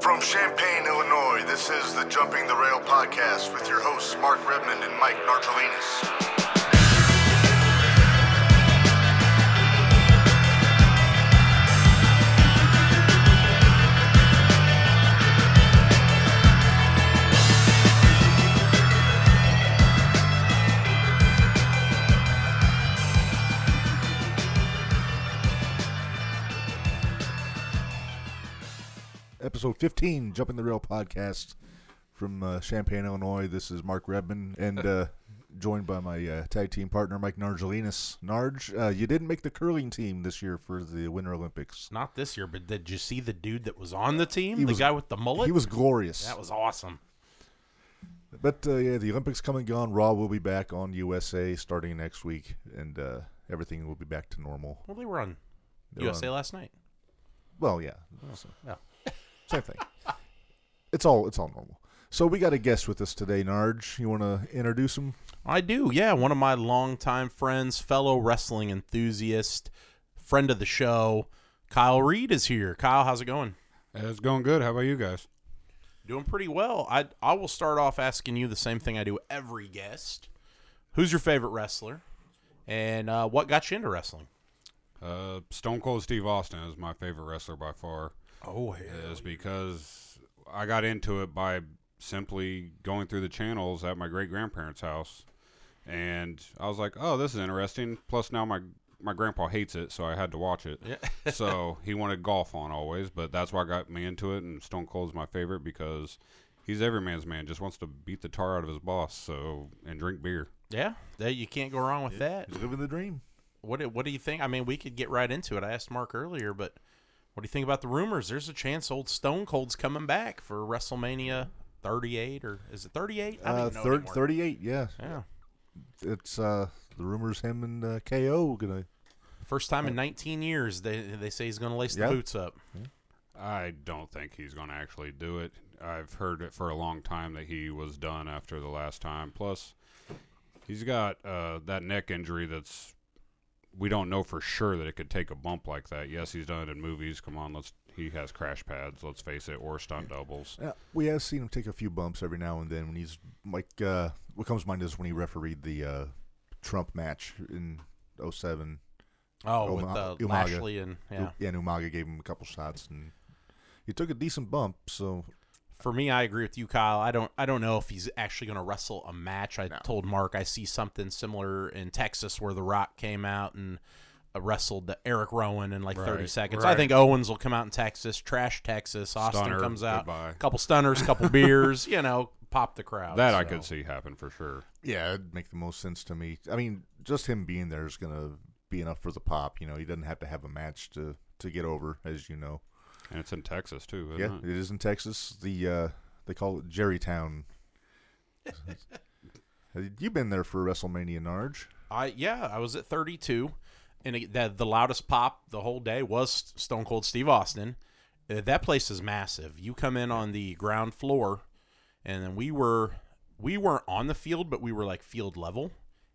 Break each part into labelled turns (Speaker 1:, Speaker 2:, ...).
Speaker 1: From Champaign, Illinois, this is the Jumping the Rail podcast with your hosts, Mark Redmond and Mike Nartolinas.
Speaker 2: episode 15 jumping the rail podcast from uh, champaign illinois this is mark redman and uh, joined by my uh, tag team partner mike nargelinas narge uh, you didn't make the curling team this year for the winter olympics
Speaker 3: Not this year, but did you see the dude that was on the team? the
Speaker 2: was-
Speaker 3: guy with the mullet?
Speaker 2: he was glorious
Speaker 3: that was awesome.
Speaker 2: but uh, yeah the olympics come and gone raw will be back on usa starting next week and uh, everything will be back to normal
Speaker 3: Well, they were on
Speaker 2: They're
Speaker 3: USA
Speaker 2: on-
Speaker 3: last night.
Speaker 2: well yeah so-
Speaker 3: Yeah.
Speaker 2: same thing it's all it's all normal so we got a guest with us today narge you want to introduce him
Speaker 3: I do, yeah. One of my longtime friends, fellow wrestling enthusiast, friend of the show, Kyle Reed is here. Kyle, how's it going?
Speaker 4: It's going good. How about you guys?
Speaker 3: Doing pretty well. I I will start off asking you the same thing I do every guest. Who's your favorite wrestler? And uh, what got you into wrestling?
Speaker 4: Uh, Stone Cold Steve Austin is my favorite wrestler by far.
Speaker 3: Oh,
Speaker 4: Is because I got into it by simply going through the channels at my great grandparents' house, and I was like, "Oh, this is interesting." Plus, now my my grandpa hates it, so I had to watch it.
Speaker 3: Yeah.
Speaker 4: so he wanted golf on always, but that's why I got me into it. And Stone Cold's my favorite because he's every man's man. Just wants to beat the tar out of his boss, so and drink beer.
Speaker 3: yeah. That you can't go wrong with that.
Speaker 2: he's living the dream
Speaker 3: What do, what do you think? I mean, we could get right into it. I asked Mark earlier, but what do you think about the rumors? There's a chance old Stone Cold's coming back for WrestleMania 38 or is it 38? I don't
Speaker 2: Uh,
Speaker 3: even know
Speaker 2: thir-
Speaker 3: anymore.
Speaker 2: 38, yeah.
Speaker 3: Yeah.
Speaker 2: It's uh, the rumors him and uh, KO gonna.
Speaker 3: First time in 19 years they they say he's going to lace
Speaker 2: Uh, Yeah.
Speaker 3: the boots up.
Speaker 4: I don't think he's going to actually do it. I've heard it for a long time that he was done after the last time. Plus, he's got uh, that neck injury that's we don't know for sure that it could take a bump like that. Yes, he's done it in movies. Come on, let's. He has crash pads. Let's face it, or stunt doubles.
Speaker 2: Uh, we have seen him take a few bumps every now and then when he's like. Uh, what comes to mind is when he refereed the uh, Trump match in 07.
Speaker 3: Oh,
Speaker 2: Oh,
Speaker 3: with
Speaker 2: Ma-
Speaker 3: uh,
Speaker 2: Umaga.
Speaker 3: Lashley and yeah.
Speaker 2: and Umaga gave him a couple shots and he took a decent bump. So
Speaker 3: For me, I agree with you, Kyle. I don't I don't know if he's actually going to wrestle a match. I told Mark I see something similar in Texas where The Rock came out and uh, wrestled the Eric Rowan in like 30
Speaker 4: Right,
Speaker 3: seconds. I
Speaker 4: right.
Speaker 3: think Owens will come out in Texas, trash Texas. Austin
Speaker 4: Stunner,
Speaker 3: comes out,
Speaker 4: goodbye.
Speaker 3: couple stunners, couple beers, you know, pop the crowd.
Speaker 4: That I
Speaker 3: so.
Speaker 4: could see happen for sure.
Speaker 2: yeah, it'd make the most sense to me. I mean, just him being there is gonna be enough for the pop. You know, he doesn't have to have a match to to get over, as you know.
Speaker 4: And it's in Texas too, isn't
Speaker 2: Yeah,
Speaker 4: it?
Speaker 2: it is in Texas. The uh, they call it Jerrytown. You've been there for WrestleMania, Narge.
Speaker 3: I yeah, I was at 32, and it, that the loudest pop the whole day was Stone Cold Steve Austin. Uh, that place is massive. You come in on the ground floor, and then we were we weren't on the field, but we were like field level.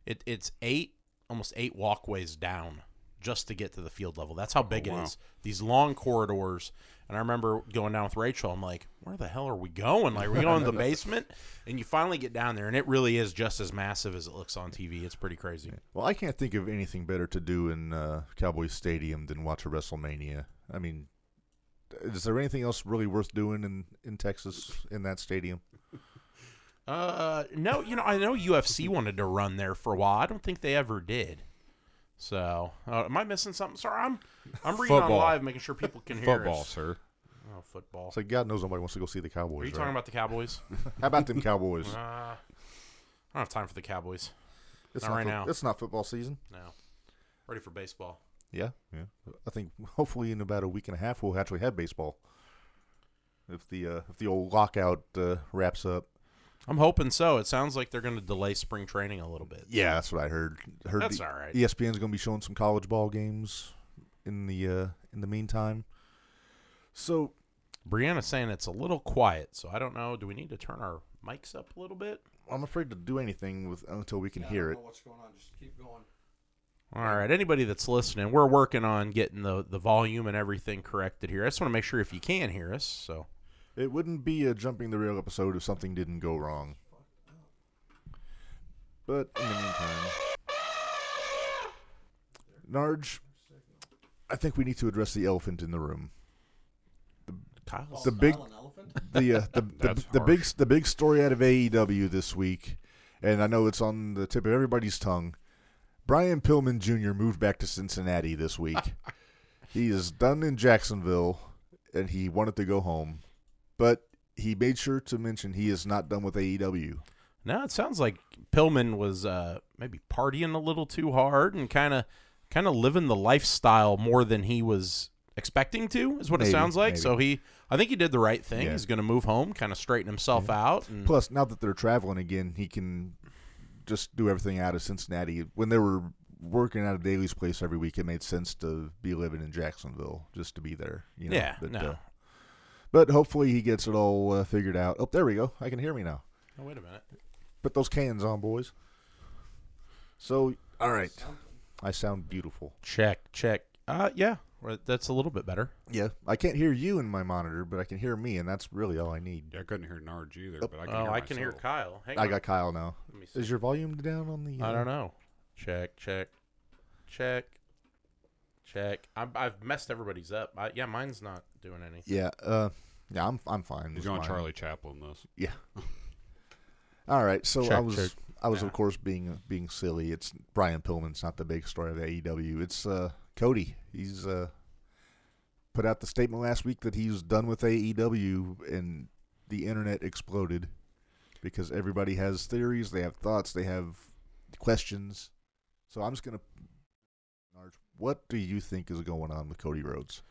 Speaker 3: It, it's eight almost eight walkways down just to get to the field level. That's how big
Speaker 4: wow.
Speaker 3: it is. These long corridors. And I remember going down with Rachel. I'm like, where the hell are we going? Like, we going to the basement? And you finally get down there, and it really is just as massive as it looks on TV. It's pretty crazy.
Speaker 2: Well, I can't think of anything better to do in uh, Cowboys Stadium than watch a WrestleMania. I mean, is there anything else really worth doing in, in Texas in that stadium?
Speaker 3: Uh, no, you know, I know UFC wanted to run there for a while. I don't think they ever did. So, uh, am I missing something? Sorry, I'm I'm reading
Speaker 4: Football.
Speaker 3: on live, making sure people can hear
Speaker 4: Football,
Speaker 3: us.
Speaker 4: sir.
Speaker 3: Oh, football.
Speaker 2: It's like God knows nobody wants to go see the Cowboys.
Speaker 3: Are you
Speaker 2: right?
Speaker 3: talking about the Cowboys?
Speaker 2: How about them Cowboys?
Speaker 3: uh, I don't have time for the Cowboys.
Speaker 2: it's
Speaker 3: not right
Speaker 2: fo-
Speaker 3: now.
Speaker 2: It's not football season.
Speaker 3: No, ready for baseball.
Speaker 2: Yeah, yeah. I think hopefully in about a week and a half we'll actually have baseball. If the uh, if the old lockout uh, wraps up.
Speaker 3: I'm hoping so. It sounds like they're going to delay spring training a little bit.
Speaker 2: Yeah, that's what I heard. Heard
Speaker 3: That's
Speaker 2: the- E
Speaker 3: all right.
Speaker 2: ESPN's going to be showing some college ball games in the uh, in the meantime. So
Speaker 3: Brianna's saying it's a little quiet, so I don't know. Do we need to turn our mics up a little bit?
Speaker 2: I'm afraid to do anything with until we can hear it.
Speaker 5: what's going on. Just keep going.
Speaker 3: All right, anybody that's listening, we're working on getting the the volume and everything corrected here. I just want to make sure if you can hear us. So
Speaker 2: It wouldn't be a jumping the rail episode if something didn't go wrong. But in the meantime, Narge, I think we need to address the elephant in the room.
Speaker 3: Kyle's
Speaker 2: The big,
Speaker 5: Oh, an elephant?
Speaker 2: the uh, the the,
Speaker 4: That's
Speaker 2: the big the big story out of AEW this week, and I know it's on the tip of everybody's tongue. Brian Pillman Jr. moved back to Cincinnati this week. he is done in Jacksonville, and he wanted to go home, but he made sure to mention he is not done with E AEW.
Speaker 3: No, it sounds like Pillman was uh, maybe partying a little too hard and kind of kind of living the lifestyle more than he was expecting to. Is what
Speaker 2: Maybe,
Speaker 3: it sounds like.
Speaker 2: maybe.
Speaker 3: So he, I think he did the right thing.
Speaker 2: Yeah.
Speaker 3: He's going to move home, kind of straighten himself out. And
Speaker 2: Plus, now that they're traveling again, he can just do everything out of Cincinnati. When they were working out of Daly's place every week, it made sense to be living in Jacksonville just to be there. You know,
Speaker 3: yeah,
Speaker 2: but,
Speaker 3: no.
Speaker 2: uh, But hopefully he gets it all uh, figured out. Oh, there we go. I can hear me now.
Speaker 3: oh, wait a minute.
Speaker 2: Put those cans on, boys. So, all right. I sound beautiful.
Speaker 3: Check, check. Uh, yeah, right, that's a little bit better.
Speaker 2: Yeah. I can't hear you in my monitor, but I can hear me, and that's really all I need.
Speaker 4: Yeah, I couldn't hear Narge either, but I can
Speaker 3: oh,
Speaker 4: hear
Speaker 3: I can hear
Speaker 4: myself.
Speaker 3: Kyle. Hang
Speaker 2: I
Speaker 3: on.
Speaker 2: got Kyle now.
Speaker 3: Let me see.
Speaker 2: Is your volume down on the. uh,
Speaker 3: I don't know. Check, check, check, check. I'm, I've messed everybody's up. I, yeah, mine's not doing anything.
Speaker 2: Yeah. Uh, yeah, I'm, I'm fine.
Speaker 4: He's
Speaker 2: with
Speaker 4: going
Speaker 2: mine.
Speaker 4: Charlie Chaplin this.
Speaker 2: Yeah. All right, so I
Speaker 3: Check,
Speaker 2: was
Speaker 3: check.
Speaker 2: I was
Speaker 3: Yeah.
Speaker 2: of course being being silly. It's Brian Pillman's not the big story of AEW. It's uh, Cody. He's uh, put out the statement last week that he's done with AEW, and the internet exploded because everybody has theories, they have thoughts, they have questions. So I'm just gonna, Narge, what do you think is going on with Cody Rhodes?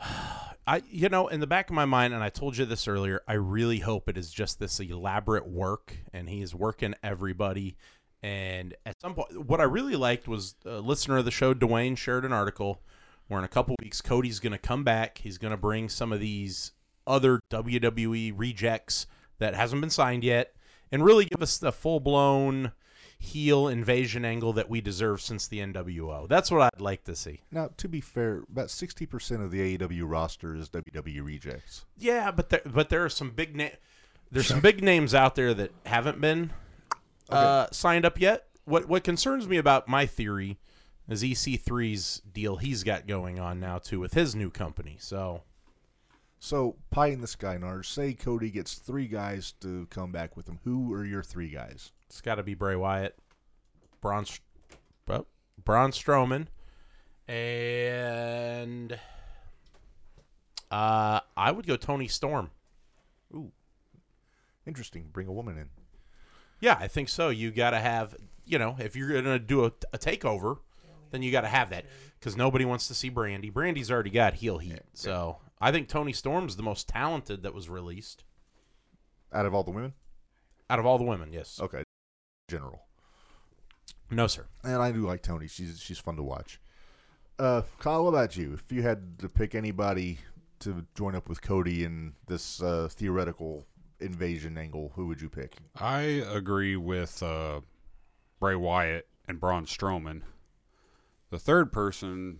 Speaker 3: I, you know, in the back of my mind, and I told you this earlier, I really hope it is just this elaborate work, and he is working everybody. And at some point, what I really liked was a listener of the show, Dwayne, shared an article where in a couple weeks, Cody's going to come back. He's going to bring some of these other WWE rejects that hasn't been signed yet, and really give us the full blown heel invasion angle that we deserve since the NWO. That's what I'd like to see.
Speaker 2: Now, to be fair, about sixty percent of the AEW roster is WWE rejects.
Speaker 3: Yeah, but there, but there are some big name. There's some big names out there that haven't been uh, signed up yet. What what concerns me about my theory is EC3's deal he's got going on now too with his new company. So
Speaker 2: So, pie in the sky, Narge. Say Cody gets three guys to come back with him. Who are your three guys?
Speaker 3: it's got to be Bray Wyatt, Braun, Str- oh, Braun Strowman, and uh, I would go Tony Storm.
Speaker 2: Interesting. Bring a woman in.
Speaker 3: Yeah, I think so. You got to have, you know, if you're going to do a, a takeover, then you got to have that because nobody wants to see Brandy. Brandy's already got heel heat. So I think Tony Storm's the most talented that was released
Speaker 2: Out of all the women?
Speaker 3: out of all the women. Yes.
Speaker 2: Okay. General.
Speaker 3: No, sir.
Speaker 2: And I do like Tony. She's she's fun to watch. Uh, Kyle, what about you? If you had to pick anybody to join up with Cody in this uh, theoretical invasion angle, who would you pick?
Speaker 4: I agree with uh, Bray Wyatt and Braun Strowman. The third person,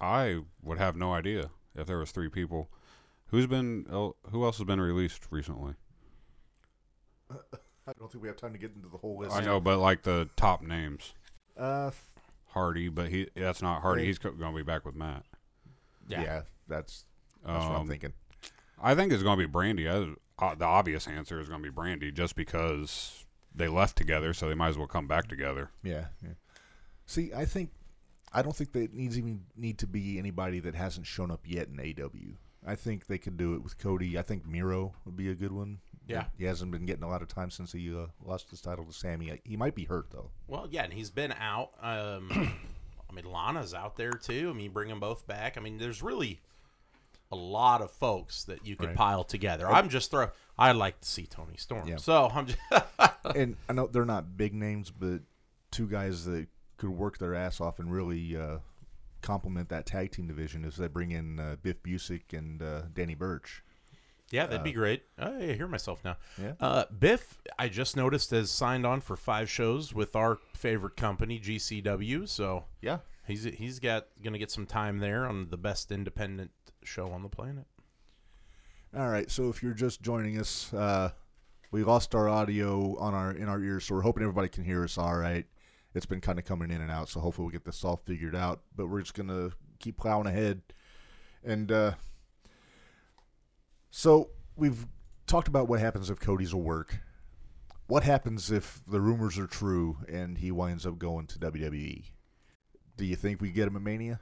Speaker 4: I would have no idea if there was three people. Who's been? el- Who else has been released recently?
Speaker 2: I don't think we have time to get into the whole list.
Speaker 4: I know, but like the top names,
Speaker 2: Uh,
Speaker 4: Hardy, but he—that's not Hardy.
Speaker 2: Hey.
Speaker 4: He's going to be back with Matt.
Speaker 2: yeah.
Speaker 3: Yeah.
Speaker 2: that's that's what I'm
Speaker 4: Um,
Speaker 2: thinking.
Speaker 4: I think it's going to be Brandy. I, uh, the obvious answer is going to be Brandy, just because they left together, so they might as well come back together.
Speaker 2: Yeah, yeah. See, I think I don't think that needs even need to be anybody that hasn't shown up yet in AW. I think they could do it with Cody. I think Miro would be a good one.
Speaker 3: Yeah.
Speaker 2: he hasn't been getting a lot of time since he uh, lost his title to Sammy. Uh, He might be hurt though.
Speaker 3: Well, yeah, and he's been out. Um, I mean, Lana's out there too. I mean, bring them both back. I mean, there's really a lot of folks that you could
Speaker 2: Right.
Speaker 3: pile together. I'm just throw. I like to see Tony Storm.
Speaker 2: Yeah.
Speaker 3: So I'm just.
Speaker 2: and I know they're not big names, but two guys that could work their ass off and really uh, complement that tag team division is they bring in uh, Biff Busick and uh, Danny Burch.
Speaker 3: Yeah, that'd be great. I hear myself now.
Speaker 2: Yeah.
Speaker 3: Uh, Biff, I just noticed has signed on for five shows with our favorite company GCW, so
Speaker 2: Yeah,
Speaker 3: he's he's got gonna get some time there on the best independent show on the planet.
Speaker 2: All right. So if you're just joining us, uh, we lost our audio on our in our ears, so we're hoping everybody can hear us. All right. It's been kind of coming in and out, so hopefully we'll get this all figured out. But we're just gonna keep plowing ahead, and uh, so we've talked about what happens if Cody's will work. What happens if the rumors are true and he winds up going to WWE? Do you think we get him at Mania?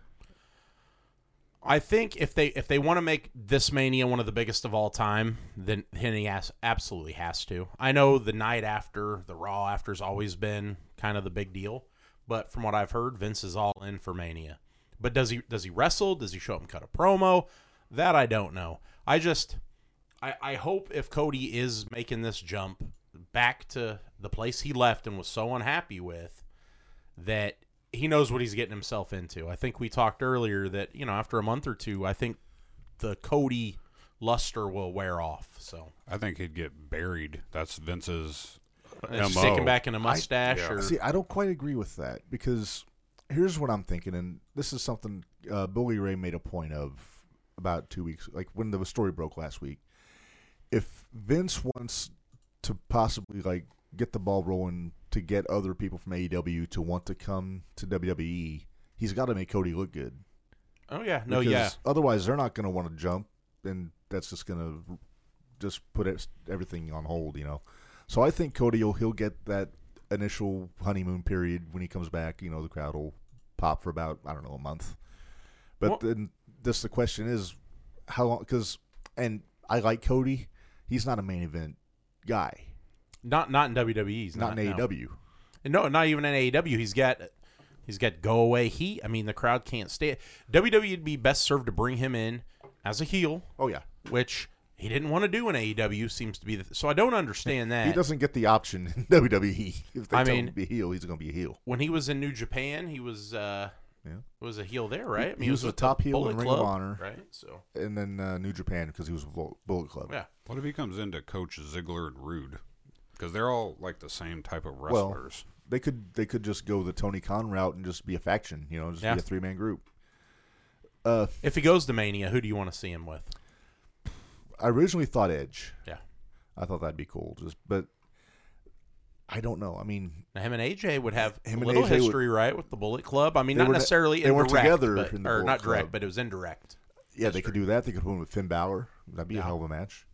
Speaker 3: I think if they if they want to make this mania one of the biggest of all time, then Henny has, absolutely has to. I know the night after, the Raw after's always been kind of the big deal, but from what I've heard, Vince is all in for Mania. But does he does he wrestle? Does he show up and cut a promo? That I don't know. I just I, I hope if Cody is making this jump back to the place he left and was so unhappy with, that he knows what he's getting himself into. I think we talked earlier that you know after a month or two, I think the Cody luster will wear off. So
Speaker 4: I think he'd get buried. That's Vince's MO.
Speaker 3: sticking back in a mustache
Speaker 4: yeah.
Speaker 3: or
Speaker 2: See, I don't quite agree with that because here's what I'm thinking, and this is something uh, Billy Ray made a point of about two weeks, like when the story broke last week. If Vince wants to possibly like get the ball rolling to get other people from AEW to want to come to WWE, he's got to make Cody look good.
Speaker 3: oh yeah, no
Speaker 2: because
Speaker 3: yeah,
Speaker 2: Otherwise, they're not going to want to jump, and that's just going to just put it, everything on hold, you know. So I think Cody will he'll get that initial honeymoon period when he comes back. You know, the crowd will pop for about I don't know a month. But
Speaker 3: Well-
Speaker 2: then this the question is how long? Because and I like Cody. He's not a main event guy.
Speaker 3: not not in WWE's
Speaker 2: Not,
Speaker 3: not
Speaker 2: in E
Speaker 3: no.
Speaker 2: AEW.
Speaker 3: And no, not even in AEW. He's got he's got go away heat. I mean, the crowd can't stay. it. WWE E would be best served to bring him in as a heel,
Speaker 2: Oh yeah,
Speaker 3: which he didn't want to do in AEW. Seems to be the so I don't understand that.
Speaker 2: he doesn't get the option in WWE. If they
Speaker 3: I
Speaker 2: tell him
Speaker 3: mean-
Speaker 2: to be a heel, he's going to be a heel.
Speaker 3: when he was in New Japan, he was uh
Speaker 2: Yeah.
Speaker 3: was a heel there, right? I
Speaker 2: he was a
Speaker 3: with
Speaker 2: top heel
Speaker 3: Bullet
Speaker 2: in Ring of
Speaker 3: Club,
Speaker 2: Honor.
Speaker 3: right? So
Speaker 2: and then uh, New Japan because he was with Bull- Bullet Club.
Speaker 3: yeah,
Speaker 4: What if he comes into Coach Ziggler and Rude? Because they're all like the same type of
Speaker 2: Well,
Speaker 4: wrestlers.
Speaker 2: They could they could just go the Tony Khan route and just be a faction, you know, just
Speaker 3: Yeah.
Speaker 2: be a three man group.
Speaker 3: if he goes to Mania, who do you want to see him with?
Speaker 2: I originally thought Edge.
Speaker 3: Yeah,
Speaker 2: I thought that'd be cool, just but I don't know. I mean,
Speaker 3: now, him and AJ would have
Speaker 2: Him
Speaker 3: a
Speaker 2: and
Speaker 3: little
Speaker 2: AJ would-
Speaker 3: history, right, with the Bullet Club. I mean,
Speaker 2: They
Speaker 3: not
Speaker 2: were-
Speaker 3: necessarily
Speaker 2: they were
Speaker 3: indirect,
Speaker 2: together
Speaker 3: but-
Speaker 2: in the
Speaker 3: or
Speaker 2: Bullet
Speaker 3: not direct,
Speaker 2: Club.
Speaker 3: but it was indirect.
Speaker 2: yeah, they could do that. They could put him with Finn Balor. That'd be a hell of a match.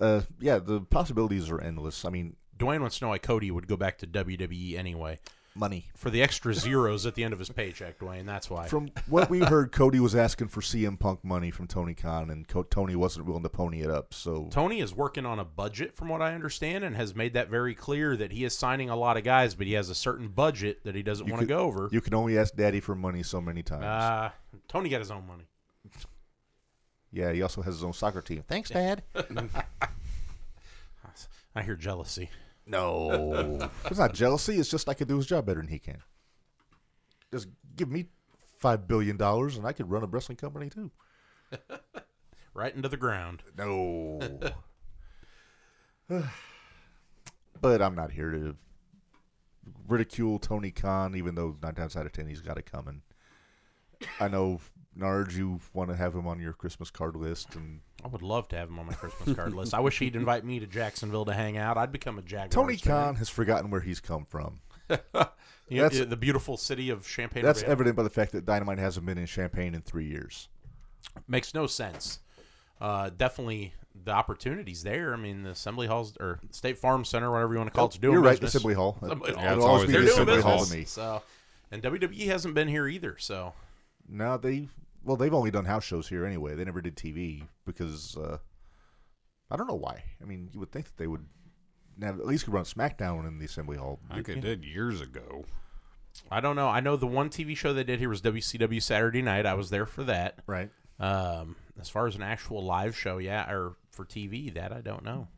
Speaker 2: Uh, yeah, the possibilities are endless. I mean,
Speaker 3: Dwayne wants to know why Cody would go back to WWE anyway
Speaker 2: money.
Speaker 3: for the extra zeros at the end of his paycheck, Dwayne. That's why.
Speaker 2: From what we heard, Cody was asking for CM Punk money from Tony Khan, and Co- Tony wasn't willing to pony it up. So
Speaker 3: Tony is working on a budget, from what I understand, and has made that very clear that he is signing a lot of guys, but he has a certain budget that he doesn't
Speaker 2: You
Speaker 3: want to
Speaker 2: could-
Speaker 3: go over.
Speaker 2: you can only ask Daddy for money so many times.
Speaker 3: Uh, Tony got his own money.
Speaker 2: yeah, he also has his own soccer team. Thanks, Dad.
Speaker 3: I hear jealousy.
Speaker 2: No, it's not jealousy. It's just I could do his job better than he can. Just give me five billion dollars, and I could run a wrestling company too.
Speaker 3: Right into the ground.
Speaker 2: No, but I'm not here to ridicule Tony Khan, even though nine times out of ten he's got it coming. I know, Narge, you want to have him on your Christmas card list, and
Speaker 3: I would love to have him on my Christmas card list. I wish he'd invite me to Jacksonville to hang out. I'd become a Jaguars.
Speaker 2: Tony
Speaker 3: fan.
Speaker 2: Khan has forgotten where he's come from.
Speaker 3: You know,
Speaker 2: that's-
Speaker 3: the beautiful city of Champaign.
Speaker 2: That's
Speaker 3: Urbana.
Speaker 2: evident by the fact that Dynamite hasn't been in Champagne in three years.
Speaker 3: makes no sense. Uh, definitely the opportunities there. I mean, the Assembly Halls or State Farm Center, whatever you want to call it, to do
Speaker 2: Oh, You're right,
Speaker 3: business.
Speaker 2: Assembly Hall.
Speaker 3: Assembly Hall.
Speaker 4: Yeah,
Speaker 2: It'll
Speaker 4: it's
Speaker 2: always
Speaker 4: always
Speaker 2: be
Speaker 3: They're
Speaker 4: the
Speaker 2: the
Speaker 3: doing
Speaker 2: Assembly Hall to me.
Speaker 3: business. So, and WWE hasn't been here either. So
Speaker 2: No, they well, they've only done house shows here anyway. They never did TV because uh, I don't know why. I mean, you would think that they would have, at least could run SmackDown in the Assembly Hall.
Speaker 4: I think it did years ago.
Speaker 3: I don't know. I know the one TV show they did here was WCW Saturday Night. I was there for that.
Speaker 2: Right.
Speaker 3: Um, as far as an actual live show, yeah, or for TV, that I don't know.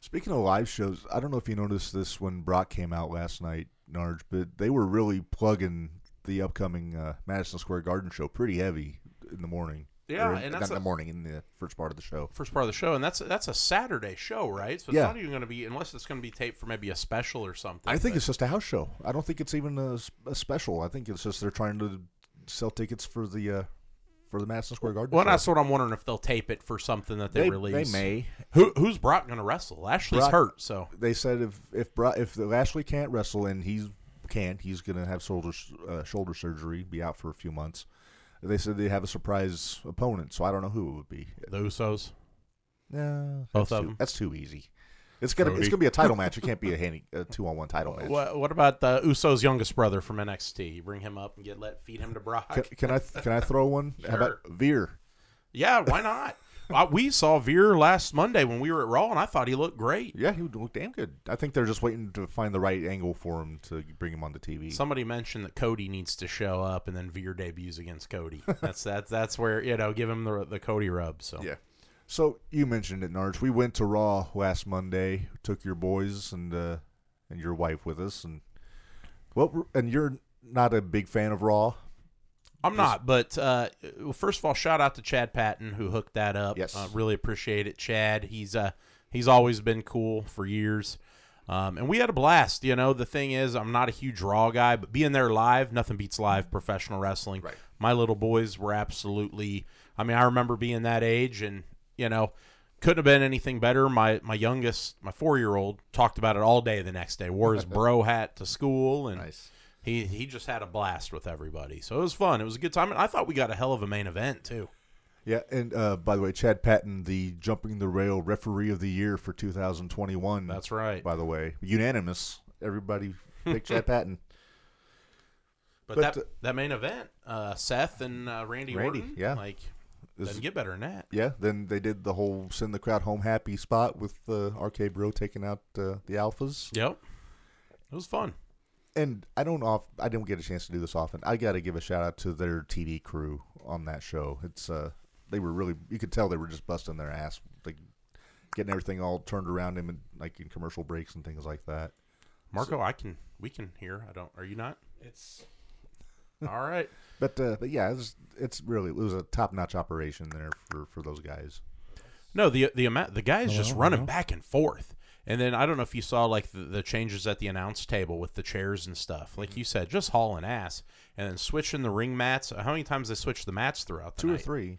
Speaker 2: Speaking of live shows, I don't know if you noticed this when Brock came out last night, Narge, but they were really plugging the upcoming uh, Madison Square Garden show pretty heavy in the morning.
Speaker 3: Yeah,
Speaker 2: Or
Speaker 3: and
Speaker 2: not
Speaker 3: that's
Speaker 2: in
Speaker 3: a-
Speaker 2: the morning in the first part of the show.
Speaker 3: First part of the show, and that's that's a Saturday show, right? So it's
Speaker 2: Yeah.
Speaker 3: not even going to be unless it's going to be taped for maybe a special or something.
Speaker 2: I think
Speaker 3: but-
Speaker 2: it's just a house show. I don't think it's even a, s- a special. I think it's just they're trying to sell tickets for the uh, for the Madison Square Garden.
Speaker 3: Well,
Speaker 2: show.
Speaker 3: that's what I'm wondering if they'll tape it for something that they,
Speaker 2: they,
Speaker 3: release.
Speaker 2: they may.
Speaker 3: Who, who's Brock going to wrestle? Ashley's
Speaker 2: Brock-
Speaker 3: hurt, so
Speaker 2: They said if if Bro- if Lashley can't wrestle and he's can, he's gonna have shoulder uh, shoulder surgery, be out for a few months. They said they have a surprise opponent, so I don't know who it would be.
Speaker 3: the Usos.
Speaker 2: No,
Speaker 3: Both
Speaker 2: that's
Speaker 3: of
Speaker 2: too,
Speaker 3: them.
Speaker 2: That's too easy. It's gonna it's
Speaker 4: Cody.
Speaker 2: gonna be a title match. It can't be a, handy, a two on one title match.
Speaker 3: What, what about the Usos' youngest brother from NXT? You bring him up and get let feed him to Brock.
Speaker 2: Can, can I can I throw one? How about Veer?
Speaker 3: yeah, why not? Uh, we saw Veer last Monday when we were at Raw, and I thought he looked great.
Speaker 2: Yeah, he would look damn good. I think they're just waiting to find the right angle for him to bring him on the TV.
Speaker 3: Somebody mentioned that Cody needs to show up, and then Veer debuts against Cody. That's that's that's where you know give him the the Cody rub. So
Speaker 2: Yeah. So you mentioned it, Narge. We went to Raw last Monday. Took your boys and uh, and your wife with us, and well, and you're not a big fan of Raw.
Speaker 3: I'm not, but uh, well, first of all, shout out to Chad Patton who hooked that up.
Speaker 2: Yes.
Speaker 3: uh, really appreciate it, Chad. He's uh, he's always been cool for years, um, and we had a blast. You know, the thing is, I'm not a huge Raw guy, but being there live, nothing beats live professional wrestling.
Speaker 2: Right.
Speaker 3: My little boys were absolutely. I mean, I remember being that age, and you know, couldn't have been anything better. My my youngest, my four year old, talked about it all day the next day. Wore his bro hat to school, and
Speaker 2: Nice.
Speaker 3: he he just had a blast with everybody. So it was fun. It was a good time. And I thought we got a hell of a main event too.
Speaker 2: Yeah, and uh, by the way, Chad Patton, the jumping the rail referee of the year for 2021.
Speaker 3: That's right. But,
Speaker 2: By the way, unanimous. Everybody picked Chad Patton. but,
Speaker 3: that
Speaker 2: uh,
Speaker 3: that main event, uh, Seth and uh, Randy,
Speaker 2: Randy,
Speaker 3: Orton,
Speaker 2: yeah.
Speaker 3: like
Speaker 2: This is-
Speaker 3: doesn't get better than that.
Speaker 2: yeah, then they did the whole send the crowd home happy spot with uh, RK Bro taking out uh, the Alphas.
Speaker 3: Yep, it was fun.
Speaker 2: and I don't off I don't get a chance to do this often. I got to give a shout out to their TV crew on that show. It's uh they were really you could tell they were just busting their ass like getting everything all turned around him and like in commercial breaks and things like that.
Speaker 3: Marco, I can we can hear. I don't. Are you not?
Speaker 5: It's
Speaker 3: All right.
Speaker 2: But uh but yeah, it's it's really it was a top-notch operation there for for those guys.
Speaker 3: No, the the amount the guys just
Speaker 5: Hello,
Speaker 3: running
Speaker 5: hello.
Speaker 3: back and forth. And then I don't know if you saw like the, the changes at the announce table with the chairs and stuff. Like
Speaker 2: Mm-hmm.
Speaker 3: you said, just hauling ass, and then switching the ring mats. How many times they switched the mats throughout the
Speaker 2: Two or
Speaker 3: night?
Speaker 2: three.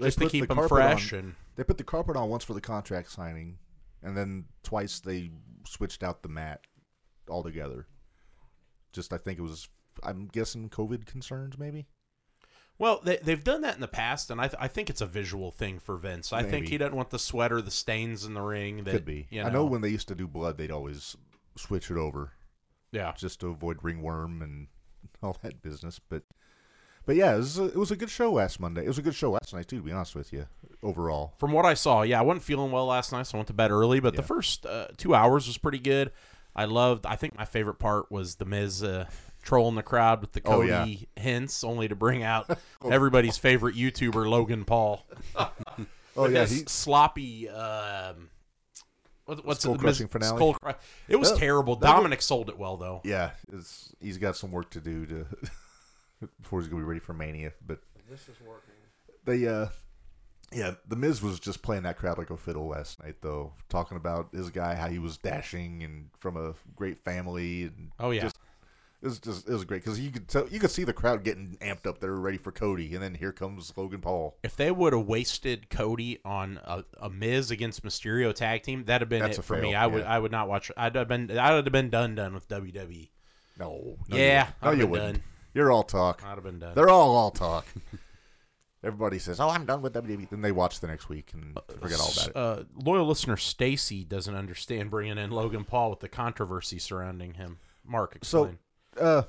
Speaker 3: just to
Speaker 2: put the
Speaker 3: keep them
Speaker 2: carpet
Speaker 3: fresh
Speaker 2: on-
Speaker 3: and
Speaker 2: They put the carpet on once for the contract signing and then twice they switched out the mat altogether. Just I think it was I'm guessing COVID concerns maybe.
Speaker 3: well they, they've done that in the past and I, th- I think it's a visual thing for vince i think
Speaker 2: Maybe.
Speaker 3: he doesn't want the sweater the stains in the ring that
Speaker 2: Could be.
Speaker 3: you
Speaker 2: I know when they used to do blood, they'd always switch it over
Speaker 3: yeah
Speaker 2: just to avoid ringworm and all that business. But but yeah, it was a, it was a good show last Monday. It was a good show last night too. To be honest with you, overall.
Speaker 3: from what i saw yeah i wasn't feeling well last night so i went to bed early but the
Speaker 2: Yeah.
Speaker 3: first uh, two hours was pretty good i loved i think my favorite part was the miz uh, trolling the crowd with the
Speaker 2: Oh,
Speaker 3: cody
Speaker 2: yeah.
Speaker 3: hints only to bring out everybody's favorite youtuber logan paul
Speaker 2: Oh
Speaker 3: with
Speaker 2: yeah,
Speaker 3: his
Speaker 2: he,
Speaker 3: sloppy. Um, what, what's it, the
Speaker 2: Skull-crushing
Speaker 3: mis-
Speaker 2: finale?
Speaker 3: skull cru- it was
Speaker 2: That-
Speaker 3: terrible.
Speaker 2: that was-
Speaker 3: Dominic sold it well though.
Speaker 2: yeah. It's, he's got some work to do to before he's gonna be ready for Mania. But
Speaker 5: this is working.
Speaker 2: they uh yeah the miz was just playing that crowd like a fiddle last night though talking about his guy how he was dashing and from a great family and
Speaker 3: Oh, yeah.
Speaker 2: just, it was just it was great because you could tell you could see the crowd getting amped up there ready for cody and then here comes logan paul
Speaker 3: If they would have wasted Cody on a, a Miz against Mysterio tag team, that'd have been
Speaker 2: That's
Speaker 3: it
Speaker 2: a
Speaker 3: for
Speaker 2: fail,
Speaker 3: me. I would
Speaker 2: yeah.
Speaker 3: I would not watch. I'd have been I'd have been done done with E. WWE.
Speaker 2: no, no you
Speaker 3: Yeah,
Speaker 2: wouldn't. no
Speaker 3: I'd
Speaker 2: you
Speaker 3: been
Speaker 2: wouldn't
Speaker 3: done.
Speaker 2: you're all talk
Speaker 3: I'd have been done.
Speaker 2: they're all all talk everybody says oh i'm done with wwe then they watch the next week and forget all about it
Speaker 3: Uh, loyal listener Stacy doesn't understand bringing in Logan Paul with the controversy surrounding him. Mark,
Speaker 2: So,
Speaker 3: explain.
Speaker 2: uh,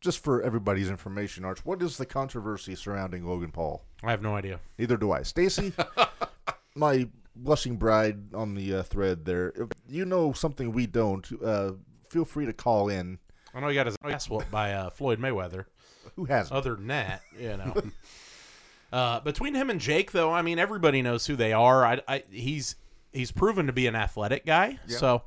Speaker 2: just for everybody's information, Arch, what is the controversy surrounding Logan Paul?
Speaker 3: I have no idea.
Speaker 2: Neither do I. Stacy, my blushing bride on the uh, thread there, if you know something we don't, uh, feel free to call in.
Speaker 3: I know he got his ass whooped by uh, Floyd Mayweather.
Speaker 2: Who hasn't?
Speaker 3: other than that, you know. uh, between him and Jake, though, I mean, everybody knows who they are. I, I he's he's proven to be an athletic guy. So,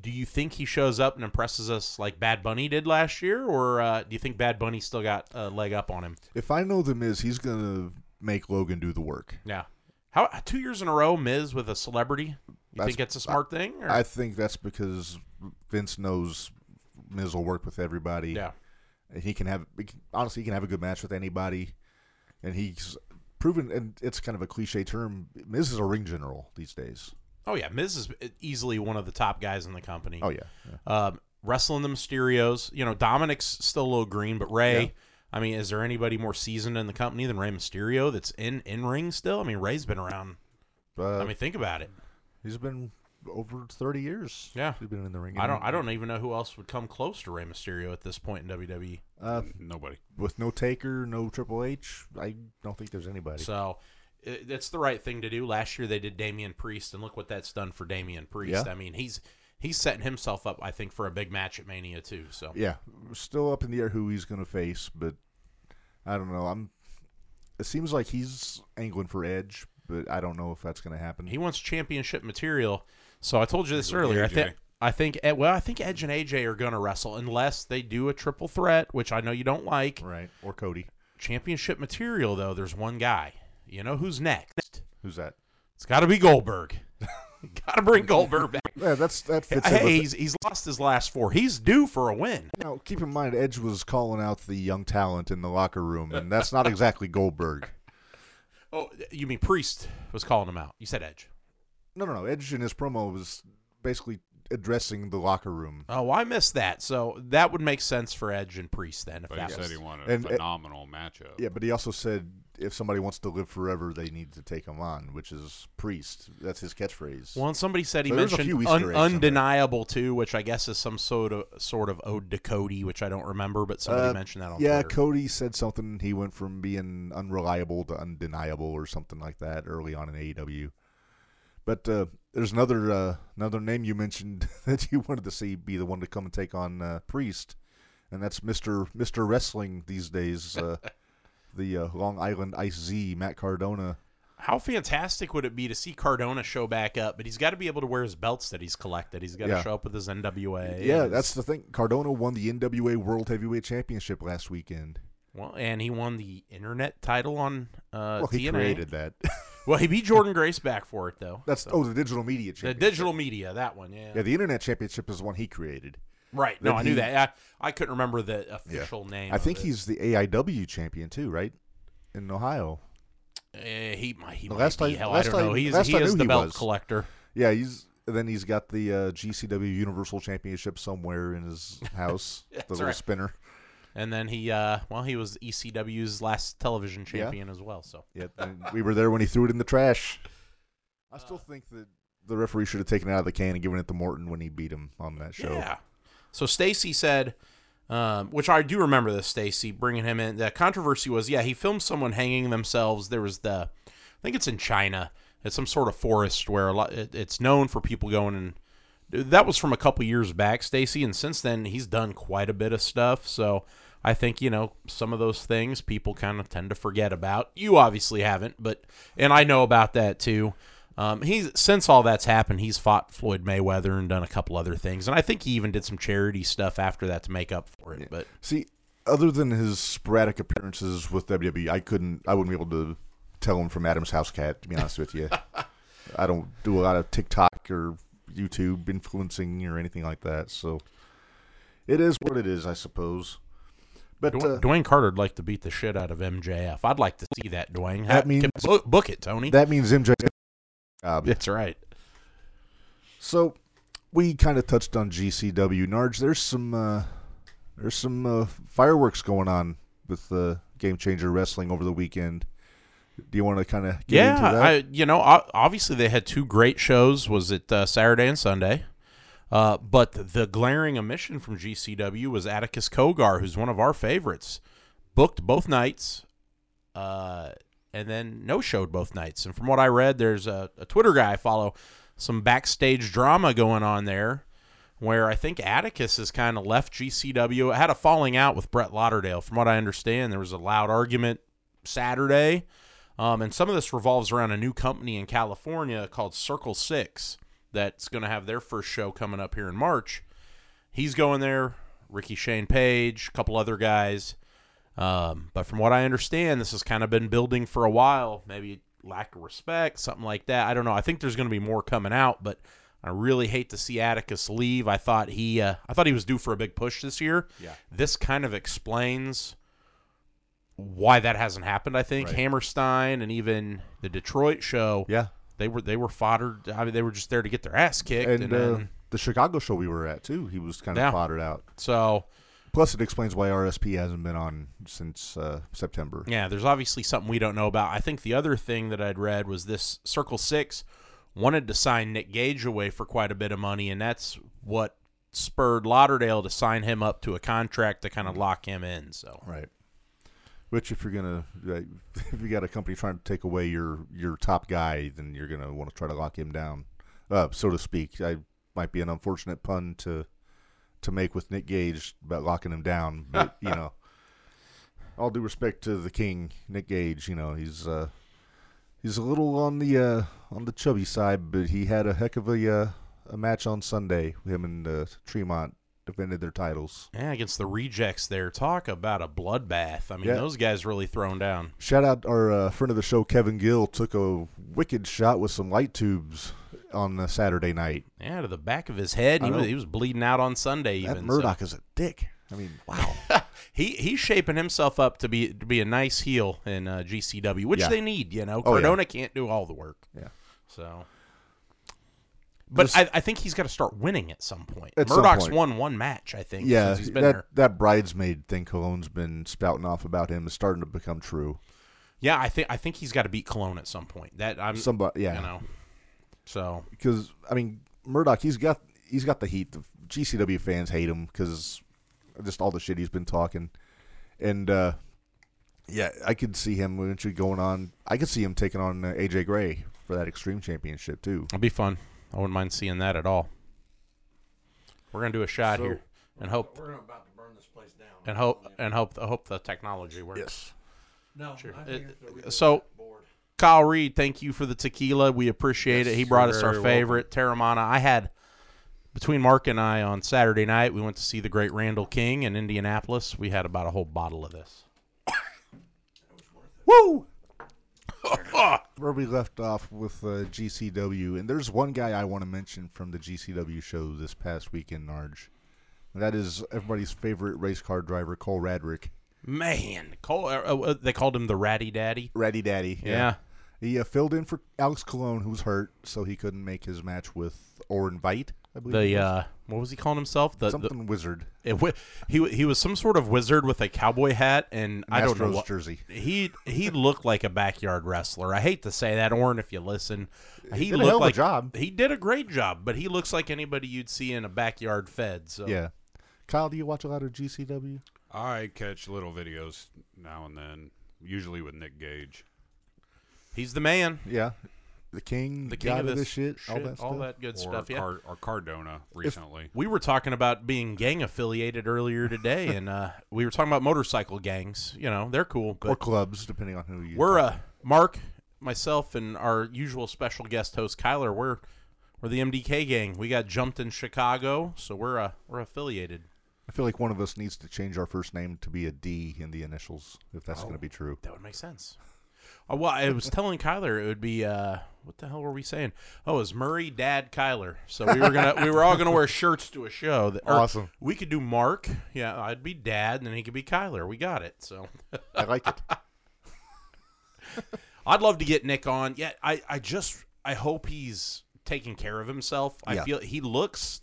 Speaker 3: do you think he shows up and impresses us like Bad Bunny did last year, or uh, do you think Bad Bunny still got a leg up on him?
Speaker 2: If I know the Miz, he's going to make Logan do the work.
Speaker 3: Yeah. How two years in a row, Miz with a celebrity? You
Speaker 2: That's-
Speaker 3: think it's a smart thing? Or?
Speaker 2: I think that's because Vince knows Miz will work with everybody.
Speaker 3: yeah.
Speaker 2: And He can have, he can- honestly, he can have a good match with anybody. and he's proven. And it's kind of a cliche term. Miz is a ring general these days.
Speaker 3: Oh yeah, Miz is easily one of the top guys in the company.
Speaker 2: Oh yeah, yeah.
Speaker 3: Um, wrestling the Mysterios. You know, Dominic's still a little green, but Ray.
Speaker 2: Yeah.
Speaker 3: I mean, is there anybody more seasoned in the company than Ray Mysterio that's in in ring still? I mean, Ray's been around.
Speaker 2: But
Speaker 3: I mean, think about it.
Speaker 2: he's been over thirty years.
Speaker 3: Yeah.
Speaker 2: he's been in the ring.
Speaker 3: I don't. I don't even know who else would come close to Rey Mysterio at this point in E. WWE.
Speaker 2: Uh,
Speaker 4: Nobody.
Speaker 2: with no Taker, no Triple H, I don't think there's anybody.
Speaker 3: So it, it's the right thing to do. Last year they did Damian Priest, and look what that's done for Damian Priest.
Speaker 2: Yeah.
Speaker 3: I mean, he's he's setting himself up, I think, for a big match at Mania too. So
Speaker 2: yeah, still up in the air who he's going to face, but I don't know. I'm. It seems like he's angling for Edge, but I don't know if that's going to happen.
Speaker 3: he wants championship material. So I told you this
Speaker 4: He's with
Speaker 3: earlier. I think
Speaker 4: AJ.
Speaker 3: I think Ed- well, I think Edge and AJ are going to wrestle unless they do a triple threat, which I know you don't like.
Speaker 2: right or Cody?
Speaker 3: Championship material though, there's one guy. You know who's next?
Speaker 2: Who's that?
Speaker 3: It's got to be Goldberg. got to bring Goldberg back.
Speaker 2: Yeah, that's that fits. in with
Speaker 3: Hey, he's, he's lost his last four. He's due for a win.
Speaker 2: Now, keep in mind, Edge was calling out the young talent in the locker room, and that's not exactly Goldberg.
Speaker 3: Oh, you mean Priest was calling him out? You said Edge.
Speaker 2: No, no, no. Edge in his promo was basically addressing the locker room.
Speaker 3: Oh, I missed that. So that would make sense for Edge and Priest then. If
Speaker 4: But
Speaker 3: that
Speaker 4: he
Speaker 3: was,
Speaker 4: said he wanted a
Speaker 2: And, uh,
Speaker 4: phenomenal matchup.
Speaker 2: Yeah, but he also said if somebody wants to live forever, they need to take him on, which is Priest. That's his catchphrase.
Speaker 3: well, and somebody said he
Speaker 2: So there's a few Easter
Speaker 3: mentioned un-
Speaker 2: eggs in there.
Speaker 3: undeniable too, which I guess is some sort of sort of ode to Cody, which I don't remember, but somebody
Speaker 2: Uh,
Speaker 3: mentioned that on
Speaker 2: yeah,
Speaker 3: Twitter.
Speaker 2: Cody said something. He went from being unreliable to undeniable, or something like that, early on in AEW. But uh, there's another uh, another name you mentioned that you wanted to see be the one to come and take on uh, Priest, and that's Mister Mister Wrestling these days. Uh, the uh, Long Island Ice Z, Matt Cardona.
Speaker 3: How fantastic would it be to see Cardona show back up? But he's got to be able to wear his belts that he's collected. He's got to
Speaker 2: Yeah.
Speaker 3: show up with his NWA.
Speaker 2: Yeah,
Speaker 3: and
Speaker 2: that's
Speaker 3: his-
Speaker 2: the thing. Cardona won the NWA World Heavyweight Championship last weekend.
Speaker 3: well, and he won the internet title on uh,
Speaker 2: well, he
Speaker 3: TNA.
Speaker 2: created that.
Speaker 3: Well, he beat Jordan Grace back for it though.
Speaker 2: that's oh, the digital media
Speaker 3: The
Speaker 2: championship.
Speaker 3: digital media, that one, yeah.
Speaker 2: yeah, the internet championship is the one he created.
Speaker 3: right. No,
Speaker 2: that
Speaker 3: I knew
Speaker 2: he-
Speaker 3: that. I, I couldn't remember the official name.
Speaker 2: I
Speaker 3: of
Speaker 2: think
Speaker 3: it.
Speaker 2: he's the AIW champion too, right? In Ohio.
Speaker 3: Eh, he might. He
Speaker 2: The
Speaker 3: might
Speaker 2: last
Speaker 3: be.
Speaker 2: I-
Speaker 3: Hell,
Speaker 2: last
Speaker 3: I don't
Speaker 2: I-
Speaker 3: know. He's,
Speaker 2: last
Speaker 3: he
Speaker 2: I
Speaker 3: is
Speaker 2: knew
Speaker 3: the
Speaker 2: he
Speaker 3: belt
Speaker 2: was.
Speaker 3: collector.
Speaker 2: Yeah, he's then he's got the uh, GCW Universal Championship somewhere in his house. the little
Speaker 3: right.
Speaker 2: spinner.
Speaker 3: And then he, uh, well, he was ECW's last television champion as well. So
Speaker 2: Yeah, and we were there when he threw it in the trash. I still
Speaker 3: Uh.
Speaker 2: think that the referee should have taken it out of the can and given it to Morton when he beat him on that show.
Speaker 3: yeah. So Stacy said, um, which I do remember this. Stacy bringing him in. The controversy was, yeah, he filmed someone hanging themselves. There was the, I think it's in China. It's some sort of forest where a lot. It, it's known for people going and. That was from a couple years back, Stacy, and since then he's done quite a bit of stuff. So I think you know some of those things people kind of tend to forget about. You obviously haven't, but and I know about that too. Um, he's since all that's happened, he's fought Floyd Mayweather and done a couple other things, and I think he even did some charity stuff after that to make up for it. But
Speaker 2: See, other than his sporadic appearances with WWE, I couldn't, I wouldn't be able to tell him from Adam's house cat. To be honest with you, I don't do a lot of TikTok or YouTube influencing or anything like that. So it is what it is, I suppose. But
Speaker 3: Dwayne,
Speaker 2: uh,
Speaker 3: Dwayne Carter'd like to beat the shit out of MJF. I'd like to see that, Dwayne.
Speaker 2: That
Speaker 3: Ha-
Speaker 2: means-
Speaker 3: book, book it, Tony.
Speaker 2: that means MJ. 's job.
Speaker 3: that's right.
Speaker 2: So we kind of touched on GCW. Narge, there's some uh, there's some uh, fireworks going on with uh, Game Changer Wrestling over the weekend. Do you want to kind of get
Speaker 3: yeah,
Speaker 2: into that?
Speaker 3: I you know o- obviously they had two great shows. Was it uh, Saturday and Sunday? Uh, but the glaring omission from GCW was Atticus Kogar, who's one of our favorites, booked both nights, uh, and then no showed both nights. And from what I read, there's a, a Twitter guy I follow, some backstage drama going on there, where I think Atticus has kind of left GCW. It had a falling out with Brett Lauderdale, from what I understand. There was a loud argument Saturday. Um, and some of this revolves around a new company in California called Circle Six that's going to have their first show coming up here in March. He's going there, Ricky Shane Page, a couple other guys. Um, but from what I understand, this has kind of been building for a while. Maybe lack of respect, something like that. I don't know. I think there's going to be more coming out, but I really hate to see Atticus leave. I thought he, uh, I thought he was due for a big push this year.
Speaker 4: Yeah.
Speaker 3: This kind of explains why that hasn't happened. I think
Speaker 2: Right.
Speaker 3: Hammerstein and even the Detroit show,
Speaker 2: Yeah.
Speaker 3: they were they were foddered. I mean, they were just there to get their ass kicked, and,
Speaker 2: And uh,
Speaker 3: then,
Speaker 2: the Chicago show we were at too, he was kind of
Speaker 3: Yeah.
Speaker 2: foddered out.
Speaker 3: so
Speaker 2: Plus, it explains why RSP hasn't been on since uh, September.
Speaker 3: Yeah, there's obviously something we don't know about. I think the other thing that I'd read was this Circle Six wanted to sign Nick Gage away for quite a bit of money, and that's what spurred Lauderdale to sign him up to a contract to kind of lock him in. So
Speaker 2: Right. Which, if you're gonna, like, if you got a company trying to take away your your top guy, then you're gonna want to try to lock him down, uh, so to speak. I might be an unfortunate pun to to make with Nick Gage about locking him down, but you know, all due respect to the king, Nick Gage. You know, he's uh, he's a little on the uh, on the chubby side, but he had a heck of a uh, a match on Sunday. Him and uh, Tremont defended their titles.
Speaker 3: yeah, against the rejects there, talk about a bloodbath. I mean,
Speaker 2: Yeah.
Speaker 3: those guys really thrown down.
Speaker 2: Shout out our uh, friend of the show, Kevin Gill, took a wicked shot with some light tubes on uh, Saturday night.
Speaker 3: Yeah, to the back of his head,
Speaker 2: I
Speaker 3: he was,
Speaker 2: know.
Speaker 3: he was bleeding out on Sunday. Even
Speaker 2: that
Speaker 3: so-
Speaker 2: Murdoch is a dick. I mean, wow.
Speaker 3: he he's shaping himself up to be to be a nice heel in uh, GCW, which
Speaker 2: Yeah.
Speaker 3: they need. You know,
Speaker 2: Oh, yeah.
Speaker 3: Cardona can't do all the work.
Speaker 2: Yeah.
Speaker 3: So, but
Speaker 2: Just-
Speaker 3: I, I think he's got to start winning at some point.
Speaker 2: At some
Speaker 3: Murdoch's
Speaker 2: point.
Speaker 3: won one match, I think.
Speaker 2: yeah,
Speaker 3: since he's been
Speaker 2: that
Speaker 3: there.
Speaker 2: that bridesmaid thing Cologne's been spouting off about him is starting to become true.
Speaker 3: Yeah, I think I think he's got to beat Cologne at some point. That I'm
Speaker 2: Somebody,
Speaker 3: Mm, you
Speaker 2: yeah,
Speaker 3: know. So
Speaker 2: because I mean, Murdoch, he's got he's got the heat. The GCW fans hate him because just all the shit he's been talking, and uh, yeah, I could see him eventually going on. I could see him taking on uh, AJ Gray for that Extreme Championship too.
Speaker 3: it'll be fun. I wouldn't mind seeing that at all. We're gonna do a shot here and hope
Speaker 5: We're about to burn this place down.
Speaker 3: and hope and hope hope the technology works. Uh,
Speaker 5: No, I think it's a really
Speaker 3: so-
Speaker 5: good board.
Speaker 3: Kyle Reed, thank you for the tequila. We appreciate it. He brought us
Speaker 4: you're
Speaker 3: our
Speaker 4: very
Speaker 3: favorite Terramana. I had between Mark and I on Saturday night, we went to see the great Randall King in Indianapolis. We had about a whole bottle of this. Woo!
Speaker 2: where we left off with uh, GCW, and there's one guy I want to mention from the GCW show this past weekend, Narge. And that is everybody's favorite race car driver, Cole Radrick.
Speaker 3: Man, Cole, uh, uh, they called him the Ratty Daddy.
Speaker 2: Ratty Daddy.
Speaker 3: Yeah.
Speaker 2: He uh, filled in for Alex Colon, who was hurt, so he couldn't make his match with Orin Vite, I believe. it
Speaker 3: The
Speaker 2: was.
Speaker 3: uh, what was he calling himself? The, the
Speaker 2: Something wizard.
Speaker 3: it, wa- he wa- he was some sort of wizard with a cowboy hat, and I don't know
Speaker 2: Astros
Speaker 3: what
Speaker 2: jersey.
Speaker 3: he he looked like a backyard wrestler. I hate to say that, Orrin, if you listen, he
Speaker 2: did a
Speaker 3: looked
Speaker 2: hell of a
Speaker 3: like
Speaker 2: job.
Speaker 3: He did a great job, but he looks like anybody you'd see in a backyard fed. So
Speaker 2: Yeah. Kyle, do you watch a lot of GCW?
Speaker 4: I catch little videos now and then, usually with Nick Gage.
Speaker 3: he's the man,
Speaker 2: Yeah. The king,
Speaker 3: the
Speaker 2: the
Speaker 3: king
Speaker 2: god
Speaker 3: of this
Speaker 2: shit, all that stuff.
Speaker 3: good
Speaker 4: or,
Speaker 3: stuff. Yeah.
Speaker 4: Car- or Cardona recently.
Speaker 3: we were talking about being gang affiliated earlier today, and uh, we were talking about motorcycle gangs. You know, they're cool, but
Speaker 2: Or clubs, depending on who you
Speaker 3: we're uh, Mark, myself, and our usual special guest host Kyler. We're we're the MDK gang. We got jumped in Chicago, so we're uh, we're affiliated.
Speaker 2: I feel like one of us needs to change our first name to be a D in the initials, if that's
Speaker 3: Oh.
Speaker 2: going to be true.
Speaker 3: That would make sense. Oh, well, I was telling Kyler it would be uh, what the hell were we saying? Oh, it was Murray Dad Kyler. So we were gonna we were all gonna wear shirts to a show. That, or
Speaker 2: Awesome.
Speaker 3: We could do Mark. Yeah, I'd be Dad, and then he could be Kyler. We got it. So
Speaker 2: I like it.
Speaker 3: I'd love to get Nick on. Yeah, I I just I hope he's taking care of himself. I
Speaker 2: Yeah.
Speaker 3: feel he looks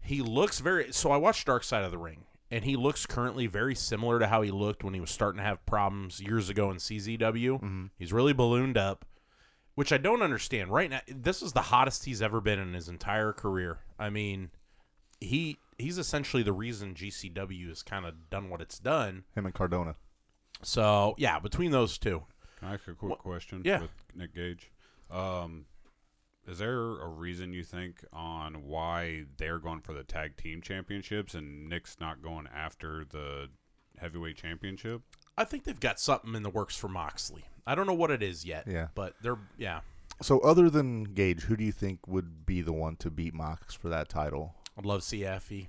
Speaker 3: he looks very. So I watched Dark Side of the Ring. And he looks currently very similar to how he looked when he was starting to have problems years ago in CZW. He's really ballooned up. which I don't understand. Right now, this is the hottest he's ever been in his entire career. I mean, he he's essentially the reason GCW has kind of done what it's done.
Speaker 2: Him and Cardona.
Speaker 3: So yeah, between those two,
Speaker 4: Can I ask a quick question
Speaker 3: yeah.
Speaker 4: with Nick Gage? Um, is there a reason you think on why they're going for the tag team championships and Nick's not going after the heavyweight championship?
Speaker 3: I think they've got something in the works for Moxley. I don't know what it is yet.
Speaker 2: Yeah.
Speaker 3: but they're yeah.
Speaker 2: So, other than Gage, who do you think would be the one to beat Mox for that title?
Speaker 3: I'd love to see Effie.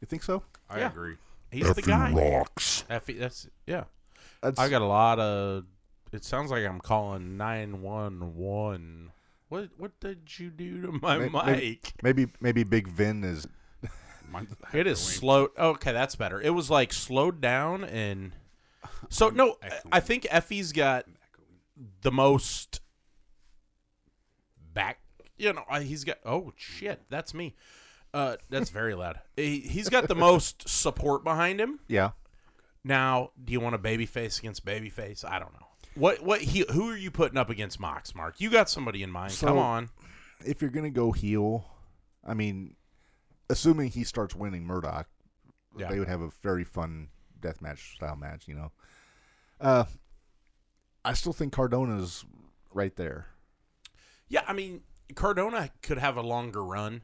Speaker 2: You think so?
Speaker 4: I
Speaker 3: Yeah.
Speaker 4: agree.
Speaker 3: He's the guy. Rocks. Effie, that's yeah.
Speaker 2: That's,
Speaker 3: I got a lot of. It sounds like I'm calling nine one one. What what did you do to my
Speaker 2: may-
Speaker 3: mic?
Speaker 2: may- Maybe, maybe Big Vin is.
Speaker 4: Mine-
Speaker 3: It is slow. Okay, that's better. It was like slowed down and So no, I-
Speaker 4: Echoing.
Speaker 3: I think Effie's got the most back. You know, I- he's got. Oh shit, that's me. Uh, that's very loud. He, he's got the most support behind him.
Speaker 2: Yeah.
Speaker 3: Now, do you want a babyface against babyface? I don't know. What what he who are you putting up against Mox, Mark? You got somebody in mind.
Speaker 2: So-
Speaker 3: Come on.
Speaker 2: If you're gonna go heel, I mean, assuming he starts winning Murdoch,
Speaker 3: Yeah.
Speaker 2: they would have a very fun deathmatch style match. You know. Uh, I still think Cardona's right there.
Speaker 3: Yeah, I mean, Cardona could have a longer run.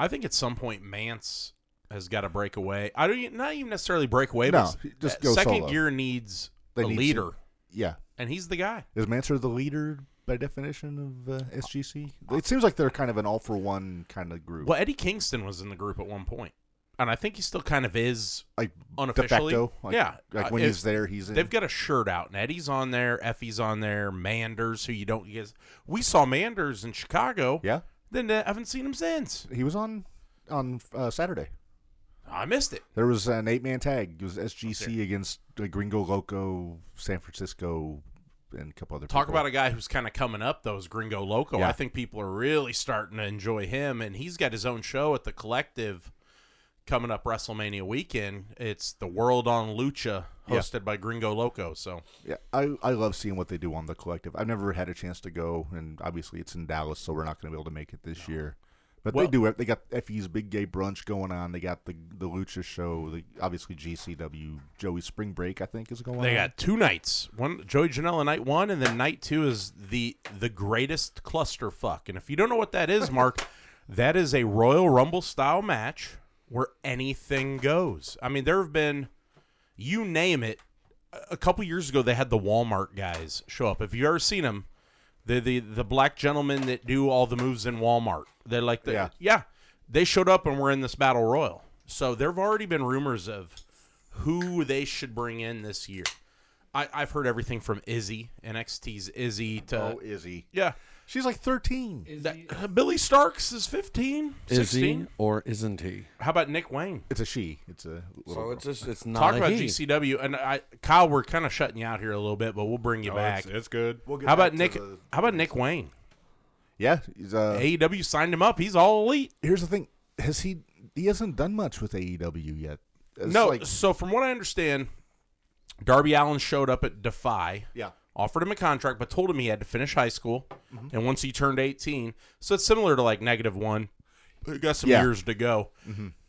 Speaker 3: I think at some point Mance has got to break away. I don't even, not even necessarily break away,
Speaker 2: No,
Speaker 3: but s-
Speaker 2: just
Speaker 3: uh,
Speaker 2: go
Speaker 3: second
Speaker 2: solo.
Speaker 3: gear needs
Speaker 2: They
Speaker 3: a
Speaker 2: need
Speaker 3: leader,
Speaker 2: Yeah.
Speaker 3: and he's the guy.
Speaker 2: Is Manser the leader by definition of uh, SGC? It seems like they're kind of an all for one kind of group.
Speaker 3: Well, Eddie Kingston was in the group at one point, and I think he still kind of is.
Speaker 2: Like
Speaker 3: unofficially?
Speaker 2: de facto. Like,
Speaker 3: Yeah.
Speaker 2: Like
Speaker 3: Uh,
Speaker 2: when
Speaker 3: it-
Speaker 2: he's there, he's in.
Speaker 3: They've got a shirt out, and Eddie's on there, Effie's on there, Manders, who you don't get. We saw Manders in Chicago.
Speaker 2: yeah.
Speaker 3: Then I haven't seen him since.
Speaker 2: He was on on uh, Saturday.
Speaker 3: I missed it.
Speaker 2: There was an eight man tag. It was SGC against uh, Gringo Loco, San Francisco, and a couple other.
Speaker 3: Talk about a guy who's kind of coming up, though, is Gringo Loco.
Speaker 2: Yeah.
Speaker 3: I think people are really starting to enjoy him, and he's got his own show at the Collective coming up WrestleMania weekend. It's the World on Lucha,
Speaker 2: Yeah.
Speaker 3: hosted by Gringo Loco. So
Speaker 2: Yeah, I, I love seeing what they do on the collective. I've never had a chance to go, and obviously it's in Dallas, so we're not going to be able to make it this year. But
Speaker 3: Well-
Speaker 2: they do. They got Fe's big gay brunch going on. They got the the Lucha show. The, obviously GCW Joey Spring Break I think is going.
Speaker 3: they
Speaker 2: on.
Speaker 3: got two nights. One Joey Janela night one, and then night two is the the greatest clusterfuck. And if you don't know what that is, Mark, that is a Royal Rumble style match where anything goes. I mean, there have been you name it. A- A couple years ago, they had the Walmart guys show up. If you have ever seen them, the the the black gentlemen that do all the moves in Walmart. They're like the
Speaker 2: Yeah.
Speaker 3: yeah. They showed up and we're in this battle royal. So there have already been rumors of who they should bring in this year. I, I've heard everything from Izzy NXT's Izzy to
Speaker 2: Oh, Izzy.
Speaker 3: yeah.
Speaker 2: She's like thirteen.
Speaker 3: That- Billy Starks is 15, 16.
Speaker 6: Is he or isn't he?
Speaker 3: How about Nick Wayne?
Speaker 2: It's a she. It's a little
Speaker 6: So it's just it's not
Speaker 3: Talk
Speaker 6: a
Speaker 3: about
Speaker 6: he.
Speaker 3: GCW and I, Kyle. We're kind of shutting you out here a little bit, but we'll bring you
Speaker 4: Oh,
Speaker 3: back.
Speaker 4: it's, it's good.
Speaker 3: how about Nick? How about Nick Wayne?
Speaker 2: Yeah. He's, uh,
Speaker 3: AEW signed him up. He's all elite.
Speaker 2: here's the thing. Has he? He hasn't done much with AEW yet. It's
Speaker 3: no,
Speaker 2: Like,
Speaker 3: so from what I understand, Darby Allen showed up at Defy.
Speaker 2: Yeah.
Speaker 3: Offered him a contract, but told him he had to finish high school. And once he turned 18, so it's similar to like negative one. He got some
Speaker 2: Yeah. Mm-hmm.
Speaker 3: years to go.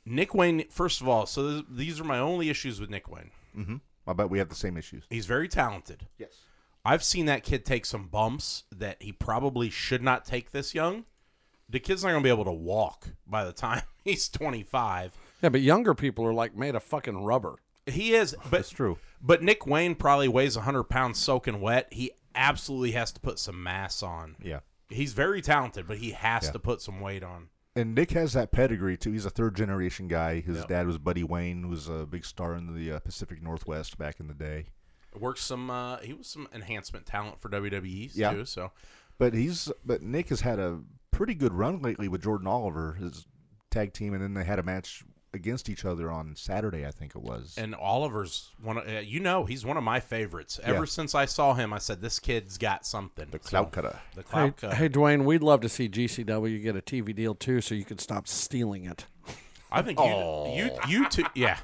Speaker 3: Nick Wayne, first of all, so th- these are my only issues with Nick Wayne.
Speaker 2: I bet we have the same issues.
Speaker 3: He's very talented.
Speaker 2: Yes.
Speaker 3: I've seen that kid take some bumps that he probably should not take this young. The kid's not going to be able to walk by the time he's 25.
Speaker 6: Yeah, but younger people are like made of fucking rubber.
Speaker 3: He is, but
Speaker 2: That's true.
Speaker 3: But Nick Wayne probably weighs 100 pounds soaking wet. He absolutely has to put some mass on.
Speaker 2: Yeah.
Speaker 3: He's very talented, but he has
Speaker 2: Yeah.
Speaker 3: to put some weight on.
Speaker 2: And Nick has that pedigree too. He's a third generation guy. His dad was Buddy Wayne, who was a big star in the uh, Pacific Northwest back in the day.
Speaker 3: Works some. Uh, he was some enhancement talent for WWE
Speaker 2: Yeah.
Speaker 3: too. So
Speaker 2: But he's but Nick has had a pretty good run lately with Jordan Oliver, his tag team, and then they had a match against each other on Saturday, I think it was.
Speaker 3: and Oliver's one. Of, uh, you know, he's one of my favorites. Ever
Speaker 2: Yeah.
Speaker 3: since I saw him, I said this kid's got something. The
Speaker 2: Clout cutter.
Speaker 3: The
Speaker 6: Hey,
Speaker 3: clout cut.
Speaker 6: hey, Dwayne, we'd love to see GCW get a TV deal too, so you could stop stealing it.
Speaker 3: I think you, you, you two. Yeah,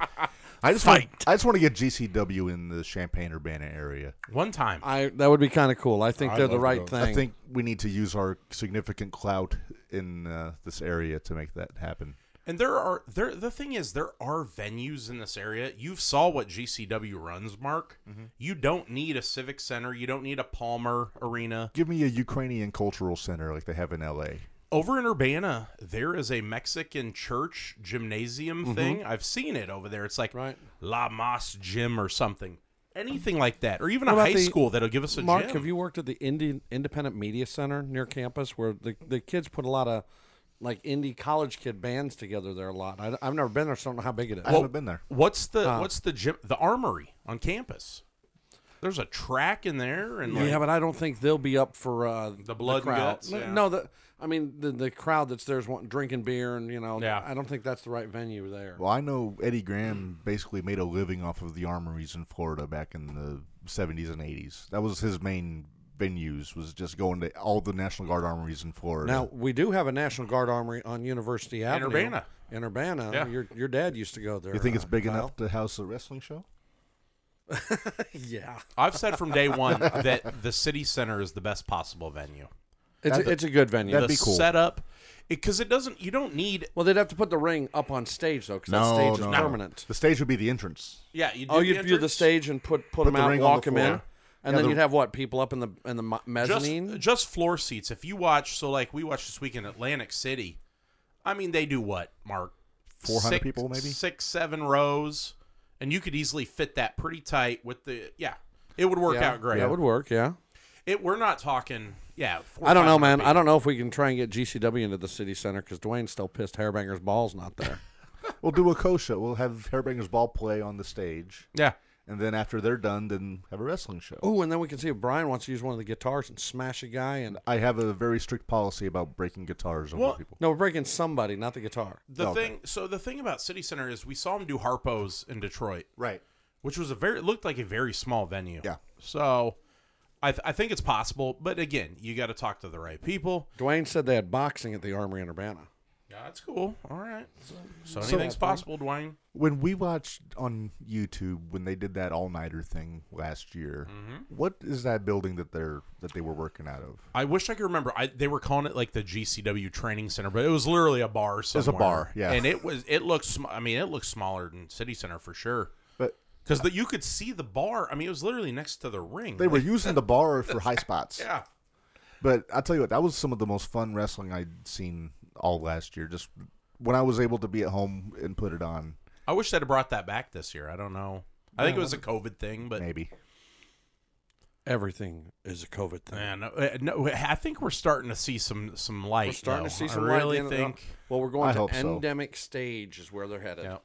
Speaker 2: I just want I just want to get GCW in the Champaign Urbana area.
Speaker 3: one time.
Speaker 6: I that would be kind of cool. I think they're the
Speaker 4: love
Speaker 6: right
Speaker 4: those.
Speaker 6: thing.
Speaker 2: I think we need to use our significant clout in uh, this area to make that happen.
Speaker 3: And there are there the thing is there are venues in this area. You've saw what GCW runs, Mark.
Speaker 2: Mm-hmm.
Speaker 3: You don't need a civic center. You don't need a Palmer Arena.
Speaker 2: Give me a Ukrainian cultural center like they have in LA.
Speaker 3: Over in Urbana, there is a Mexican church gymnasium thing. I've seen it over there. It's like
Speaker 6: Mm-hmm. Right.
Speaker 3: La Mas Gym or something. Anything like that, or even
Speaker 6: What
Speaker 3: a
Speaker 6: about
Speaker 3: high
Speaker 6: the-
Speaker 3: school that'll give us a
Speaker 6: Mark,
Speaker 3: gym.
Speaker 6: have you worked at the Indian Independent Media Center near campus, where the the kids put a lot of like indie college kid bands together there a lot? I, I've never been there, Uh. so I don't know how big it is.
Speaker 2: I haven't been there.
Speaker 3: What's the what's the gym? The Armory on campus. there's a track in there, and like,
Speaker 6: Yeah, but I don't think they'll be up for uh,
Speaker 3: blood and
Speaker 6: crowd.
Speaker 3: guts,
Speaker 6: No,
Speaker 3: yeah.
Speaker 6: No, the I mean the the crowd that's there's wanting drinking beer and you know.
Speaker 3: Yeah.
Speaker 6: I don't think that's the right venue there.
Speaker 2: Well, I know Eddie Graham basically made a living off of the armories in Florida back in the 70s and 80s. That was his main venues was just going to all the National Guard armories in Florida.
Speaker 6: Now we do have a National Guard armory on University Avenue
Speaker 3: Urbana.
Speaker 6: In Urbana,
Speaker 3: Yeah.
Speaker 6: your your dad used to go there.
Speaker 2: you think it's
Speaker 6: uh,
Speaker 2: big
Speaker 6: Kyle.
Speaker 2: enough to house a wrestling show?
Speaker 6: Yeah,
Speaker 3: I've said from day one that the city center is the best possible venue.
Speaker 6: it's a, it's a good venue.
Speaker 2: that'd
Speaker 3: the
Speaker 2: be cool.
Speaker 3: setup, because it doesn't. You don't need.
Speaker 6: well, they'd have to put the ring up on stage though, because that stage is permanent.
Speaker 2: The stage would be the entrance.
Speaker 3: Yeah, you do
Speaker 6: oh,
Speaker 3: the
Speaker 6: you'd view the
Speaker 3: entrance,
Speaker 6: stage and put put, them
Speaker 2: the
Speaker 6: out,
Speaker 2: ring on
Speaker 6: walk
Speaker 2: the
Speaker 6: them in,
Speaker 2: floor.
Speaker 6: and then
Speaker 2: the-
Speaker 6: you'd have what people up in the in the mo-
Speaker 3: just
Speaker 6: mezzanine.
Speaker 3: just floor seats. If you watch, so like we watched this week in Atlantic City. I mean, they do what Mark?
Speaker 2: 400
Speaker 3: Six-
Speaker 2: people, maybe?
Speaker 3: six, seven rows, and you could easily fit that pretty tight with the yeah. It would work
Speaker 6: yeah,
Speaker 3: out great.
Speaker 6: That would work. Yeah.
Speaker 3: It. We're not talking. Yeah, four,
Speaker 6: I don't know,
Speaker 3: 500
Speaker 6: man.
Speaker 3: people.
Speaker 6: I don't know if we can try and get GCW into the city center because Dwayne's still pissed. Hairbanger's balls not there.
Speaker 2: We'll do a co show. We'll have Hairbanger's Ball play on the stage.
Speaker 3: Yeah,
Speaker 2: And then after they're done, then have a wrestling show.
Speaker 6: oh, and then we can see if Brian wants to use one of the guitars and smash a guy. And
Speaker 2: I have a very strict policy about breaking guitars over
Speaker 3: Well-
Speaker 2: people.
Speaker 6: no, we're breaking somebody, not the guitar.
Speaker 3: the thing. So the thing about City Center is we saw them do Harpo's in Detroit,
Speaker 2: Right.
Speaker 3: which was a very it looked like a very small venue.
Speaker 2: Yeah.
Speaker 3: So, I th- I think it's possible, but again, you got to talk to the right people.
Speaker 6: Dwayne said they had boxing at the Armory in Urbana.
Speaker 3: Yeah, that's cool. All right. So, anything's possible, Dwayne.
Speaker 2: When we watched on YouTube when they did that all nighter thing last year, what is that building that they're that they were working out of?
Speaker 3: I wish I could remember. I they were calling it like the GCW Training Center, but it was literally a bar. Somewhere.
Speaker 2: a bar, yeah.
Speaker 3: And it was it looked. Sm- I mean, it looked smaller than City Center for sure.
Speaker 2: But
Speaker 3: Because you could see the bar. I mean, it was literally next to the ring.
Speaker 2: they were using the bar for high spots.
Speaker 3: yeah.
Speaker 2: But I tell you what, that was some of the most fun wrestling I'd seen all last year. Just when I was able to be at home and put it on,
Speaker 3: I wish they'd have brought that back this year. I don't know. I think it was a COVID thing, but
Speaker 2: maybe.
Speaker 6: Everything is a COVID thing.
Speaker 3: man, no, uh, no, I think we're starting to see some some light.
Speaker 6: We're starting
Speaker 3: though.
Speaker 6: to see some
Speaker 3: I
Speaker 6: light at
Speaker 3: really
Speaker 6: the end of the-
Speaker 3: think.
Speaker 6: well, we're going
Speaker 2: I
Speaker 6: to
Speaker 2: hope so.
Speaker 6: endemic stage is where they're headed.
Speaker 3: Yeah.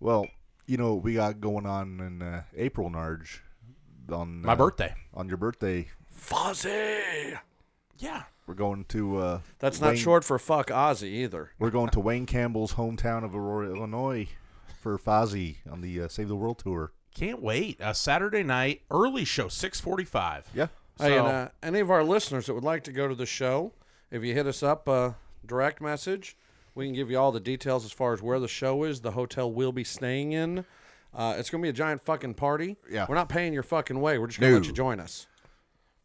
Speaker 2: Well, you know what we got going on in uh, April, Narge, on
Speaker 3: My
Speaker 2: uh,
Speaker 3: birthday.
Speaker 2: On your birthday,
Speaker 6: Fozzy.
Speaker 3: Yeah.
Speaker 2: we're going to. Uh,
Speaker 6: That's not
Speaker 2: Wayne-
Speaker 6: short for fuck Ozzy either.
Speaker 2: We're going to Wayne Campbell's hometown of Aurora, Illinois, for Fozzy on the uh, Save the World tour.
Speaker 3: Can't wait. Uh, Saturday night, early show, six forty-five.
Speaker 2: Yeah.
Speaker 6: hey,
Speaker 3: So-
Speaker 6: and, uh, any of our listeners that would like to go to the show, if you hit us up, uh, direct message, we can give you all the details as far as where the show is, the hotel we'll be staying in. Uh, it's gonna be a giant fucking party.
Speaker 2: Yeah.
Speaker 6: we're not paying your fucking way. We're just gonna let
Speaker 2: No.
Speaker 6: you join us.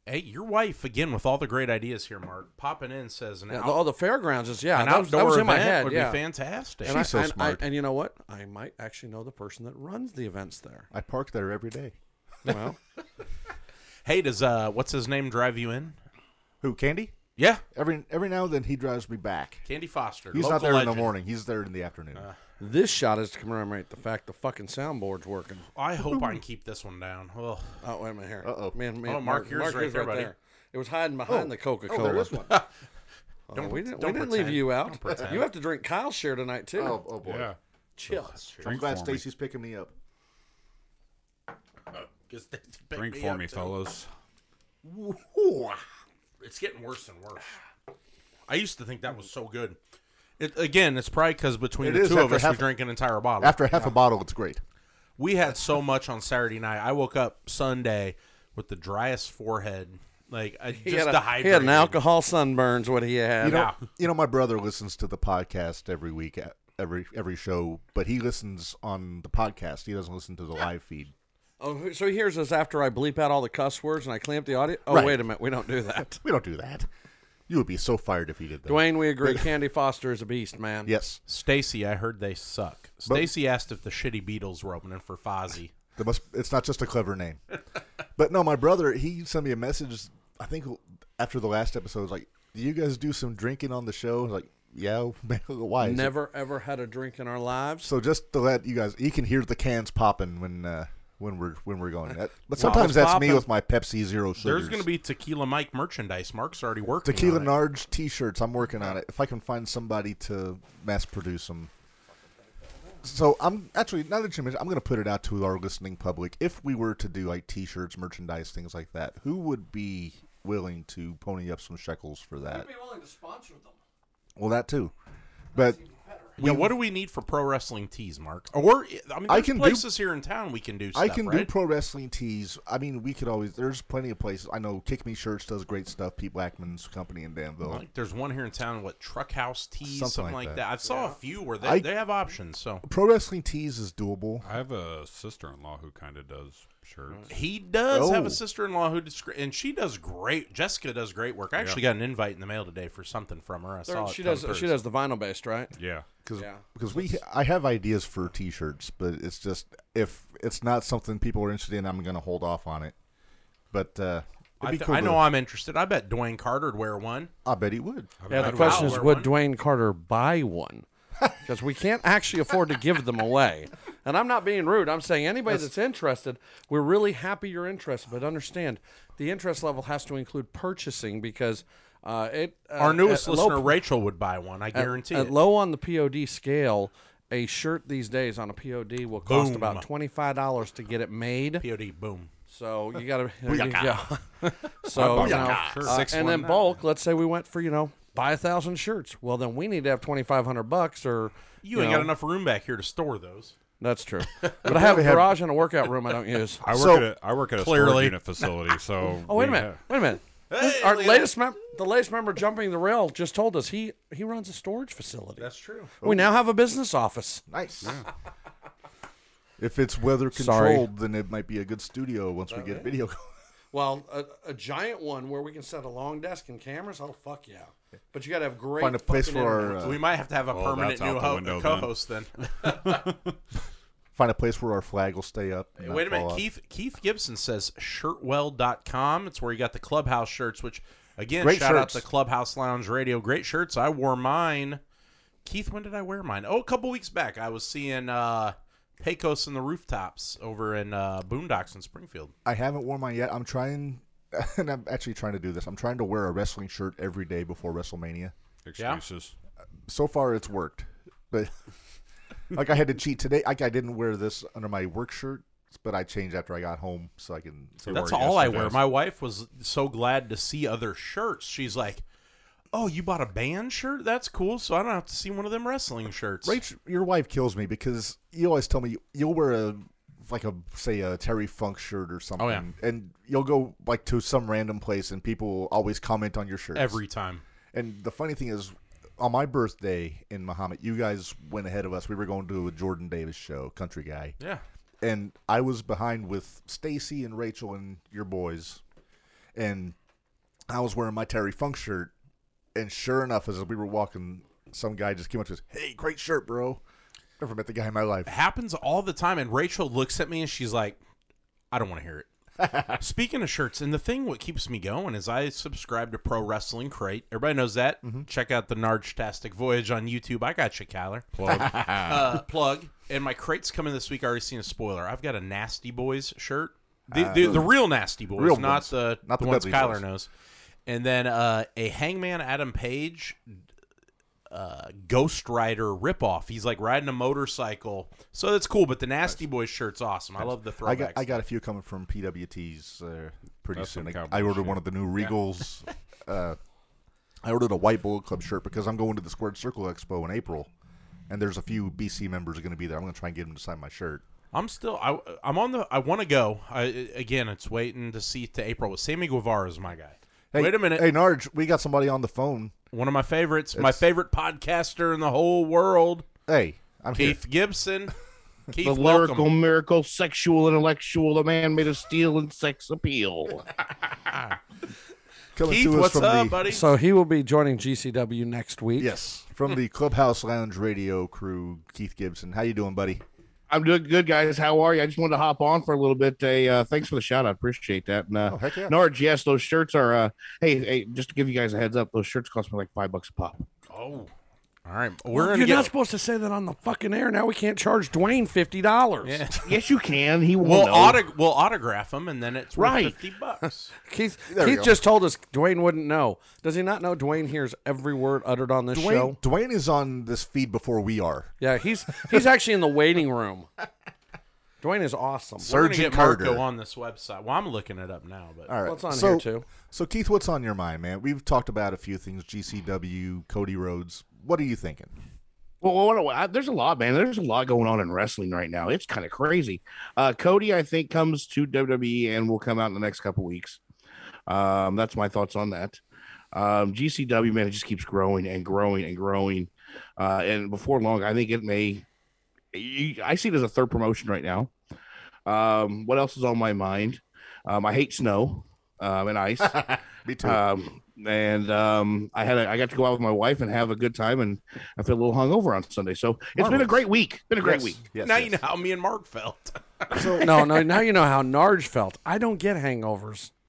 Speaker 3: Hey, your wife again with all the great ideas here, Mark. Popping in says an,
Speaker 6: Yeah,
Speaker 3: out-
Speaker 6: the, oh, the fairgrounds is yeah.
Speaker 3: an
Speaker 6: that, was-
Speaker 3: outdoor
Speaker 6: that was in
Speaker 3: event
Speaker 6: my head.
Speaker 3: would
Speaker 6: yeah,
Speaker 3: be fantastic.
Speaker 6: And I,
Speaker 2: so
Speaker 6: and I-
Speaker 2: smart.
Speaker 6: and you know what? I might actually know the person that runs the events there.
Speaker 2: I park there every day.
Speaker 6: Well,
Speaker 3: hey, does uh, what's his name drive you in?
Speaker 2: Who, Candy?
Speaker 3: Yeah,
Speaker 2: Every every now and then he drives me back.
Speaker 3: Candy Foster.
Speaker 2: He's not
Speaker 3: local
Speaker 2: there in the
Speaker 3: legend. Uh,
Speaker 2: morning. He's there in the afternoon.
Speaker 6: this shot is to commemorate the fact the fucking soundboard's working.
Speaker 3: I hope I can keep this one down. Well,
Speaker 6: Oh, wait a minute here.
Speaker 2: Uh-oh.
Speaker 6: Man, man,
Speaker 3: Oh, Mark, yours is right there, buddy. Oh.
Speaker 6: It was hiding behind the Coca Cola.
Speaker 2: Oh, one.
Speaker 6: don't, we didn't,
Speaker 3: don't
Speaker 6: we didn't
Speaker 3: pretend.
Speaker 6: leave you out.
Speaker 3: Don't pretend.
Speaker 6: You have to drink Kyle's share tonight, too.
Speaker 2: oh, oh boy.
Speaker 4: Yeah.
Speaker 6: Chills.
Speaker 2: I'm
Speaker 4: Drink
Speaker 2: glad
Speaker 4: for me.
Speaker 2: Stacy's picking me up.
Speaker 3: just pick
Speaker 4: Drink
Speaker 3: me
Speaker 4: for
Speaker 3: up,
Speaker 4: me,
Speaker 3: too.
Speaker 4: fellas.
Speaker 3: Ooh, it's getting worse and worse. I used to think that was so good. It, again, it's probably because between
Speaker 2: It
Speaker 3: the
Speaker 2: is
Speaker 3: two of
Speaker 2: after
Speaker 3: us,
Speaker 2: half
Speaker 3: we
Speaker 2: a-
Speaker 3: drink an entire bottle.
Speaker 2: After half a bottle, it's great.
Speaker 3: we had so much on Saturday night. I woke up Sunday with the driest forehead, like I just
Speaker 6: He had, a,
Speaker 3: dehydrated.
Speaker 6: he had an alcohol sunburns, what he had.
Speaker 2: You know,
Speaker 3: Yeah.
Speaker 2: you know, my brother listens to the podcast every week, at every every show, but he listens on the podcast. He doesn't listen to the live feed.
Speaker 6: oh, so here's us after I bleep out all the cuss words and I clamp the audio. Oh,
Speaker 2: Right.
Speaker 6: wait a minute. We don't do that.
Speaker 2: We don't do that. You would be so fired if he did that.
Speaker 6: Dwayne, we agree. Candy Foster is a beast, man.
Speaker 2: Yes,
Speaker 3: Stacy, I heard they suck. Stacy asked if the shitty Beatles were opening for Fozzy.
Speaker 2: There must, it's not just a clever name. but no, my brother, he sent me a message, I think after the last episode, was like, Do you guys do some drinking on the show? I was like, Yeah, why? is it-"
Speaker 6: Never, ever had a drink in our lives.
Speaker 2: So just to let you guys, you can hear the cans popping when. Uh, when we're when we're going, That- but
Speaker 6: Well,
Speaker 2: sometimes
Speaker 6: it's
Speaker 2: that's me
Speaker 6: popping.
Speaker 2: with my Pepsi Zero sugars.
Speaker 3: There's going to be Tequila Mike merchandise. Mark's already working.
Speaker 2: tequila
Speaker 3: on it.
Speaker 2: Narge T-shirts. I'm working on it. If I can find somebody to mass produce them, So I'm actually now that you mentioned, I'm going to put it out to our listening public. If we were to do like T-shirts, merchandise, things like that, who would be willing to pony up some shekels for that?
Speaker 5: Be willing to sponsor them.
Speaker 2: Well, that too, but
Speaker 3: yeah, what do we need for pro wrestling tees, Mark? Or I mean, there's
Speaker 2: I can do-
Speaker 3: places here in town we can do. Stuff,
Speaker 2: I can do
Speaker 3: right?
Speaker 2: pro wrestling tees. I mean, we could always. There's plenty of places. I know Kick Me Shirts does great stuff. Pete Blackman's company in Danville.
Speaker 3: Like, there's one here in town, what Truckhouse Tees, something, like that. I saw a few where they,
Speaker 2: I-
Speaker 3: they have options. So
Speaker 2: Pro wrestling tees is doable.
Speaker 4: I have a sister-in-law who kind of does shirts.
Speaker 3: he does have
Speaker 2: Oh.
Speaker 3: a sister-in-law who descri- and she does great. Jessica does great work. I actually got an invite in the mail today for something from her. I saw it
Speaker 6: she
Speaker 3: come
Speaker 6: does.
Speaker 3: through.
Speaker 6: She does the vinyl based, right?
Speaker 4: Yeah,
Speaker 2: Because
Speaker 6: Yeah.
Speaker 2: because we I have ideas for T-shirts, but it's just if it's not something people are interested in, I'm going to hold off on it. But uh,
Speaker 3: I,
Speaker 2: it'd be
Speaker 3: th-
Speaker 2: cool
Speaker 3: I
Speaker 2: to-
Speaker 3: know I'm interested. I bet Dwayne Carter would wear one.
Speaker 2: I bet he would.
Speaker 6: Yeah. The
Speaker 3: I'd
Speaker 6: question
Speaker 3: wear
Speaker 6: is, would
Speaker 3: one.
Speaker 6: Dwayne Carter buy one? Because we can't actually afford to give them away. And I'm not being rude. I'm saying anybody that's interested, we're really happy you're interested, but understand the interest level has to include purchasing because uh, it. Uh,
Speaker 3: Our newest
Speaker 6: at low
Speaker 3: listener, Rachel, would buy one. I guarantee
Speaker 6: At
Speaker 3: it.
Speaker 6: low on the POD scale, a shirt these days on a POD will cost
Speaker 3: Boom.
Speaker 6: about twenty five dollars to get it made.
Speaker 3: POD, boom.
Speaker 6: So you gotta yeah.
Speaker 3: Booyaka.
Speaker 6: so you know,
Speaker 4: Sure.
Speaker 6: uh,
Speaker 4: Six
Speaker 6: and
Speaker 4: one
Speaker 6: then
Speaker 4: nine.
Speaker 6: bulk. Let's say we went for you know buy a thousand shirts. Well, then we need to have twenty five hundred bucks or
Speaker 3: You, ain't got
Speaker 6: know,
Speaker 3: enough room back here to store those.
Speaker 6: That's true. But I have a
Speaker 2: have-
Speaker 6: garage and a workout room I don't use.
Speaker 4: I work
Speaker 2: So-
Speaker 4: at a, I work at a storage
Speaker 3: Clearly.
Speaker 4: unit facility. So
Speaker 6: Oh wait a
Speaker 4: we
Speaker 6: minute!
Speaker 4: have-
Speaker 6: Wait a minute! Our latest mem- the latest member jumping the rail just told us he he runs a storage facility.
Speaker 3: That's true.
Speaker 6: we now have a business office.
Speaker 2: Nice. If it's weather
Speaker 6: Sorry.
Speaker 2: controlled, then it might be a good studio once we get video. going.
Speaker 6: Well, a, a giant one where we can set a long desk and cameras. Oh fuck yeah! But you gotta have great
Speaker 2: Find a place
Speaker 6: fucking
Speaker 2: for our
Speaker 6: internet.
Speaker 2: uh,
Speaker 3: we might have to have a
Speaker 4: Well,
Speaker 3: permanent
Speaker 4: that's out
Speaker 3: new
Speaker 4: the
Speaker 3: ho-
Speaker 4: window then.
Speaker 3: co-host then.
Speaker 2: find a place where our flag will stay up. and
Speaker 3: Hey,
Speaker 2: not
Speaker 3: Wait a minute.
Speaker 2: fall off.
Speaker 3: Keith Keith Gibson says shirtwell.com. It's where you got the clubhouse shirts, which again,
Speaker 2: Great
Speaker 3: shout
Speaker 2: shirts.
Speaker 3: out to Clubhouse Lounge Radio. Great shirts. I wore mine. Keith, when did I wear mine? Oh, a couple weeks back. I was seeing uh Pecos in the rooftops over in uh Boondocks in Springfield.
Speaker 2: I haven't worn mine yet. I'm trying, and I'm actually trying to do this. I'm trying to wear a wrestling shirt every day before WrestleMania.
Speaker 4: Excuses.
Speaker 2: So far, it's worked, but like I had to cheat today. Like I didn't wear this under my work shirt, but I changed after I got home so I can. So
Speaker 3: That's
Speaker 4: wore it
Speaker 3: all I
Speaker 4: yesterday.
Speaker 3: wear. My wife was so glad to see other shirts. She's like, "Oh, you bought a band shirt? That's cool. So I don't have to see one of them wrestling shirts."
Speaker 2: Rach, your wife kills me because you always tell me you'll wear a like a say a Terry Funk shirt or
Speaker 3: Oh,
Speaker 2: something, and you'll go like to some random place and people will always comment on your shirt
Speaker 3: every time.
Speaker 2: And the funny thing is, on my birthday in Muhammad, you guys went ahead of us. We were going to a Jordan Davis show, country guy,
Speaker 3: Yeah.
Speaker 2: and I was behind with Stacy and Rachel and your boys, and I was wearing my Terry Funk shirt, and sure enough, as we were walking, some guy just came up to us, "Hey, great shirt, bro." Never met the guy in my life.
Speaker 3: happens all the time and Rachel looks at me and she's like I don't want to hear it. Speaking of shirts, and the thing what keeps me going is I subscribe to Pro Wrestling Crate. Everybody knows that.
Speaker 2: Mm-hmm.
Speaker 3: Check out the Nargetastic Voyage on YouTube. I got you, Kyler. Plug. uh, plug. And my crate's coming this week. I already seen a spoiler. I've got a Nasty Boys shirt. The, the, the real Nasty Boys,
Speaker 2: Uh, real
Speaker 3: not,
Speaker 2: ones.
Speaker 3: the,
Speaker 2: Not
Speaker 3: the,
Speaker 2: the
Speaker 3: ones
Speaker 2: Dudley
Speaker 3: Kyler
Speaker 2: Boys.
Speaker 3: knows. And then uh, a Hangman Adam Page Ghost Rider ripoff. He's like riding a motorcycle, so that's cool. But the Nasty Boy shirt's awesome. I love the
Speaker 2: I
Speaker 3: throwbacks.
Speaker 2: got I got a few coming from PWTs uh, pretty
Speaker 4: That's
Speaker 2: soon.
Speaker 4: some
Speaker 2: I,
Speaker 4: cowboy
Speaker 2: I ordered
Speaker 4: shit.
Speaker 2: one of the new Regals. uh, I ordered a White Bullet Club shirt because I'm going to the Squared Circle Expo in April, and there's a few BC members going to be there. I'm going to try and get them to sign my shirt.
Speaker 3: I'm still I I'm on the I want to go. I again, it's waiting to see to April. Sammy Guevara is my guy.
Speaker 2: Hey,
Speaker 3: Wait a minute.
Speaker 2: Hey, Narge, we got somebody on the phone.
Speaker 3: One of my favorites, my favorite podcaster in the whole world,
Speaker 2: Hey, I'm
Speaker 3: Keith Gibson. Keith,
Speaker 7: the
Speaker 3: welcome.
Speaker 7: lyrical miracle, sexual intellectual, a man made of steel and sex appeal.
Speaker 2: here. Coming
Speaker 3: Keith,
Speaker 2: to us
Speaker 3: what's
Speaker 2: from
Speaker 3: up,
Speaker 2: the,
Speaker 3: buddy?
Speaker 6: So he will be joining GCW next week.
Speaker 2: Yes, from the Clubhouse Lounge Radio crew, Keith Gibson. How you doing, buddy?
Speaker 7: I'm doing good, guys. How are you? I just wanted to hop on for a little bit. Hey, uh, thanks for the shout out. Appreciate that. And, uh,
Speaker 2: Oh, heck yeah.
Speaker 7: Norge, yes, those shirts are. Uh, hey, hey, just to give you guys a heads up, those shirts cost me like five bucks a pop.
Speaker 3: oh, All right, we're gonna
Speaker 6: You're
Speaker 3: get.
Speaker 6: not supposed to say that on the fucking air. Now we can't charge Dwayne fifty dollars.
Speaker 3: Yeah.
Speaker 7: Yes, you can. He won't.
Speaker 3: We'll,
Speaker 7: know.
Speaker 3: autog- we'll autograph them, and then it's worth
Speaker 7: Right.
Speaker 3: fifty bucks.
Speaker 6: Keith,
Speaker 2: There we
Speaker 6: Keith
Speaker 2: go.
Speaker 6: just told us Dwayne wouldn't know. Does he not know Dwayne hears every word uttered on this show?
Speaker 2: Dwayne, Dwayne is on this feed before we are.
Speaker 6: Yeah, he's he's actually in the waiting room. Dwayne is awesome.
Speaker 3: We're gonna
Speaker 2: Surgeon
Speaker 3: get
Speaker 2: Carter.
Speaker 3: Marco on this website. Well, I'm looking it up now, but
Speaker 2: All right.
Speaker 6: What's on
Speaker 2: so,
Speaker 6: here, too?
Speaker 2: So Keith, what's on your mind, man? We've talked about a few things: GCW, Cody Rhodes. What are you thinking?
Speaker 7: Well, what do I- there's a lot, man. There's a lot going on in wrestling right now. It's kind of crazy. Uh, Cody, I think, comes to WWE and will come out in the next couple weeks. Um, that's my thoughts on that. Um, GCW, man, it just keeps growing and growing and growing. Uh, and before long, I think it may. you- I see it as a third promotion right now. Um, what else is on my mind? Um, I hate snow um, and ice.
Speaker 2: Me too.
Speaker 7: um, and um, I had a, I got to go out with my wife and have a good time, and I feel a little hungover on Sunday. So it's been a
Speaker 2: Marvelous.
Speaker 7: great week. Been a great week.
Speaker 2: Yes,
Speaker 3: now
Speaker 2: yes.
Speaker 3: you know how me and Mark felt.
Speaker 6: No, no. Now you know how Narge felt. I don't get hangovers.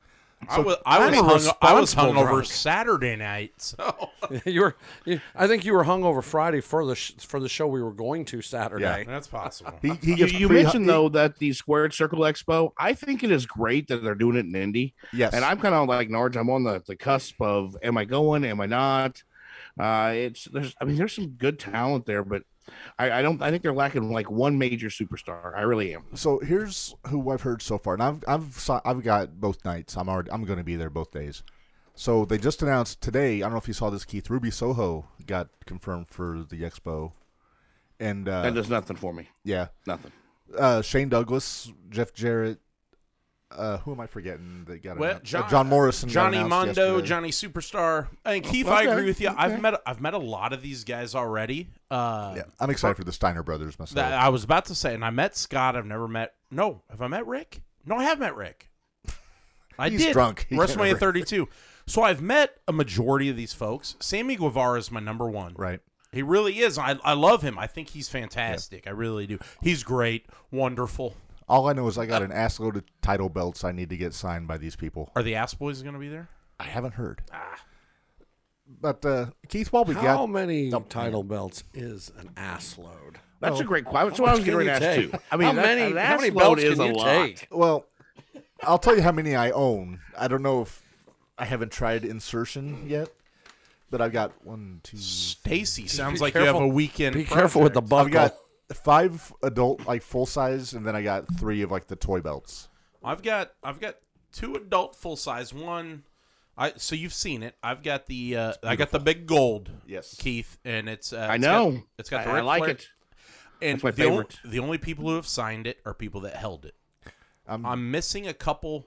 Speaker 3: I was I
Speaker 6: I'm a
Speaker 3: was hung, I was
Speaker 6: responsible
Speaker 3: hungover
Speaker 6: drunk.
Speaker 3: Saturday night. So
Speaker 6: you were. You, I think you were hungover Friday for the sh- for the show we were going to Saturday.
Speaker 3: that's possible.
Speaker 2: He, he
Speaker 7: You,
Speaker 2: gets
Speaker 7: you
Speaker 2: pretty
Speaker 7: mentioned
Speaker 2: hu-
Speaker 7: though that the Squared Circle Expo. I think it is great that they're doing it in Indy,
Speaker 2: he- yes,
Speaker 7: and I'm kind of like Narge. I'm on the, the cusp of am I going? Am I not? Uh, it's there's I mean there's some good talent there, but I, I don't I think they're lacking like one major superstar. I really am.
Speaker 2: so here's who I've heard so far, and I've I've saw, I've got both nights. I'm already I'm going to be there both days. So they just announced today. I don't know if you saw this, Keith. Ruby Soho got confirmed for the expo, and
Speaker 7: That
Speaker 2: uh,
Speaker 7: does nothing for me.
Speaker 2: yeah,
Speaker 7: Nothing.
Speaker 2: uh, Shane Douglas, Jeff Jarrett. Uh, who am I forgetting? That got
Speaker 3: Well,
Speaker 2: announced? Uh,
Speaker 3: John,
Speaker 2: John Morrison, got
Speaker 3: Johnny
Speaker 2: announced
Speaker 3: Mondo,
Speaker 2: yesterday.
Speaker 3: Johnny Superstar, and Keith. I
Speaker 7: Okay,
Speaker 3: agree with you. I've
Speaker 7: okay.
Speaker 3: met I've met a lot of these guys already. Uh,
Speaker 2: Yeah, I'm excited for the Steiner brothers myself.
Speaker 3: that I was about to say, and I met Scott. I've never met. No, have I met Rick? No, I have met Rick. I
Speaker 2: He's
Speaker 3: did.
Speaker 2: drunk. He can't
Speaker 3: WrestleMania
Speaker 2: remember.
Speaker 3: 32. So I've met a majority of these folks. Sammy Guevara is my number one.
Speaker 2: right.
Speaker 3: He really is. I, I love him. I think he's fantastic. I really do. He's great. Wonderful.
Speaker 2: All I know is I got an ass load of title belts I need to get signed by these people.
Speaker 3: Are the Ass Boys going to be there?
Speaker 2: I haven't heard. But uh, Keith, while we
Speaker 6: How
Speaker 2: got
Speaker 6: many
Speaker 2: Oh,
Speaker 6: title belts is an ass load?
Speaker 7: That's a great question. That's
Speaker 6: Oh. How
Speaker 7: what I was
Speaker 6: much can
Speaker 7: getting ready to ask
Speaker 6: you
Speaker 7: too.
Speaker 6: take?
Speaker 7: I mean,
Speaker 6: how
Speaker 7: that-
Speaker 6: many,
Speaker 7: an
Speaker 6: how many
Speaker 7: ass load
Speaker 6: belts
Speaker 7: is
Speaker 6: can
Speaker 7: a
Speaker 6: you
Speaker 7: lot.
Speaker 6: take?
Speaker 2: well, I'll tell you how many I own. I don't know if I haven't tried insertion yet, but I've got one, two.
Speaker 3: Stacy sounds
Speaker 6: Be
Speaker 3: like you
Speaker 6: careful.
Speaker 3: have a weekend.
Speaker 6: Be careful with the
Speaker 3: project.
Speaker 6: buckle.
Speaker 2: I've got five adult, like full size, and then I got three of like the toy belts.
Speaker 3: I've got I've got two adult full size. One, I so you've seen it. I've got the uh, I got the big gold.
Speaker 2: Yes.
Speaker 3: Keith, and it's uh,
Speaker 7: I
Speaker 3: it's
Speaker 7: know.
Speaker 3: got- it's got the
Speaker 7: I, I
Speaker 3: Ric
Speaker 7: like
Speaker 3: Flair-
Speaker 7: it.
Speaker 3: And
Speaker 7: my
Speaker 3: the on-
Speaker 7: favorite.
Speaker 3: the only people who have signed it are people that held it.
Speaker 2: I'm-
Speaker 3: I'm missing a couple.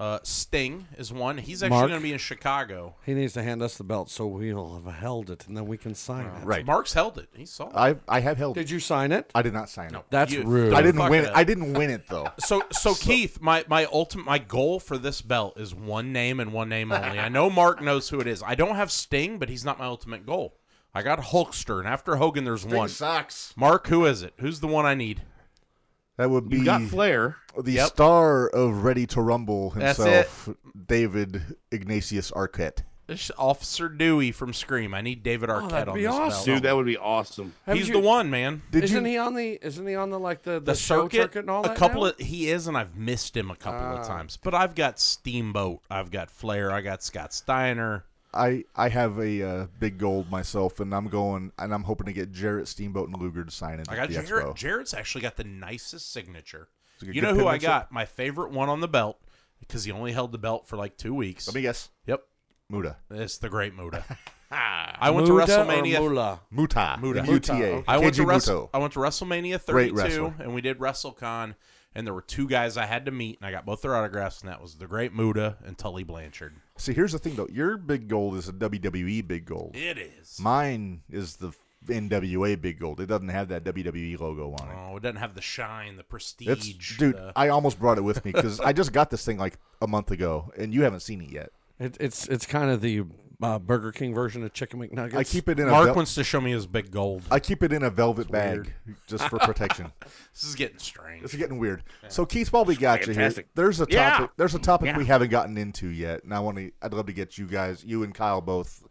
Speaker 3: Uh, Sting is one. He's actually
Speaker 6: Mark?
Speaker 3: going to be in Chicago.
Speaker 6: He needs to hand us the belt so we'll have held it and then we can sign it.
Speaker 2: Right.
Speaker 3: Mark's held it. He saw. it.
Speaker 2: I I have held.
Speaker 6: Did you sign it?
Speaker 2: I did not sign it.
Speaker 6: That's
Speaker 3: You-
Speaker 6: rude.
Speaker 2: I didn't
Speaker 3: fuck
Speaker 2: win. It.
Speaker 3: that.
Speaker 2: I didn't win it though.
Speaker 3: So, so Keith, my my ultimate my goal for this belt is one name and one name only. I know Mark knows who it is. I don't have Sting, but he's not my ultimate goal. I got Hulkster, and after Hogan, there's one.
Speaker 2: Sucks.
Speaker 3: Mark, who is it? Who's the one I need?
Speaker 2: That would be
Speaker 7: You got Flair.
Speaker 2: the
Speaker 3: Yep.
Speaker 2: star of Ready to Rumble
Speaker 3: That's
Speaker 2: himself, David Ignatius Arquette.
Speaker 3: It's Officer Dewey from Scream. I need David Arquette
Speaker 6: Oh, that'd
Speaker 3: on
Speaker 6: be
Speaker 3: this
Speaker 6: awesome.
Speaker 3: belt.
Speaker 7: Dude, that would be awesome.
Speaker 6: Haven't
Speaker 3: He's
Speaker 6: you-
Speaker 3: the one, man.
Speaker 2: Did
Speaker 6: isn't
Speaker 2: you?
Speaker 6: he on the? Isn't he on the like the the,
Speaker 3: The
Speaker 6: show
Speaker 3: circuit,
Speaker 6: circuit and all that?
Speaker 3: a couple
Speaker 6: now? Ah.
Speaker 3: of he is, and I've missed him a couple of times. But I've got Steamboat, I've got Flair, I got Scott Steiner.
Speaker 2: I I have a uh, big gold myself, and I'm going, and I'm hoping to get Jarrett Steamboat and Luger to sign it.
Speaker 3: I
Speaker 2: at
Speaker 3: got
Speaker 2: the
Speaker 3: Jarrett.
Speaker 2: Expo.
Speaker 3: Jarrett's actually got the nicest signature.
Speaker 2: Is it a
Speaker 3: You
Speaker 2: good
Speaker 3: know who I
Speaker 2: penmanship?
Speaker 3: got? My favorite one on the belt because he only held the belt for like two weeks.
Speaker 2: Let me guess.
Speaker 3: yep,
Speaker 2: Muda.
Speaker 3: it's the Great Muda. I went to
Speaker 6: Muda or
Speaker 3: WrestleMania.
Speaker 6: Mula?
Speaker 2: Muta.
Speaker 3: Muta. Oh.
Speaker 2: Muta.
Speaker 3: I went to
Speaker 2: KG
Speaker 3: Wrestle,
Speaker 2: Muto.
Speaker 3: I went to WrestleMania
Speaker 2: Great
Speaker 3: 32,
Speaker 2: wrestler.
Speaker 3: and we did WrestleCon, and there were two guys I had to meet, and I got both their autographs, and that was the Great Muda and Tully Blanchard.
Speaker 2: See, here's the thing though. Your big gold is a WWE big gold.
Speaker 3: It is.
Speaker 2: Mine is the NWA big gold. It doesn't have that WWE logo on it.
Speaker 3: oh, uh. it doesn't have the shine, the prestige.
Speaker 2: It's dude.
Speaker 3: the-
Speaker 2: I almost brought it with me because I just got this thing like a month ago, and you haven't seen it yet.
Speaker 6: It, it's it's kind of the uh, Burger King version of Chicken McNuggets.
Speaker 2: I keep it in a
Speaker 3: Mark
Speaker 2: vel-
Speaker 3: wants to show me his big gold.
Speaker 2: I keep it in a velvet bag just for protection.
Speaker 3: This is getting strange.
Speaker 2: It's getting weird. So Keith, while we got you here,
Speaker 7: fantastic.
Speaker 2: there's a topic.
Speaker 7: Yeah.
Speaker 2: There's a topic
Speaker 7: Yeah.
Speaker 2: we haven't gotten into yet, and I want to. I'd love to get you guys, you and Kyle both.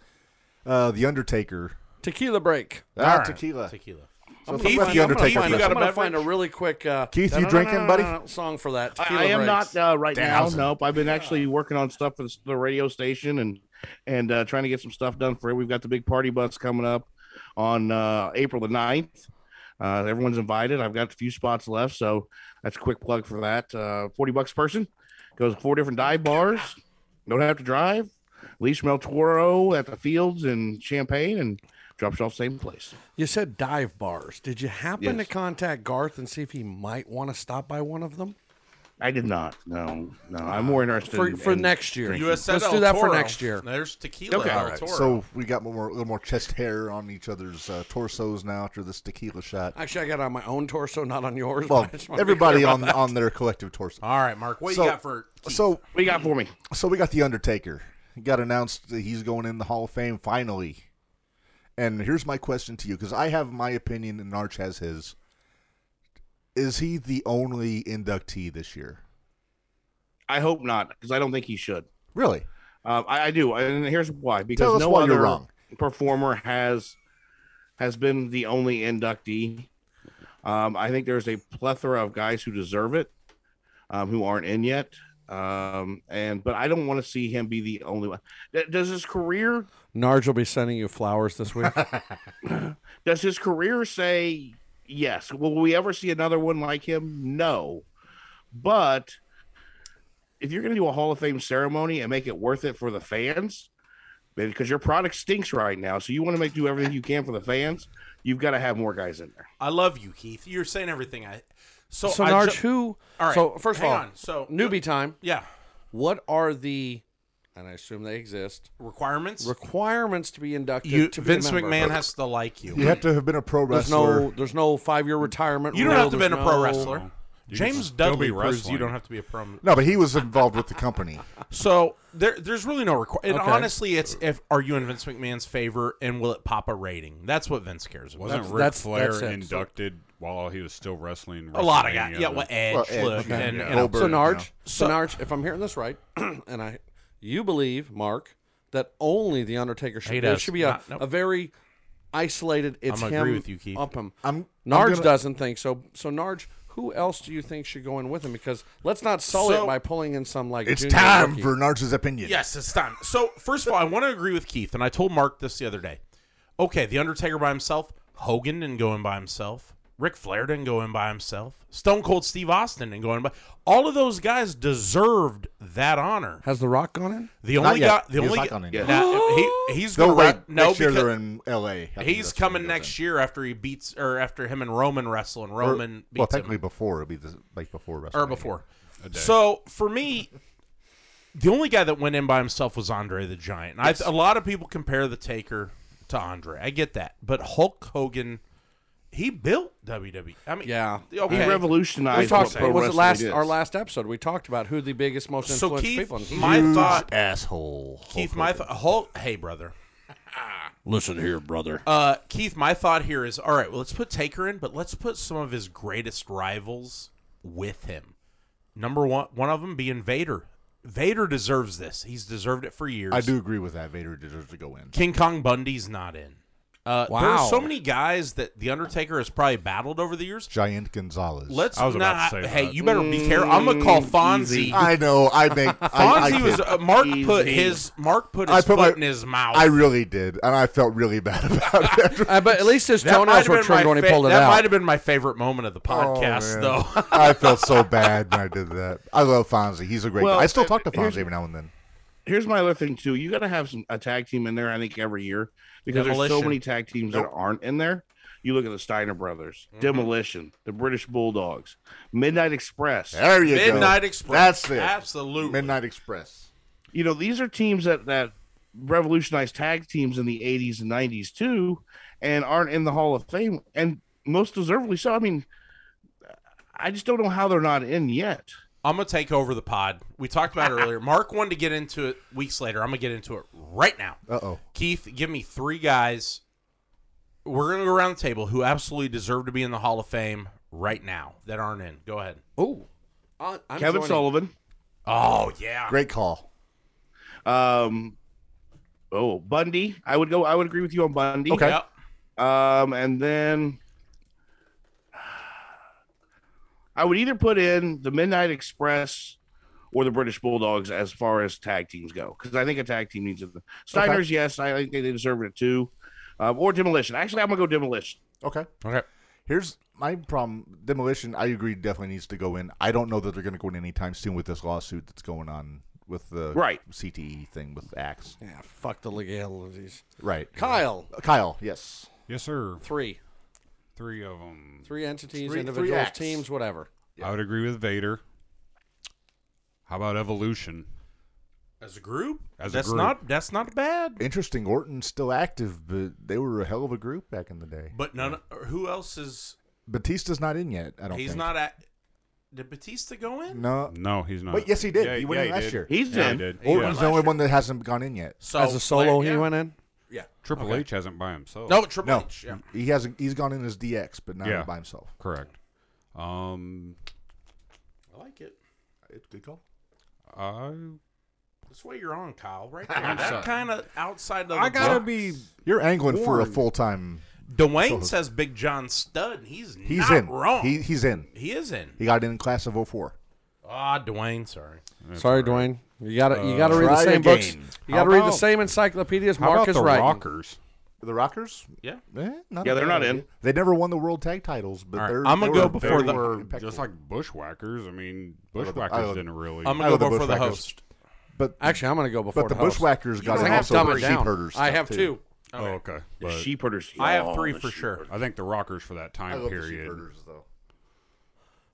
Speaker 2: Uh, the Undertaker
Speaker 6: Tequila break.
Speaker 2: Ah,
Speaker 4: Alright.
Speaker 2: tequila.
Speaker 3: Tequila.
Speaker 2: So
Speaker 6: Keith,
Speaker 2: Keith, about the
Speaker 6: I'm gonna
Speaker 2: Undertaker
Speaker 6: find-
Speaker 2: first.
Speaker 3: You got
Speaker 6: I'm
Speaker 3: a
Speaker 6: gonna
Speaker 3: beverage?
Speaker 6: find a really quick uh,
Speaker 2: Keith, you
Speaker 6: no, no, no,
Speaker 2: drinking,
Speaker 6: no, no,
Speaker 2: buddy?
Speaker 6: no, no, Song for that.
Speaker 7: I,
Speaker 6: Tequila
Speaker 7: I am
Speaker 6: breaks.
Speaker 7: not uh, right
Speaker 3: Thousand.
Speaker 7: now. Nope. I've been actually working on stuff for the, the radio station and and uh, trying to get some stuff done for it. We've got the big party bus coming up on uh, April the 9th. Uh, everyone's invited. I've got a few spots left, so that's a quick plug for that. Uh, Forty bucks a person goes to four different dive bars. Don't have to drive. Leash Mel Toro at the Fields and Champagne and drops you off same place.
Speaker 6: You said dive bars. Did you happen
Speaker 7: Yes.
Speaker 6: to contact Garth and see if he might want to stop by one of them
Speaker 7: I did not. No, no. I'm more interested
Speaker 6: Ah. for,
Speaker 7: in-
Speaker 6: for
Speaker 7: in-
Speaker 6: next year?
Speaker 3: USL
Speaker 6: Let's do that
Speaker 3: Toro.
Speaker 6: for next year.
Speaker 3: There's tequila.
Speaker 7: Okay.
Speaker 3: El
Speaker 7: All right,
Speaker 3: Toro.
Speaker 2: So we got more, a little more chest hair on each other's uh, torsos now after this tequila shot.
Speaker 6: Actually, I got it on my own torso, not on yours. but
Speaker 2: Well,
Speaker 6: I just wanna be
Speaker 2: everybody
Speaker 6: clear
Speaker 2: on
Speaker 6: about that.
Speaker 2: on their collective torso.
Speaker 3: all right, Mark. What
Speaker 2: So-
Speaker 3: you got for Keith?
Speaker 2: So
Speaker 7: What you got for me?
Speaker 2: So we got the Undertaker. He got announced that he's going in the Hall of Fame finally. And here's my question to you, because I have my opinion and Arch has his. Is he the only inductee this year?
Speaker 7: I hope not, because I don't think he should.
Speaker 2: Really?
Speaker 7: Um, I, I do, and here's why: because
Speaker 2: Tell us
Speaker 7: no
Speaker 2: why
Speaker 7: other
Speaker 2: you're wrong.
Speaker 7: performer has has been the only inductee. Um, I think there's a plethora of guys who deserve it, um, who aren't in yet. Um, and but I don't want to see him be the only one. Th- Does his career
Speaker 6: Narge will be sending you flowers this week.
Speaker 7: does his career say yes? Will we ever see another one like him? No. But if you're going to do a Hall of Fame ceremony and make it worth it for the fans, because your product stinks right now, so you want to make do everything you can for the fans, you've got to have more guys in there.
Speaker 3: I love you, Keith. You're saying everything I. So,
Speaker 6: so,
Speaker 3: I
Speaker 6: Narge,
Speaker 3: ju-
Speaker 6: who?
Speaker 3: All right,
Speaker 6: So, first of
Speaker 3: hang
Speaker 6: all,
Speaker 3: on. So-
Speaker 6: newbie time.
Speaker 3: Yeah.
Speaker 6: What are the, and I assume they exist,
Speaker 3: Requirements.
Speaker 6: requirements to be inducted
Speaker 3: you,
Speaker 6: to be a
Speaker 3: Vince
Speaker 6: member?
Speaker 3: McMahon has to like you.
Speaker 2: You have to have been a pro
Speaker 6: There's
Speaker 2: wrestler.
Speaker 6: no, there's no five year retirement.
Speaker 3: You don't
Speaker 6: rule,
Speaker 3: have to have
Speaker 6: there's
Speaker 3: been a pro
Speaker 6: no-
Speaker 3: wrestler.
Speaker 4: You can
Speaker 3: James
Speaker 4: still
Speaker 3: Dudley
Speaker 4: be
Speaker 3: proves you
Speaker 4: wrestling.
Speaker 3: don't have to be a pro.
Speaker 2: No, but he was involved with the company.
Speaker 3: So there, there's really no requirement. And
Speaker 6: Okay.
Speaker 3: honestly, it's if are you in Vince McMahon's favor and will it pop a rating? That's what Vince cares about.
Speaker 4: Wasn't
Speaker 6: That's-
Speaker 4: Ric
Speaker 6: that's-
Speaker 4: Flair
Speaker 6: that's it.
Speaker 4: inducted while he was still wrestling?
Speaker 3: a lot of guys.
Speaker 4: WrestleMania?
Speaker 3: Yeah, well, Edge,
Speaker 2: Well, Edge,
Speaker 3: look,
Speaker 2: yeah.
Speaker 3: and,
Speaker 2: Yeah.
Speaker 3: and
Speaker 2: Goldberg.
Speaker 6: So
Speaker 2: you know.
Speaker 6: Narge, so
Speaker 3: So-
Speaker 6: Narge, if I'm hearing this right, and I, you believe Mark that only the Undertaker should.
Speaker 3: He
Speaker 6: there
Speaker 3: does.
Speaker 6: should be a,
Speaker 3: Not- nope.
Speaker 6: a very isolated. It's
Speaker 3: I'm
Speaker 6: him.
Speaker 3: agree with you, Keith.
Speaker 6: Up him.
Speaker 2: I'm- I'm
Speaker 6: Narge
Speaker 2: gonna-
Speaker 6: doesn't think so. So Narge, who else do you think should go in with him? Because let's not sully
Speaker 3: So-
Speaker 6: it by pulling in some like.
Speaker 2: It's
Speaker 6: junior
Speaker 2: time
Speaker 6: rookie.
Speaker 2: for Narge's opinion.
Speaker 3: Yes, it's time. So, first of all, I want to agree with Keith, and I told Mark this the other day. Okay, The Undertaker by himself, Hogan didn't go in by himself, Ric Flair didn't go in by himself, Stone Cold Steve Austin didn't go in by. All of those guys deserved that honor.
Speaker 6: Has The Rock gone in?
Speaker 3: The only guy,
Speaker 2: yet.
Speaker 3: the
Speaker 2: He was
Speaker 3: only
Speaker 2: not
Speaker 3: guy,
Speaker 2: gonna yet.
Speaker 3: Nah, he, he's
Speaker 2: They'll
Speaker 3: going
Speaker 2: wait
Speaker 3: to no
Speaker 2: next year
Speaker 3: because
Speaker 2: they're in L.A. I think
Speaker 3: he's
Speaker 2: that's when
Speaker 3: coming
Speaker 2: he goes
Speaker 3: next
Speaker 2: in.
Speaker 3: year after he beats or after him and Roman wrestle and
Speaker 2: Or-
Speaker 3: Roman beats
Speaker 2: well,
Speaker 3: him
Speaker 2: technically before it'll be the, like before wrestling.
Speaker 3: or before. So for me, the only guy that went in by himself was Andre the Giant. And I, a lot of people compare the Taker to Andre. I get that, but Hulk Hogan, he built WWE. I mean,
Speaker 6: Yeah.
Speaker 3: okay.
Speaker 7: He
Speaker 6: We
Speaker 7: revolutionized
Speaker 6: talked.
Speaker 7: what pro
Speaker 6: It was
Speaker 7: wrestling
Speaker 6: last
Speaker 7: is.
Speaker 6: our last episode. We talked about who the biggest, most
Speaker 3: So,
Speaker 6: influential
Speaker 3: Keith,
Speaker 6: people. in-
Speaker 3: my
Speaker 2: Huge
Speaker 3: thought-
Speaker 2: asshole.
Speaker 3: Keith,
Speaker 2: Hulk
Speaker 3: my
Speaker 2: Hogan.
Speaker 3: th- Hulk. Hey, brother.
Speaker 6: Listen here, brother.
Speaker 3: Uh, Keith, my thought here is all right. Well, let's put Taker in, but let's put some of his greatest rivals with him. Number one, one of them being Vader. Vader deserves this. He's deserved it for years.
Speaker 2: I do agree with that. Vader deserves to go in.
Speaker 3: King Kong Bundy's not in. Uh, There
Speaker 6: Wow.
Speaker 3: are so many guys that the Undertaker has probably battled over the years.
Speaker 2: Giant Gonzalez.
Speaker 3: Let's
Speaker 4: I was
Speaker 3: not.
Speaker 4: about to say
Speaker 3: hey,
Speaker 4: that. Mm,
Speaker 3: you better be careful. I'm gonna call Fonzie.
Speaker 7: easy.
Speaker 3: Fonzie
Speaker 2: I know. I make. I, I
Speaker 3: was
Speaker 2: did.
Speaker 3: uh, Mark put
Speaker 7: Easy.
Speaker 3: his Mark put
Speaker 2: I
Speaker 3: his
Speaker 2: put
Speaker 3: foot
Speaker 2: my-
Speaker 3: in his mouth.
Speaker 2: I really did, and I felt really bad about it. after-
Speaker 6: Uh, but at least his
Speaker 3: That might
Speaker 6: toenails
Speaker 3: have
Speaker 6: were
Speaker 3: been
Speaker 6: trimmed
Speaker 3: my
Speaker 6: when he
Speaker 3: fa-
Speaker 6: pulled it
Speaker 3: that
Speaker 6: out.
Speaker 3: might have been my favorite moment of the podcast,
Speaker 2: Oh, man.
Speaker 3: though.
Speaker 2: I felt so bad when I did that. I love Fonzie. He's a great.
Speaker 7: Well,
Speaker 2: guy. I still
Speaker 7: uh,
Speaker 2: talk to Fonzie
Speaker 7: here's-
Speaker 2: every now and then.
Speaker 7: Here's my other thing too. You got to have some a tag team in there. I think every year because there's
Speaker 3: Demolition.
Speaker 7: so many tag teams that aren't in there. You look at the Steiner Brothers,
Speaker 6: Mm-hmm.
Speaker 7: Demolition, the British Bulldogs, Midnight Express.
Speaker 2: There you go.
Speaker 3: Midnight Express.
Speaker 2: That's it.
Speaker 3: Absolutely.
Speaker 2: Midnight Express.
Speaker 7: you know these are teams that that revolutionized tag teams in the 80s and 90s too and aren't in the hall of fame and most deservedly so i mean i just don't know how they're not in yet
Speaker 3: I'm gonna take over the pod. We talked about it earlier. Mark wanted to get into it weeks later. I'm gonna get into it right now.
Speaker 2: Uh oh.
Speaker 3: Keith, give me three guys. We're gonna go around the table who absolutely deserve to be in the Hall of Fame right now that aren't in. Go ahead.
Speaker 6: Ooh. I- Uh, I'm
Speaker 7: kevin
Speaker 6: joining.
Speaker 7: sullivan
Speaker 3: Oh yeah.
Speaker 2: Great call.
Speaker 7: um oh bundy i would go i would agree with you on bundy
Speaker 3: Yep.
Speaker 7: Um, and then I would either put in the Midnight Express or the British Bulldogs as far as tag teams go, because I think a tag team needs it. Steiners, yes, I think they deserve it too. Um, or demolition. Actually, I'm gonna go demolition.
Speaker 2: Okay.
Speaker 3: Okay.
Speaker 2: Here's my problem. Demolition, I agree, definitely needs to go in. I don't know that they're going to go in anytime soon with this lawsuit that's going on with the
Speaker 7: Right.
Speaker 2: CTE thing with Axe.
Speaker 6: Yeah, fuck the legalities.
Speaker 2: Right.
Speaker 6: Kyle,
Speaker 2: Kyle, yes.
Speaker 4: Yes, sir.
Speaker 6: three,
Speaker 4: Three of them.
Speaker 6: three entities,
Speaker 2: Three- three
Speaker 6: individuals,
Speaker 2: acts.
Speaker 6: teams, whatever.
Speaker 4: I would agree with Vader. How about Evolution?
Speaker 3: As a group,
Speaker 4: As a
Speaker 3: that's
Speaker 4: group.
Speaker 3: not that's not bad.
Speaker 2: Interesting. Orton's still active, but they were a hell of a group back in the day.
Speaker 3: But none. Who else is?
Speaker 2: Batista's not in yet, I don't
Speaker 3: He's
Speaker 2: think.
Speaker 3: not at. Did Batista go in?
Speaker 2: No.
Speaker 4: No, he's not.
Speaker 2: Wait, yes, he did.
Speaker 4: Yeah,
Speaker 2: he went
Speaker 4: yeah,
Speaker 2: in last
Speaker 4: did.
Speaker 2: year.
Speaker 7: He's
Speaker 4: Yeah, he
Speaker 7: in.
Speaker 4: did.
Speaker 2: Orton's
Speaker 4: Yeah.
Speaker 2: the only one that hasn't gone in yet.
Speaker 3: So
Speaker 6: As a solo,
Speaker 3: like,
Speaker 6: he
Speaker 3: yeah.
Speaker 6: went in.
Speaker 3: Yeah.
Speaker 4: Triple
Speaker 3: Okay.
Speaker 4: H hasn't by himself.
Speaker 3: No, Triple
Speaker 2: No,
Speaker 3: H. Yeah.
Speaker 2: he hasn't. He's gone in as DX, but not
Speaker 4: Yeah.
Speaker 2: by himself.
Speaker 4: Correct. Um,
Speaker 3: I like it.
Speaker 2: Good call.
Speaker 4: I
Speaker 3: That's what you're on, Kyle. Right there.
Speaker 4: sorry.
Speaker 3: that kind of outside of the
Speaker 4: I gotta
Speaker 3: box.
Speaker 4: be.
Speaker 2: You're angling for a
Speaker 4: Warren.
Speaker 2: full time.
Speaker 3: Dwayne says Big John Stud, and he's
Speaker 2: He's
Speaker 3: not
Speaker 2: in.
Speaker 3: wrong.
Speaker 2: He, he's in.
Speaker 3: he is in.
Speaker 2: He got in class of 04.
Speaker 3: Ah, Dwayne. Sorry.
Speaker 6: Sorry, Dwayne. You gotta you gotta read the
Speaker 2: try
Speaker 6: same books.
Speaker 2: again.
Speaker 6: You
Speaker 4: How
Speaker 6: gotta read the
Speaker 4: about-
Speaker 6: same encyclopedias.
Speaker 4: Uh, How
Speaker 6: Mark
Speaker 4: about
Speaker 6: is
Speaker 4: the
Speaker 6: right.
Speaker 4: Rockers?
Speaker 2: The Rockers?
Speaker 3: Yeah.
Speaker 2: Eh, not
Speaker 7: Yeah,
Speaker 2: a
Speaker 7: they're
Speaker 2: bad
Speaker 7: not in.
Speaker 2: idea. They never won the world tag titles, but
Speaker 3: All right,
Speaker 2: they're.
Speaker 3: I'm gonna
Speaker 2: they
Speaker 3: go
Speaker 2: were
Speaker 3: before
Speaker 2: very
Speaker 3: the-
Speaker 4: They were
Speaker 2: impeccable.
Speaker 4: just like Bushwhackers. I mean,
Speaker 2: love the-
Speaker 4: Bushwhackers
Speaker 2: I love-
Speaker 4: didn't really.
Speaker 3: I'm
Speaker 2: I
Speaker 3: gonna
Speaker 2: love
Speaker 3: go
Speaker 2: the
Speaker 3: for the
Speaker 2: Bushwhackers.
Speaker 3: host.
Speaker 2: But
Speaker 6: Actually, I'm gonna go before
Speaker 2: but the
Speaker 6: the host.
Speaker 2: Bushwhackers got
Speaker 6: I
Speaker 2: in
Speaker 6: have
Speaker 2: also
Speaker 6: dumb
Speaker 2: the
Speaker 6: it
Speaker 2: sheep
Speaker 6: down.
Speaker 2: herders.
Speaker 6: I
Speaker 2: stuff,
Speaker 6: have
Speaker 2: too.
Speaker 6: two.
Speaker 4: oh, okay.
Speaker 7: The
Speaker 4: But
Speaker 7: sheep herders.
Speaker 3: I have
Speaker 7: Oh,
Speaker 3: three
Speaker 7: the
Speaker 3: for
Speaker 7: sheep
Speaker 3: sure.
Speaker 7: herders.
Speaker 4: I think the Rockers for that
Speaker 2: I
Speaker 4: time
Speaker 2: love the sheep
Speaker 4: period.
Speaker 2: herders, though.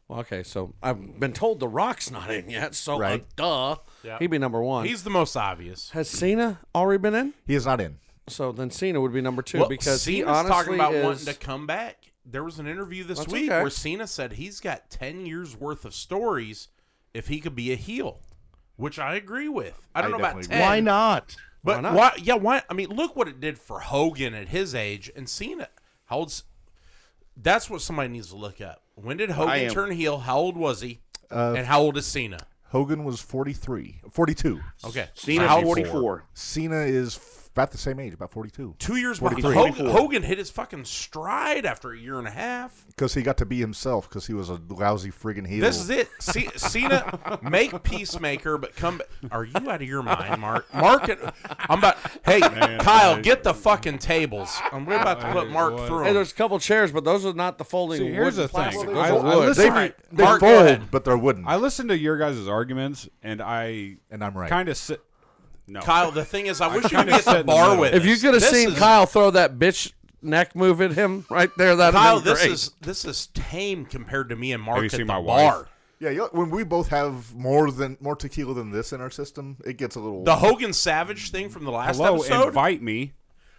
Speaker 6: Well, okay, so I've been told the Rock's not in yet. So
Speaker 2: Right.
Speaker 6: uh, duh, he'd be number one.
Speaker 3: He's the most obvious.
Speaker 6: Has Cena already been in?
Speaker 2: He is not in.
Speaker 6: So then Cena would be number two
Speaker 3: Well,
Speaker 6: because he
Speaker 3: Cena's
Speaker 6: honestly
Speaker 3: talking about
Speaker 6: is.
Speaker 3: wanting to come back. There was an interview this
Speaker 6: That's
Speaker 3: week
Speaker 6: okay.
Speaker 3: where Cena said he's got ten years worth of stories if he could be a heel, which I agree with. I don't
Speaker 2: I
Speaker 3: know about
Speaker 2: definitely
Speaker 3: ten.
Speaker 7: Why not?
Speaker 3: But
Speaker 6: Why
Speaker 3: why,
Speaker 6: not?
Speaker 3: Yeah, why? I mean, look what it did for Hogan at his age and Cena. How old's? That's what somebody needs to look up. When did
Speaker 7: I
Speaker 3: Hogan
Speaker 7: am-
Speaker 3: turn heel? How old was he?
Speaker 6: Uh,
Speaker 3: and how old is Cena?
Speaker 2: Hogan was 43, 42.
Speaker 3: Okay,
Speaker 7: Cena's
Speaker 3: How-
Speaker 7: 44.
Speaker 2: Cena is f- about the same age, about 42,
Speaker 3: Two years behind.
Speaker 7: 43.
Speaker 3: Hogan,
Speaker 7: 44.
Speaker 3: Hogan hit his fucking stride after a year and a half.
Speaker 2: because he got to be himself because he was a lousy friggin' heel.
Speaker 3: This is it. C- Cena, make Peacemaker, but come. ba- Are you out of your mind, Mark? Mark, it, I'm about. Hey, Kyle,
Speaker 4: I-
Speaker 3: get the fucking tables. I'm we're about to put Mark
Speaker 4: What?
Speaker 3: through.
Speaker 6: Hey,
Speaker 3: 'em.
Speaker 6: there's a couple chairs, but those are not the folding
Speaker 4: See, here's
Speaker 6: wooden
Speaker 4: the thing.
Speaker 6: plastic. Those
Speaker 4: I-
Speaker 6: are
Speaker 4: I
Speaker 6: wood.
Speaker 4: listen-
Speaker 2: They,
Speaker 3: All right,
Speaker 2: they
Speaker 3: Mark, go
Speaker 2: fold,
Speaker 3: ahead.
Speaker 2: but they're wooden.
Speaker 4: I listened to your guys' arguments, and I
Speaker 2: and I'm right.
Speaker 4: kind of sit. No,
Speaker 3: Kyle, the thing is, I wish you could
Speaker 4: kinda
Speaker 3: get
Speaker 4: sit
Speaker 3: the
Speaker 4: in
Speaker 3: bar
Speaker 4: the middle.
Speaker 3: with.
Speaker 6: if you
Speaker 3: us.
Speaker 6: could have
Speaker 3: This
Speaker 6: seen
Speaker 3: is-
Speaker 6: Kyle throw that bitch neck move at him right there, that
Speaker 3: Kyle,
Speaker 6: great.
Speaker 3: this is this is tame compared to me and Mark
Speaker 4: you
Speaker 3: at
Speaker 4: seen
Speaker 3: the
Speaker 4: my wife?
Speaker 3: bar.
Speaker 2: yeah, you know, when we both have more than more tequila than this in our system, it gets a little.
Speaker 3: The Hogan Savage thing from the last
Speaker 4: hello,
Speaker 3: episode.
Speaker 4: invite me.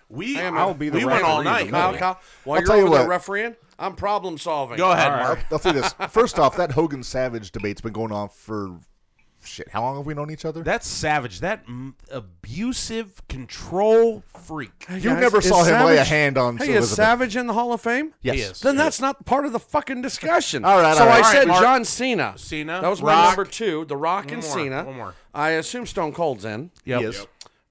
Speaker 3: we
Speaker 4: I'll be the
Speaker 3: we went all
Speaker 4: referee in
Speaker 3: night.
Speaker 4: the
Speaker 6: Kyle,
Speaker 4: middle.
Speaker 6: Kyle, while
Speaker 2: I'll
Speaker 6: you're
Speaker 2: tell you
Speaker 6: over there
Speaker 2: what.
Speaker 6: refereeing, I'm problem solving.
Speaker 3: Go ahead,
Speaker 4: All
Speaker 3: Mark.
Speaker 4: right.
Speaker 2: I'll say this. First off, that Hogan Savage debate's been going on for shit. How long have we known each other?
Speaker 3: That Savage, that m- abusive control freak.
Speaker 2: you never
Speaker 6: Is
Speaker 2: saw him lay a
Speaker 6: Savage-
Speaker 2: hand on
Speaker 6: Hey, is
Speaker 2: Elizabeth.
Speaker 6: Savage in the Hall of Fame?
Speaker 2: Yes.
Speaker 3: He is.
Speaker 6: Then that's not part of the fucking discussion.
Speaker 2: All right,
Speaker 6: So
Speaker 2: all right.
Speaker 6: I
Speaker 2: All
Speaker 3: right,
Speaker 6: said
Speaker 3: Mark.
Speaker 6: John Cena.
Speaker 3: Cena,
Speaker 6: That was my
Speaker 3: Rock.
Speaker 6: number two. The Rock and
Speaker 3: more,
Speaker 6: Cena.
Speaker 3: one more.
Speaker 6: I assume Stone Cold's in.
Speaker 2: He is.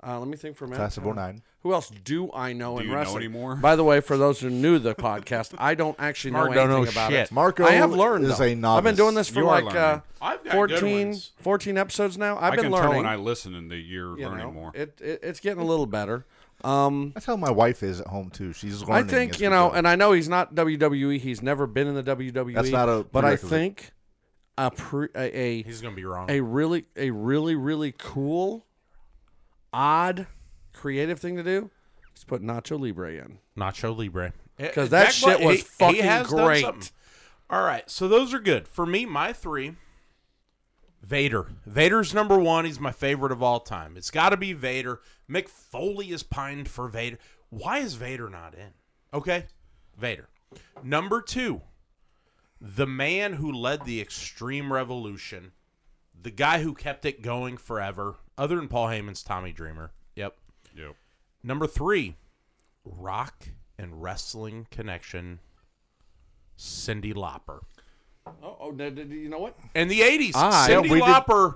Speaker 6: Uh, let me think for a minute.
Speaker 2: Class of 09.
Speaker 6: Who else do I know in
Speaker 4: you know
Speaker 6: wrestling?
Speaker 4: anymore?
Speaker 6: By the way, for those who are new to the podcast, I don't actually know
Speaker 3: Mark don't
Speaker 6: anything
Speaker 3: know
Speaker 6: about
Speaker 3: shit.
Speaker 6: it.
Speaker 2: Marco
Speaker 6: I have learned.
Speaker 2: is
Speaker 6: though.
Speaker 2: a novice.
Speaker 6: I've been doing this for
Speaker 4: You are
Speaker 6: like uh,
Speaker 4: learning.
Speaker 3: I've got good
Speaker 6: 14,
Speaker 3: ones.
Speaker 6: 14 episodes now. I've
Speaker 4: I
Speaker 6: been
Speaker 4: can
Speaker 6: learning.
Speaker 4: tell when I listen, and that you're
Speaker 6: you
Speaker 4: learning
Speaker 6: know,
Speaker 4: more.
Speaker 6: It, it it's getting a little better. Um,
Speaker 2: That's how my wife is at home too. She's
Speaker 6: I
Speaker 2: learning.
Speaker 6: think
Speaker 2: as
Speaker 6: you
Speaker 2: we
Speaker 6: know,
Speaker 2: go.
Speaker 6: and I know he's not WWE. He's never been in the WWE.
Speaker 2: That's not a
Speaker 6: But I
Speaker 2: prerequisite.
Speaker 6: think a pre, a, a
Speaker 3: He's gonna be wrong.
Speaker 6: a really a really really cool odd creative thing to do is put nacho libre in
Speaker 3: Nacho Libre.
Speaker 6: 'Cause that shit was fucking great.
Speaker 3: All right, so those are good for me. My three. Vader. Vader's number one. He's my favorite of all time. It's got to be Vader. Mick Foley is pined for Vader. Why is Vader not in? Okay, Vader. Number two, the man who led the Extreme Revolution, the guy who kept it going forever, other than Paul Heyman's Tommy Dreamer. Yep.
Speaker 4: Yep.
Speaker 3: Number three, rock and wrestling connection, Cindy Lauper.
Speaker 6: oh, oh no, d- d- you know what
Speaker 3: In the 80s,
Speaker 6: Ah,
Speaker 3: Cindy
Speaker 6: yeah, we did-
Speaker 3: Lauper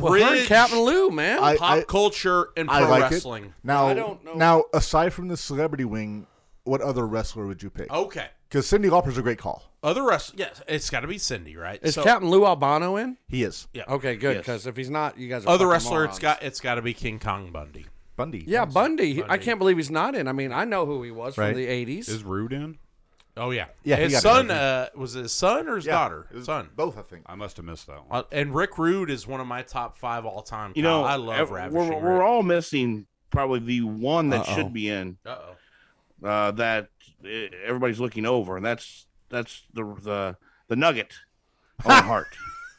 Speaker 6: well, her and
Speaker 3: bridged
Speaker 6: captain lou man
Speaker 2: I-
Speaker 3: pop culture and
Speaker 2: I
Speaker 3: pro
Speaker 2: like
Speaker 3: wrestling.
Speaker 2: it. Now,
Speaker 6: I don't know.
Speaker 2: now aside from the celebrity wing, what other wrestler would you pick?
Speaker 3: Okay.
Speaker 2: Because Cindy Lauper's a great call.
Speaker 3: Other wrestler. Yes, it's got to be Cindy, right?
Speaker 6: Is
Speaker 3: So,
Speaker 6: Captain Lou Albano in?
Speaker 2: He is.
Speaker 3: Yeah.
Speaker 6: Okay, good.
Speaker 7: Yes.
Speaker 6: Because if he's not, you guys are
Speaker 3: other
Speaker 6: fucking
Speaker 3: wrestler. It's
Speaker 6: morons.
Speaker 3: got it's got to be King Kong Bundy.
Speaker 2: Bundy.
Speaker 6: Yeah, Bundy. I
Speaker 3: Bundy.
Speaker 6: can't believe he's not in. I mean, I know who he was
Speaker 2: Right.
Speaker 6: from the '80s.
Speaker 4: Is Rude in?
Speaker 3: Oh yeah.
Speaker 2: Yeah, he
Speaker 3: His
Speaker 2: gotta be
Speaker 3: son uh, was it his son or his daughter? Son.
Speaker 2: Both, I think.
Speaker 4: I must have missed that one.
Speaker 3: Uh, and Rick Rude is one of my top five all time.
Speaker 7: You know,
Speaker 3: I love
Speaker 7: ev-
Speaker 3: Ravishing
Speaker 7: we're, we're all missing probably the one that
Speaker 6: Uh-oh.
Speaker 7: should be in
Speaker 3: Uh oh.
Speaker 7: uh, that uh, everybody's looking over, and that's that's the the the nugget. Owen Hart.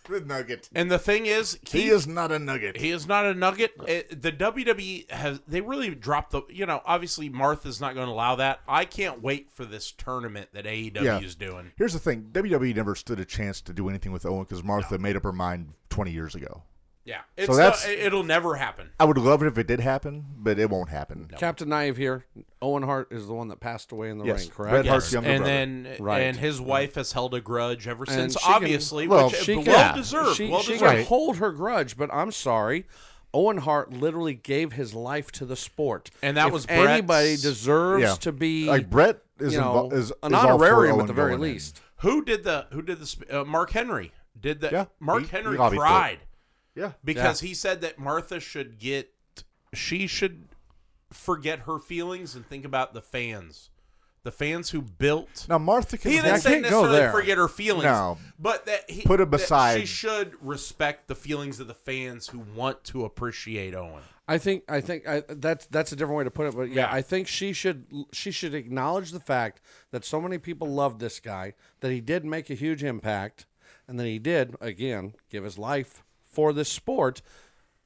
Speaker 2: Nugget.
Speaker 3: And the thing is, Keith,
Speaker 2: He is not a nugget.
Speaker 3: He is not a nugget. It- the WWE has they really dropped the. You know, obviously Martha's not going to allow that. I can't wait for this tournament that AEW
Speaker 2: Yeah.
Speaker 3: is doing.
Speaker 2: Here's the thing WWE never stood a chance to do anything with Owen because Martha made up her mind 20 years ago.
Speaker 3: Yeah, it's
Speaker 2: that's-
Speaker 3: no- it- it'll never happen.
Speaker 2: I would love it if it did happen, but it won't happen.
Speaker 6: Captain Naive here. Owen Hart is the one that passed away in the
Speaker 2: Yes.
Speaker 6: ring, correct?
Speaker 2: Bret Hart's
Speaker 3: Yes,
Speaker 2: younger
Speaker 3: and
Speaker 2: brother.
Speaker 3: then
Speaker 6: Right.
Speaker 3: and his wife has held a grudge ever since.
Speaker 6: she can-
Speaker 3: Obviously,
Speaker 2: well,
Speaker 3: which
Speaker 2: she
Speaker 3: well
Speaker 2: can-
Speaker 3: deserved.
Speaker 6: She,
Speaker 3: well
Speaker 6: she
Speaker 3: deserved.
Speaker 6: can hold her grudge, but I'm sorry. Owen Hart literally gave his life to the sport,
Speaker 3: And that
Speaker 6: If
Speaker 3: was Brett's-
Speaker 6: anybody deserves
Speaker 2: Yeah.
Speaker 6: to be
Speaker 2: Like Brett is,
Speaker 6: you know,
Speaker 2: invo- is
Speaker 6: an
Speaker 2: is all for
Speaker 6: honorarium at
Speaker 2: Owen
Speaker 6: the very
Speaker 2: going in.
Speaker 6: least.
Speaker 3: Who did the Who did the sp- uh, Mark Henry did the
Speaker 2: Yeah,
Speaker 3: Mark
Speaker 2: he-
Speaker 3: Henry
Speaker 2: he lobbied for it.
Speaker 3: cried
Speaker 2: Yeah.
Speaker 3: because he said that Martha should get she should forget her feelings and think about the fans, the fans who built.
Speaker 2: Now, Martha can
Speaker 3: he
Speaker 2: Yeah, I
Speaker 3: didn't say
Speaker 6: can't go
Speaker 3: necessarily
Speaker 6: there.
Speaker 3: forget her feelings,
Speaker 2: No.
Speaker 3: but that he,
Speaker 2: Put it
Speaker 3: that
Speaker 2: beside-
Speaker 3: she should respect the feelings of the fans who want to appreciate Owen.
Speaker 6: I think I think I, that's that's a different way to put it, but
Speaker 3: Yeah.
Speaker 6: yeah, I think she should she should acknowledge the fact that so many people loved this guy that he did make a huge impact, and that he did again give his life for this sport.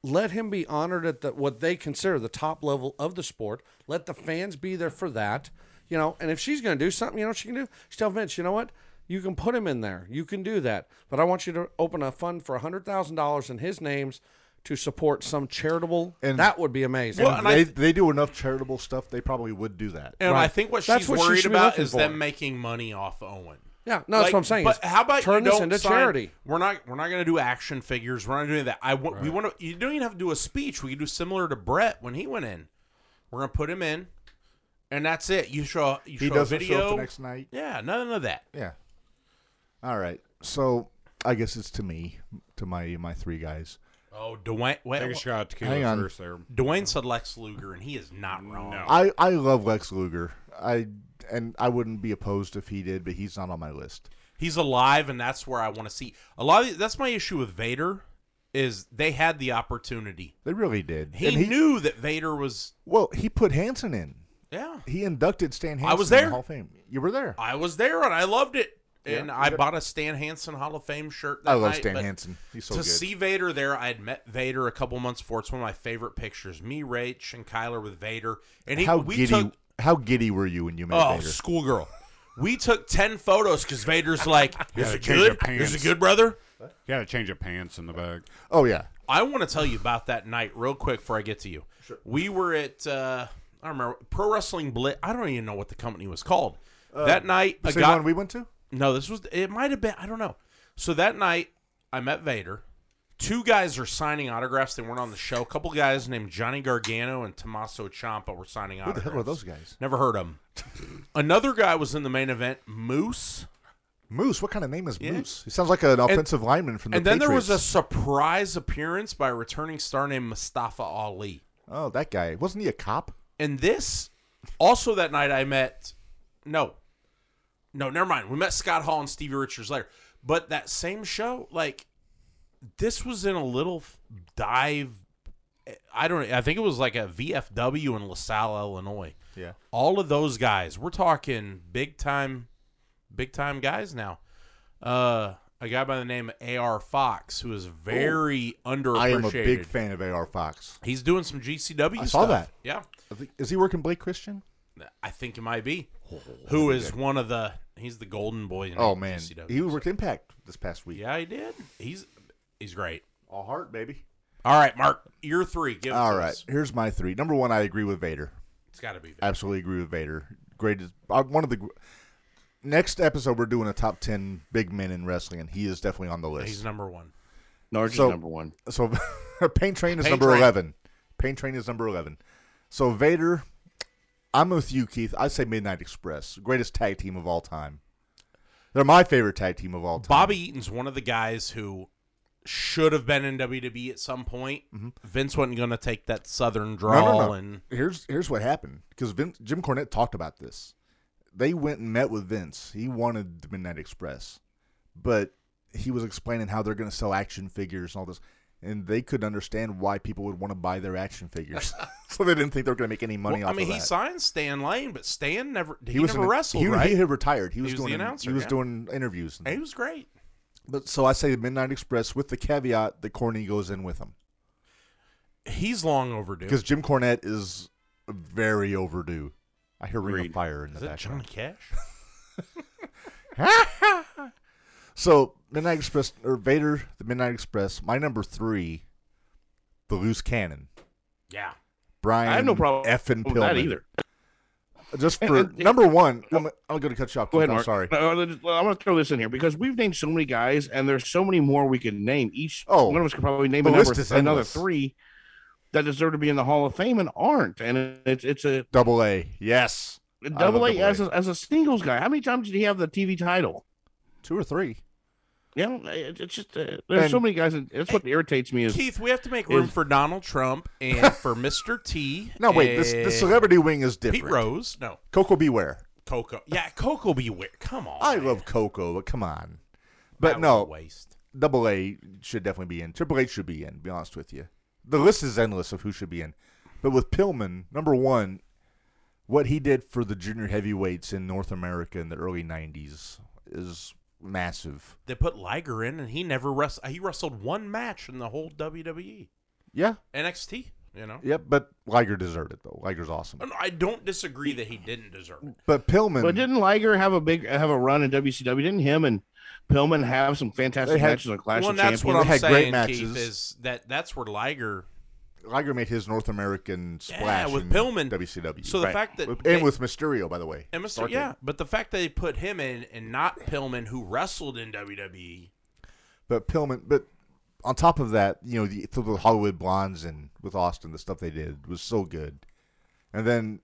Speaker 6: Let him be honored at the, what they consider the top level of the sport. Let the fans be there for that, you know. And if she's going to do something, you know, what she can do. She tell Vince, you know what. You can put him in there. You can do that. But I want you to open a fund for $100,000 in his names to support some charitable
Speaker 2: And-
Speaker 6: that would be amazing.
Speaker 3: Well, and I
Speaker 2: they,
Speaker 3: th-
Speaker 2: they do enough charitable stuff, they probably would do that.
Speaker 3: And
Speaker 6: Right.
Speaker 3: I think what
Speaker 6: That's
Speaker 3: she's
Speaker 6: what she
Speaker 3: worried
Speaker 6: should be
Speaker 3: about
Speaker 6: looking
Speaker 3: is
Speaker 6: for.
Speaker 3: them making money off Owen.
Speaker 6: yeah, no, that's
Speaker 3: Like,
Speaker 6: what I'm saying.
Speaker 3: But
Speaker 6: is
Speaker 3: how about
Speaker 6: turn
Speaker 3: you
Speaker 6: this
Speaker 3: don't
Speaker 6: into
Speaker 3: sign-
Speaker 6: charity?
Speaker 3: We're not we're not going to do action figures. We're not doing that. I want we want to. You don't even have to do a speech. We can do similar to Brett when he went in. We're going to put him in, and that's it. You show you
Speaker 2: He
Speaker 3: show a
Speaker 2: doesn't
Speaker 3: video.
Speaker 2: show up the next night.
Speaker 3: yeah, none of that.
Speaker 2: Yeah. All right. So I guess it's to me, to my my three guys.
Speaker 3: Oh, Dwayne. Wait,
Speaker 4: Take a shot at tequila
Speaker 2: Hang on.
Speaker 4: first there.
Speaker 3: Dwayne said Lex Luger, and he is not wrong.
Speaker 4: No.
Speaker 2: I I love Lex Luger. I and I wouldn't be opposed if he did, but he's not on my list.
Speaker 3: He's alive, and that's where I want to see a lot. Of, that's my issue with Vader. Is they had the opportunity.
Speaker 2: They really did.
Speaker 3: He,
Speaker 2: And
Speaker 3: knew that Vader was.
Speaker 2: Well, he put Hanson in.
Speaker 3: Yeah,
Speaker 2: He inducted Stan Hansen.
Speaker 3: I was
Speaker 2: In
Speaker 3: there. Uh,
Speaker 2: the Hall of Fame. You were there.
Speaker 3: I was there and I loved it. And
Speaker 2: Yeah.
Speaker 3: I bought a Stan Hansen Hall of Fame shirt. That
Speaker 2: I love
Speaker 3: night,
Speaker 2: Stan
Speaker 3: but
Speaker 2: Hansen. He's so
Speaker 3: to
Speaker 2: good.
Speaker 3: see Vader there, I had met Vader a couple months before. It's one of my favorite pictures. Me, Rach, and Kyler with Vader. And he,
Speaker 2: how
Speaker 3: we
Speaker 2: giddy
Speaker 3: took
Speaker 2: how giddy were you when you met
Speaker 3: oh
Speaker 2: Vader?
Speaker 3: schoolgirl. We took ten photos because Vader's like, "Is
Speaker 4: Gotta
Speaker 3: it
Speaker 4: change
Speaker 3: good?
Speaker 4: your
Speaker 3: Is it
Speaker 4: pants."
Speaker 3: good, brother?"
Speaker 4: You had a change of pants in the back.
Speaker 2: Oh yeah.
Speaker 3: I want to tell you about that night real quick before I get to you. We were at uh, I don't remember Pro Wrestling Blitz. I don't even know what the company was called. that night, a
Speaker 2: Uh, Same
Speaker 3: guy,
Speaker 2: one we went to?
Speaker 3: No, this was it might have been I don't know. So that night I met Vader. Two guys are signing autographs. They weren't on the show. A couple guys named Johnny Gargano and Tommaso Ciampa were signing
Speaker 2: Who the
Speaker 3: autographs.
Speaker 2: hell are those guys?
Speaker 3: Never heard of them. Another guy was in the main event, Moose.
Speaker 2: Moose. What kind of name is Moose? He sounds like an offensive lineman from the
Speaker 3: and then there was a
Speaker 2: Patriots.
Speaker 3: surprise appearance by a returning star named Mustafa Ali.
Speaker 2: Oh, that guy. Wasn't he a cop?
Speaker 3: And this also that night I met no. No, never mind. We met Scott Hall and Stevie Richards later. But that same show, like this was in a little f- dive I don't I think it was like a VFW in LaSalle, Illinois.
Speaker 2: Yeah.
Speaker 3: All of those guys, we're talking big time big time guys now. Uh a guy by the name of AR Fox who is very underappreciated.
Speaker 2: I am a big fan of AR Fox.
Speaker 3: He's doing some GCW
Speaker 2: I saw
Speaker 3: stuff.
Speaker 2: that.
Speaker 3: Yeah.
Speaker 2: I think- Is he working Blake Christian?
Speaker 3: I think it might be. Who is one of the? He's the golden boy. In
Speaker 2: Oh man,
Speaker 3: GCW.
Speaker 2: he worked Impact this past week.
Speaker 3: yeah, he did. He's he's great.
Speaker 2: all heart, baby.
Speaker 3: All right, Mark, you're three. Give it
Speaker 2: All
Speaker 3: to
Speaker 2: right,
Speaker 3: us.
Speaker 2: here's my three. Number one, I agree with Vader.
Speaker 3: it's got to be. Vader.
Speaker 2: Absolutely agree with Vader. Greatest, uh, one of the. gr- Next episode, we're doing a top ten big men in wrestling, and he is definitely on the list.
Speaker 3: He's number one.
Speaker 7: Narge
Speaker 2: So-
Speaker 7: is number one.
Speaker 2: So Pain Train is
Speaker 3: Pain
Speaker 2: number
Speaker 3: Train.
Speaker 2: 11. Pain Train is number 11. So Vader, I'm with you, Keith. I say Midnight Express, greatest tag team of all time. They're my favorite tag team of all time.
Speaker 3: Bobby Eaton's one of the guys who should have been in WWE at some point. Vince wasn't going to take that
Speaker 2: Mm-hmm.
Speaker 3: Southern
Speaker 2: No,
Speaker 3: drawl,
Speaker 2: no, no.
Speaker 3: and
Speaker 2: Here's here's what happened because Vince, Jim Cornette talked about this. They went and met with Vince. He wanted the Midnight Express, but he was explaining how they're going to sell action figures and all this, and they couldn't understand why people would want to buy their action figures. so they didn't think they were going to make any money
Speaker 3: Well,
Speaker 2: off
Speaker 3: I mean,
Speaker 2: of
Speaker 3: he
Speaker 2: that.
Speaker 3: signed Stan Lane, but Stan never he,
Speaker 2: was
Speaker 3: never
Speaker 2: in-
Speaker 3: wrestled,
Speaker 2: he,
Speaker 3: right?
Speaker 2: He had retired. He was,
Speaker 3: was the
Speaker 2: doing
Speaker 3: announcer,
Speaker 2: He was
Speaker 3: yeah.
Speaker 2: doing interviews. and
Speaker 3: And he was great.
Speaker 2: But so I say the Midnight Express with the caveat that Corny goes in with him
Speaker 3: He's long overdue.
Speaker 2: because Jim Cornette is very overdue. I hear Ring of Fire in
Speaker 3: Is
Speaker 2: the
Speaker 3: that Johnny
Speaker 2: background.
Speaker 3: Cash?
Speaker 2: So Midnight Express or Vader, the Midnight Express. My number three, the Loose Cannon.
Speaker 3: yeah.
Speaker 2: Brian,
Speaker 7: I have no problem
Speaker 2: F and
Speaker 7: with that either.
Speaker 2: Just
Speaker 7: And-
Speaker 2: for
Speaker 7: and-
Speaker 2: number one, I'm, I'm going to cut you off.
Speaker 7: Go ahead,
Speaker 2: Keith, I'm
Speaker 7: Mark.
Speaker 2: sorry.
Speaker 7: No, no, just- well, I'm going to throw this in here because we've named so many guys, and there's so many more we could name. Each
Speaker 2: Oh,
Speaker 7: one of us could probably name
Speaker 2: the
Speaker 7: a
Speaker 2: list
Speaker 7: number,
Speaker 2: is
Speaker 7: another
Speaker 2: endless.
Speaker 7: three that deserve to be in the Hall of Fame and aren't. And it- it's it's a
Speaker 2: Double A, yes,
Speaker 7: double
Speaker 2: double
Speaker 7: A
Speaker 2: A.
Speaker 7: as a, as a singles guy. How many times did he have the TV title?
Speaker 2: two or three.
Speaker 7: Yeah, it, it's just uh, there's
Speaker 2: And-
Speaker 7: so many guys. And that's what irritates me is
Speaker 3: Keith, we have to make room
Speaker 7: is-
Speaker 3: for Donald Trump and for Mr. T.
Speaker 2: No, wait. This the
Speaker 3: and
Speaker 2: celebrity wing is
Speaker 3: Eh, Pete
Speaker 2: different.
Speaker 3: Rose. No.
Speaker 2: Coco Beware.
Speaker 3: Coco. Yeah, Coco Beware. Come on.
Speaker 2: I
Speaker 3: man.
Speaker 2: love Coco, but come on.
Speaker 3: Oh, That
Speaker 2: But
Speaker 3: was a
Speaker 2: no,
Speaker 3: waste.
Speaker 2: Double A should definitely be in. Triple H should be in. to Be honest with you, the list is endless of who should be in. But with Pillman, number one, what he did for the junior heavyweights in North America in the early '90s is massive.
Speaker 3: They put Liger in, and he never wrestled. He wrestled one match in the whole E. WWE,
Speaker 2: Yeah,
Speaker 3: NXT. You know,
Speaker 2: yep. But Liger deserved it though. Liger's awesome.
Speaker 3: And I don't disagree that he didn't deserve it.
Speaker 2: But Pillman,
Speaker 7: But didn't Liger have a big have a run in WCW? Didn't him and Pillman have some fantastic
Speaker 2: They had-
Speaker 7: matches on Clash
Speaker 3: well, and
Speaker 7: of
Speaker 3: that's
Speaker 7: Champions?
Speaker 3: what
Speaker 2: They
Speaker 3: I'm
Speaker 2: had great
Speaker 3: saying,
Speaker 2: matches.
Speaker 3: Keith, is that that's where Liger.
Speaker 2: Liger made his North American
Speaker 3: Yeah,
Speaker 2: splash
Speaker 3: with
Speaker 2: in
Speaker 3: Pillman.
Speaker 2: WCW.
Speaker 3: So the fact that-
Speaker 2: and
Speaker 3: they-
Speaker 2: with Mysterio, by the way,
Speaker 3: And Mr.
Speaker 2: Starcade.
Speaker 3: Yeah, but the fact that they put him in and not Pillman, who wrestled in E, WWE,
Speaker 2: But Pillman, but on top of that, you know, the, through the Hollywood Blondes and with Austin, the stuff they did was so good. And then,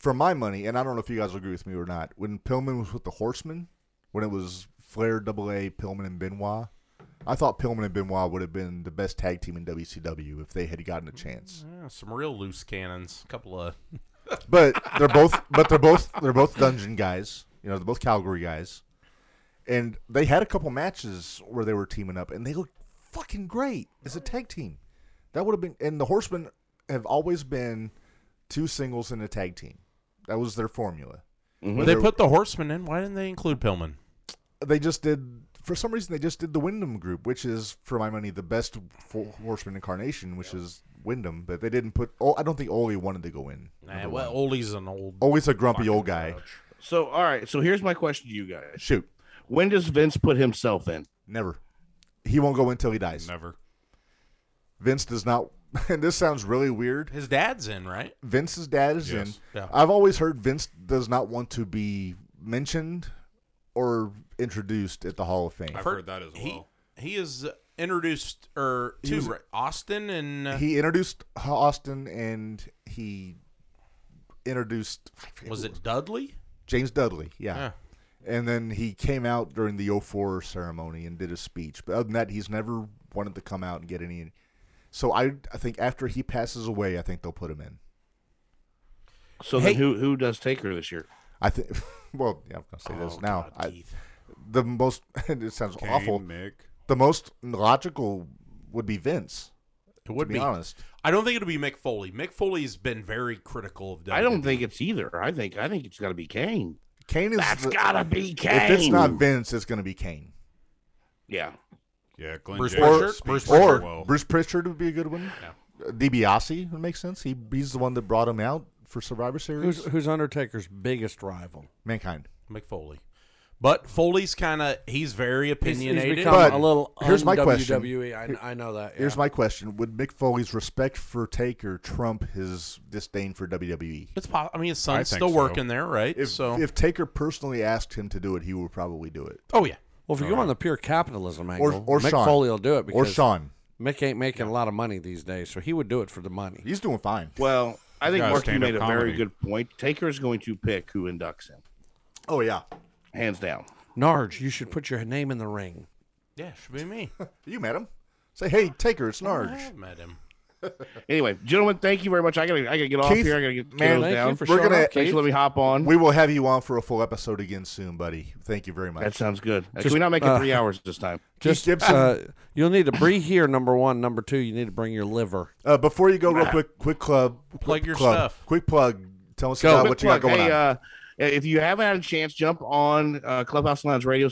Speaker 2: for my money, and I don't know if you guys will agree with me or not, when Pillman was with the Horsemen, when it was Flair, Double A, Pillman, and Benoit, I thought Pillman and Benoit would have been the best tag team in WCW if they had gotten a chance.
Speaker 3: yeah, some real loose cannons, a couple of
Speaker 2: But they're both, but they're both, they're both dungeon guys. You know, they're both Calgary guys, and they had a couple matches where they were teaming up, and they looked fucking great as a tag team. That would have been, and the Horsemen have always been two singles and a tag team. That was their formula.
Speaker 3: Well, they put the Horseman in. Why didn't they include Pillman?
Speaker 2: They just did, for some reason, they just did the Wyndham group, which is, for my money, the best for Horseman incarnation, which is Wyndham. But they didn't put. Oh, I don't think Ole wanted to go in.
Speaker 3: Nah, well, Ole's an old.
Speaker 2: Always a grumpy old guy.
Speaker 7: So all right, so here's my question to you guys:
Speaker 2: Shoot,
Speaker 7: When does Vince put himself in?
Speaker 2: never. He won't go in till he dies.
Speaker 4: Never.
Speaker 2: Vince does not. And this sounds really weird.
Speaker 3: His dad's in, right?
Speaker 2: Vince's dad is
Speaker 4: Yes.
Speaker 2: in.
Speaker 3: Yeah.
Speaker 2: I've always heard Vince does not want to be mentioned or introduced at the Hall of Fame.
Speaker 4: I've heard that as
Speaker 3: He
Speaker 4: well.
Speaker 3: he is introduced or
Speaker 2: He
Speaker 3: to
Speaker 2: was-
Speaker 3: right? Austin and uh,
Speaker 2: He introduced Austin and he introduced I forget
Speaker 3: uh, was
Speaker 2: who
Speaker 3: it Dudley?
Speaker 2: James Dudley. Yeah.
Speaker 3: Yeah.
Speaker 2: And then he came out during the 04 ceremony and did a speech. But other than that, he's never wanted to come out and get any. So I, I think after he passes away, I think they'll put him in.
Speaker 7: So
Speaker 3: Hey-
Speaker 7: then, who who does take her this year?
Speaker 2: I think. Well, yeah, I'm gonna say this
Speaker 3: Oh,
Speaker 2: now.
Speaker 3: God,
Speaker 2: I,
Speaker 3: Keith.
Speaker 2: the most and it sounds
Speaker 4: Kane,
Speaker 2: awful.
Speaker 4: Mick.
Speaker 2: The most logical would be Vince.
Speaker 3: It would
Speaker 2: to be,
Speaker 3: be.
Speaker 2: honest,
Speaker 3: I don't think it'll be Mick Foley. Mick Foley's been very critical of. E. WWE.
Speaker 7: I don't think it's either. I think I think it's got to be Kane.
Speaker 2: Kane is.
Speaker 7: That's
Speaker 2: the-
Speaker 7: gotta be Kane.
Speaker 2: If it's not Vince, it's going to be Kane
Speaker 7: yeah.
Speaker 4: Yeah, Glenn
Speaker 3: Bruce
Speaker 4: Jacobs
Speaker 3: Pritchard?
Speaker 4: speaks
Speaker 3: Bruce
Speaker 4: really
Speaker 2: or
Speaker 3: Pritchard.
Speaker 4: well.
Speaker 2: Bruce Pritchard would be a good one. Uh, DiBiase would make sense. He he's the one that brought him out for Survivor Series.
Speaker 6: Who's who's Undertaker's biggest rival?
Speaker 2: Mankind.
Speaker 3: Mick Foley, but Foley's kind of he's very
Speaker 6: He's, he's
Speaker 3: opinionated.
Speaker 6: become
Speaker 2: But
Speaker 6: a little.
Speaker 2: here's my question.
Speaker 6: WWE. I, I know that. Yeah.
Speaker 2: Here's my question: Would Mick Foley's respect for Taker trump his disdain for WWE?
Speaker 3: it's po- I mean his
Speaker 4: I
Speaker 3: son's
Speaker 4: think
Speaker 3: still
Speaker 4: so.
Speaker 3: working there, right?
Speaker 2: If,
Speaker 3: so
Speaker 2: if Taker personally asked him to do it, he would probably do it.
Speaker 3: oh yeah,
Speaker 6: Well, if you go on the pure capitalism angle,
Speaker 2: Or or
Speaker 6: Mick
Speaker 2: Sean
Speaker 6: Foley will do it because
Speaker 2: or Sean.
Speaker 6: Mick ain't making a lot of money these days, so he would do it for the money.
Speaker 2: He's doing fine.
Speaker 7: Well, I think
Speaker 4: got a
Speaker 7: Mark, you
Speaker 4: stand-up
Speaker 7: made a very
Speaker 4: comedy.
Speaker 7: good point. Taker is going to pick who inducts him,
Speaker 2: Oh yeah,
Speaker 7: hands down.
Speaker 6: Narge, you should put your name in the ring.
Speaker 3: Yeah, should be me.
Speaker 2: you met him. Say hey, Taker, it's
Speaker 3: I
Speaker 2: Narge.
Speaker 3: have met him.
Speaker 7: Anyway, gentlemen, thank you very much. I gotta, I gotta get off
Speaker 2: Keith,
Speaker 7: here. I gotta get
Speaker 2: man,
Speaker 7: kiddos
Speaker 6: Thank
Speaker 7: down.
Speaker 6: you for
Speaker 2: We're
Speaker 6: showing
Speaker 2: gonna-
Speaker 6: up,
Speaker 7: Thanks
Speaker 6: Keith.
Speaker 7: for letting me hop on.
Speaker 2: We will have you on for a full episode again soon, buddy. Thank you very much.
Speaker 7: that sounds good. Can we not make it
Speaker 2: uh,
Speaker 7: three hours this time?
Speaker 6: Just
Speaker 2: Gibson.
Speaker 6: Uh, you'll need to breathe here. Number one, number two, you need to bring your liver.
Speaker 2: Uh, before you go, real quick, quick club, quick
Speaker 3: your
Speaker 2: club,
Speaker 3: stuff.
Speaker 2: Quick plug. Tell us
Speaker 6: Go.
Speaker 2: about
Speaker 7: Quick
Speaker 2: what you got
Speaker 7: plug,
Speaker 2: going
Speaker 7: hey,
Speaker 2: on.
Speaker 7: Uh, if you haven't had a chance, jump on uh, Clubhouse Lounge Radio,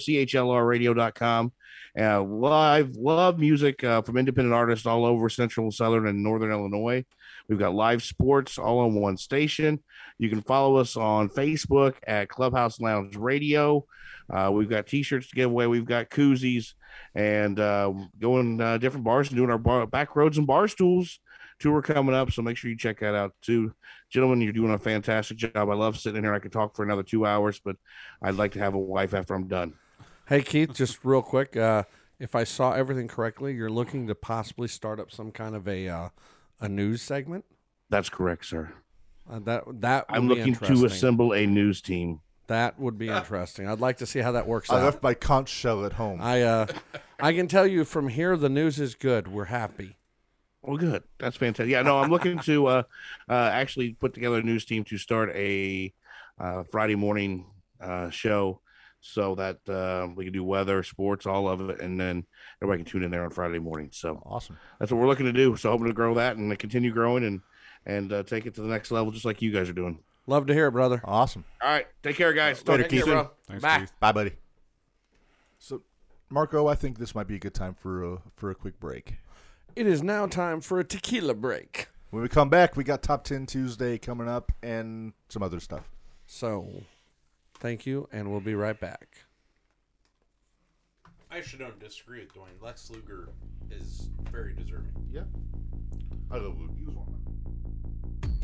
Speaker 7: chlrradio.com. Uh, live, love music uh, from independent artists all over Central, Southern, and Northern Illinois. We've got live sports all on one station. You can follow us on Facebook at Clubhouse Lounge Radio. Uh, we've got T-shirts to give away. We've got koozies, and uh, going uh, different bars and doing our bar, back roads and bar stools tour coming up. So make sure you check that out too gentlemen, you're doing a fantastic job. I love sitting in here. I could talk for another two hours, but I'd like to have a wife after I'm done.
Speaker 6: Hey Keith, just real quick, uh, if I saw everything correctly, you're looking to possibly start up some kind of a uh, a news segment.
Speaker 7: That's correct, sir.
Speaker 6: Uh, that that would
Speaker 7: I'm
Speaker 6: be
Speaker 7: looking to
Speaker 6: interesting.
Speaker 7: assemble a news team.
Speaker 6: That would be interesting. I'd like to see how that works
Speaker 7: uh,
Speaker 2: I
Speaker 6: out.
Speaker 2: left my conch shell at home.
Speaker 6: I uh, I can tell you from here, the news is good. We're happy.
Speaker 7: Well, good. That's fantastic. Yeah, no, I'm looking to uh, uh, actually put together a news team to start a uh, Friday morning uh, show so that uh, we can do weather, sports, all of it, and then everybody can tune in there on Friday morning. So
Speaker 2: awesome.
Speaker 7: that's what we're looking to do. So hoping to grow that and continue growing and and uh, take it to the next level, just like you guys are doing.
Speaker 6: Love to hear it, brother.
Speaker 2: Awesome.
Speaker 7: All right, take care, guys. Talk
Speaker 2: Later,
Speaker 7: to you
Speaker 2: Keith.
Speaker 7: soon.
Speaker 4: Thanks,
Speaker 6: Bye.
Speaker 4: Keith.
Speaker 2: Bye, buddy. So, Marco, I think this might be a good time for a, for a quick break.
Speaker 6: It is now time for a tequila break.
Speaker 2: When we come back, we got Top 10 Tuesday coming up and some other stuff.
Speaker 6: So, thank you, and we'll be right back.
Speaker 3: I actually don't disagree with Dwayne. Lex Luger is very deserving.
Speaker 2: Yeah. I love Luke. He was one of my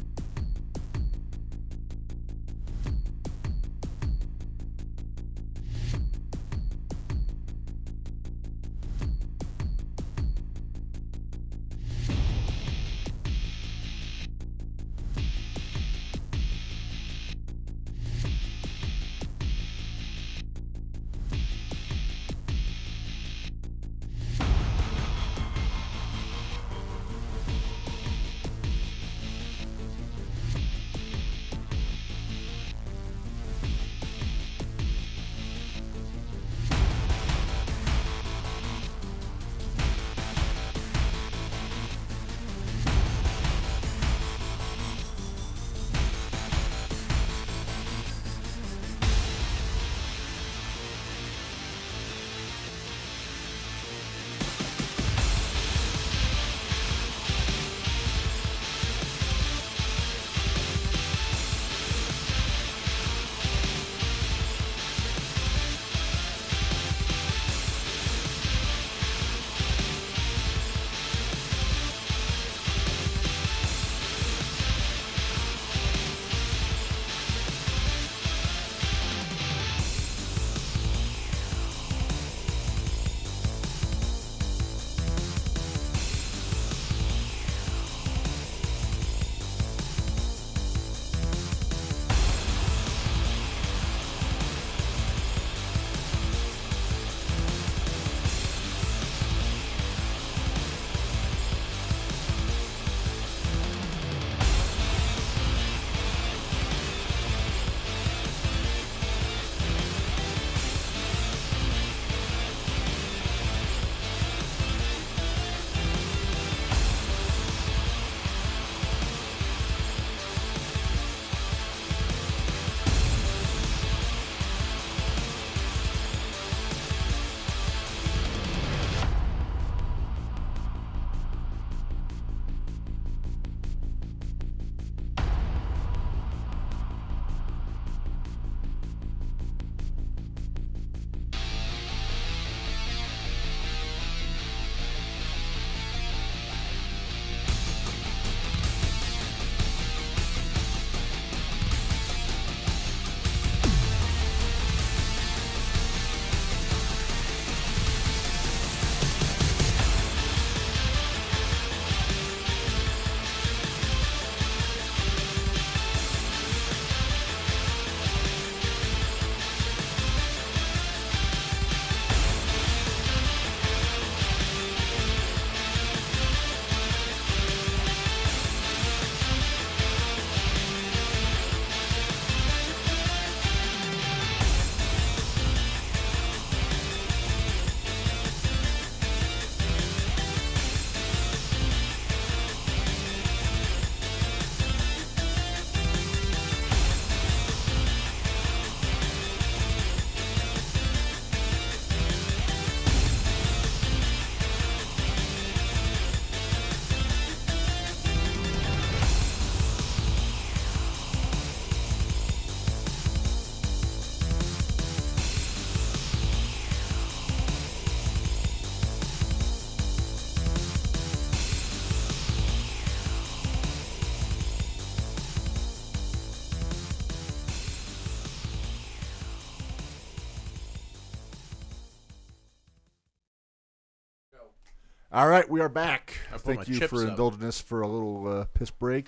Speaker 2: All right, we are back.
Speaker 3: I put my
Speaker 2: Thank you
Speaker 3: chips
Speaker 2: for
Speaker 3: up.
Speaker 2: indulging us for a little uh, piss break.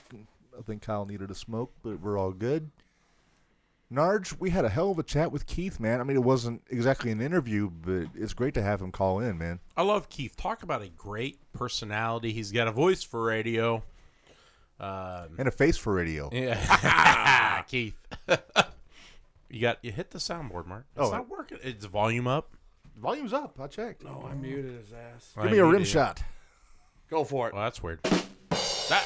Speaker 2: I think Kyle needed a smoke, but we're all good. Narge, we had a hell of a chat with Keith, man. I mean, it wasn't exactly an interview, but it's great to have him call in, man.
Speaker 3: I love Keith. Talk about a great personality. He's got a voice for radio. Um,
Speaker 2: And a face for radio.
Speaker 3: yeah, Keith. you got you hit the soundboard, Mark. It's
Speaker 2: Oh,
Speaker 3: not working. It's volume up.
Speaker 2: Volume's up. I checked.
Speaker 6: Oh, I muted his ass.
Speaker 2: Give me a rim shot.
Speaker 6: Go for it.
Speaker 3: Well, that's weird.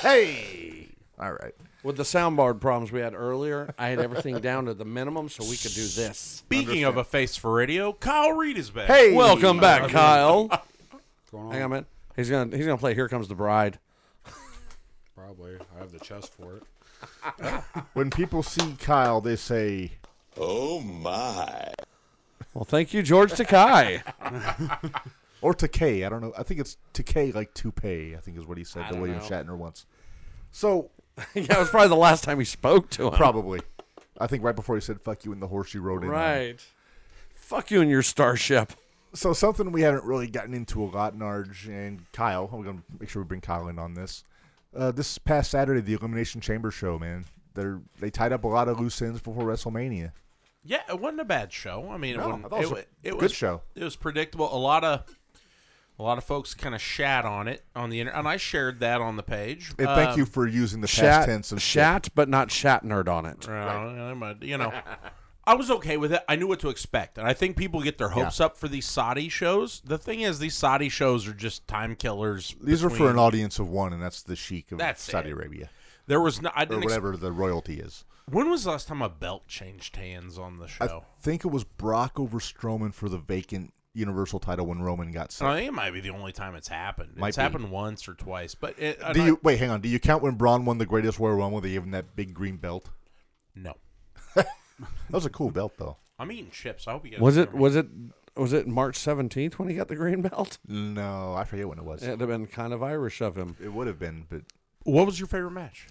Speaker 2: Hey! All right.
Speaker 6: With the soundboard problems we had earlier, I had everything down to the minimum so we could do this.
Speaker 3: Speaking of a face for radio, Kyle Reed is back.
Speaker 2: Hey!
Speaker 6: Welcome back,
Speaker 3: Hey.
Speaker 6: Kyle. Hang on, man. He's gonna he's gonna play "Here Comes the Bride."
Speaker 4: Probably. I have the chest for it.
Speaker 2: When people see Kyle, they say,
Speaker 6: Well, thank you, George Takai.
Speaker 2: or Takei. I don't know. I think it's Takei, like toupee, I think is what he said to William Shatner once. So,
Speaker 6: yeah, it was probably the last time we spoke to him.
Speaker 2: probably. I think right before he said fuck you in the horseshoe road. in, uh,
Speaker 6: Right. Fuck you and your starship.
Speaker 2: so something we haven't really gotten into a lot, Narge and Kyle. I'm gonna make sure we bring Kyle in on this. Uh, this past Saturday, the Elimination Chamber show, man. They're they tied up a lot of loose ends before WrestleMania.
Speaker 3: Yeah, it wasn't a bad show. I mean, it,
Speaker 2: No,
Speaker 3: wasn't,
Speaker 2: I thought it was
Speaker 3: wa-
Speaker 2: a good
Speaker 3: was
Speaker 2: show.
Speaker 3: It was predictable. A lot of a lot of folks kind of shat on it on the internet, and I shared that on the page.
Speaker 2: And thank you for using the past tense
Speaker 6: Shat,
Speaker 2: of
Speaker 6: shat, but not shat nerd on it.
Speaker 3: Uh, I'm a- you know, I was okay with it. I knew what to expect, and I think people get their hopes up for these Saudi shows. The thing is, these Saudi shows are just time killers.
Speaker 2: shit. These are for
Speaker 3: between-
Speaker 2: an audience of one, and that's the sheik of
Speaker 3: That's
Speaker 2: Saudi
Speaker 3: it.
Speaker 2: Arabia
Speaker 3: There was no. I
Speaker 2: or
Speaker 3: didn't. ex-
Speaker 2: whatever the royalty is.
Speaker 3: when was the last time a belt changed hands on the
Speaker 2: I
Speaker 3: show?
Speaker 2: think it was Brock over Strowman for the vacant Universal title when Roman got sick.
Speaker 3: I, think it might be the only time it's happened.
Speaker 2: Might
Speaker 3: it's
Speaker 2: be.
Speaker 3: happened once or twice, but it, and
Speaker 2: do
Speaker 3: I-
Speaker 2: you wait? Hang on. Do you count when Braun won the Greatest Royal Rumble? They gave him that big green belt.
Speaker 3: no.
Speaker 2: That was a cool belt, though.
Speaker 3: I'm eating chips. I hope you guys
Speaker 6: Was
Speaker 3: can
Speaker 6: it?
Speaker 3: hear me.
Speaker 6: Was it? Was it March seventeenth when he got the green belt?
Speaker 2: No, I forget when it was.
Speaker 6: It'd have been kind of Irish of him.
Speaker 2: It would have been, but
Speaker 3: What was your favorite match?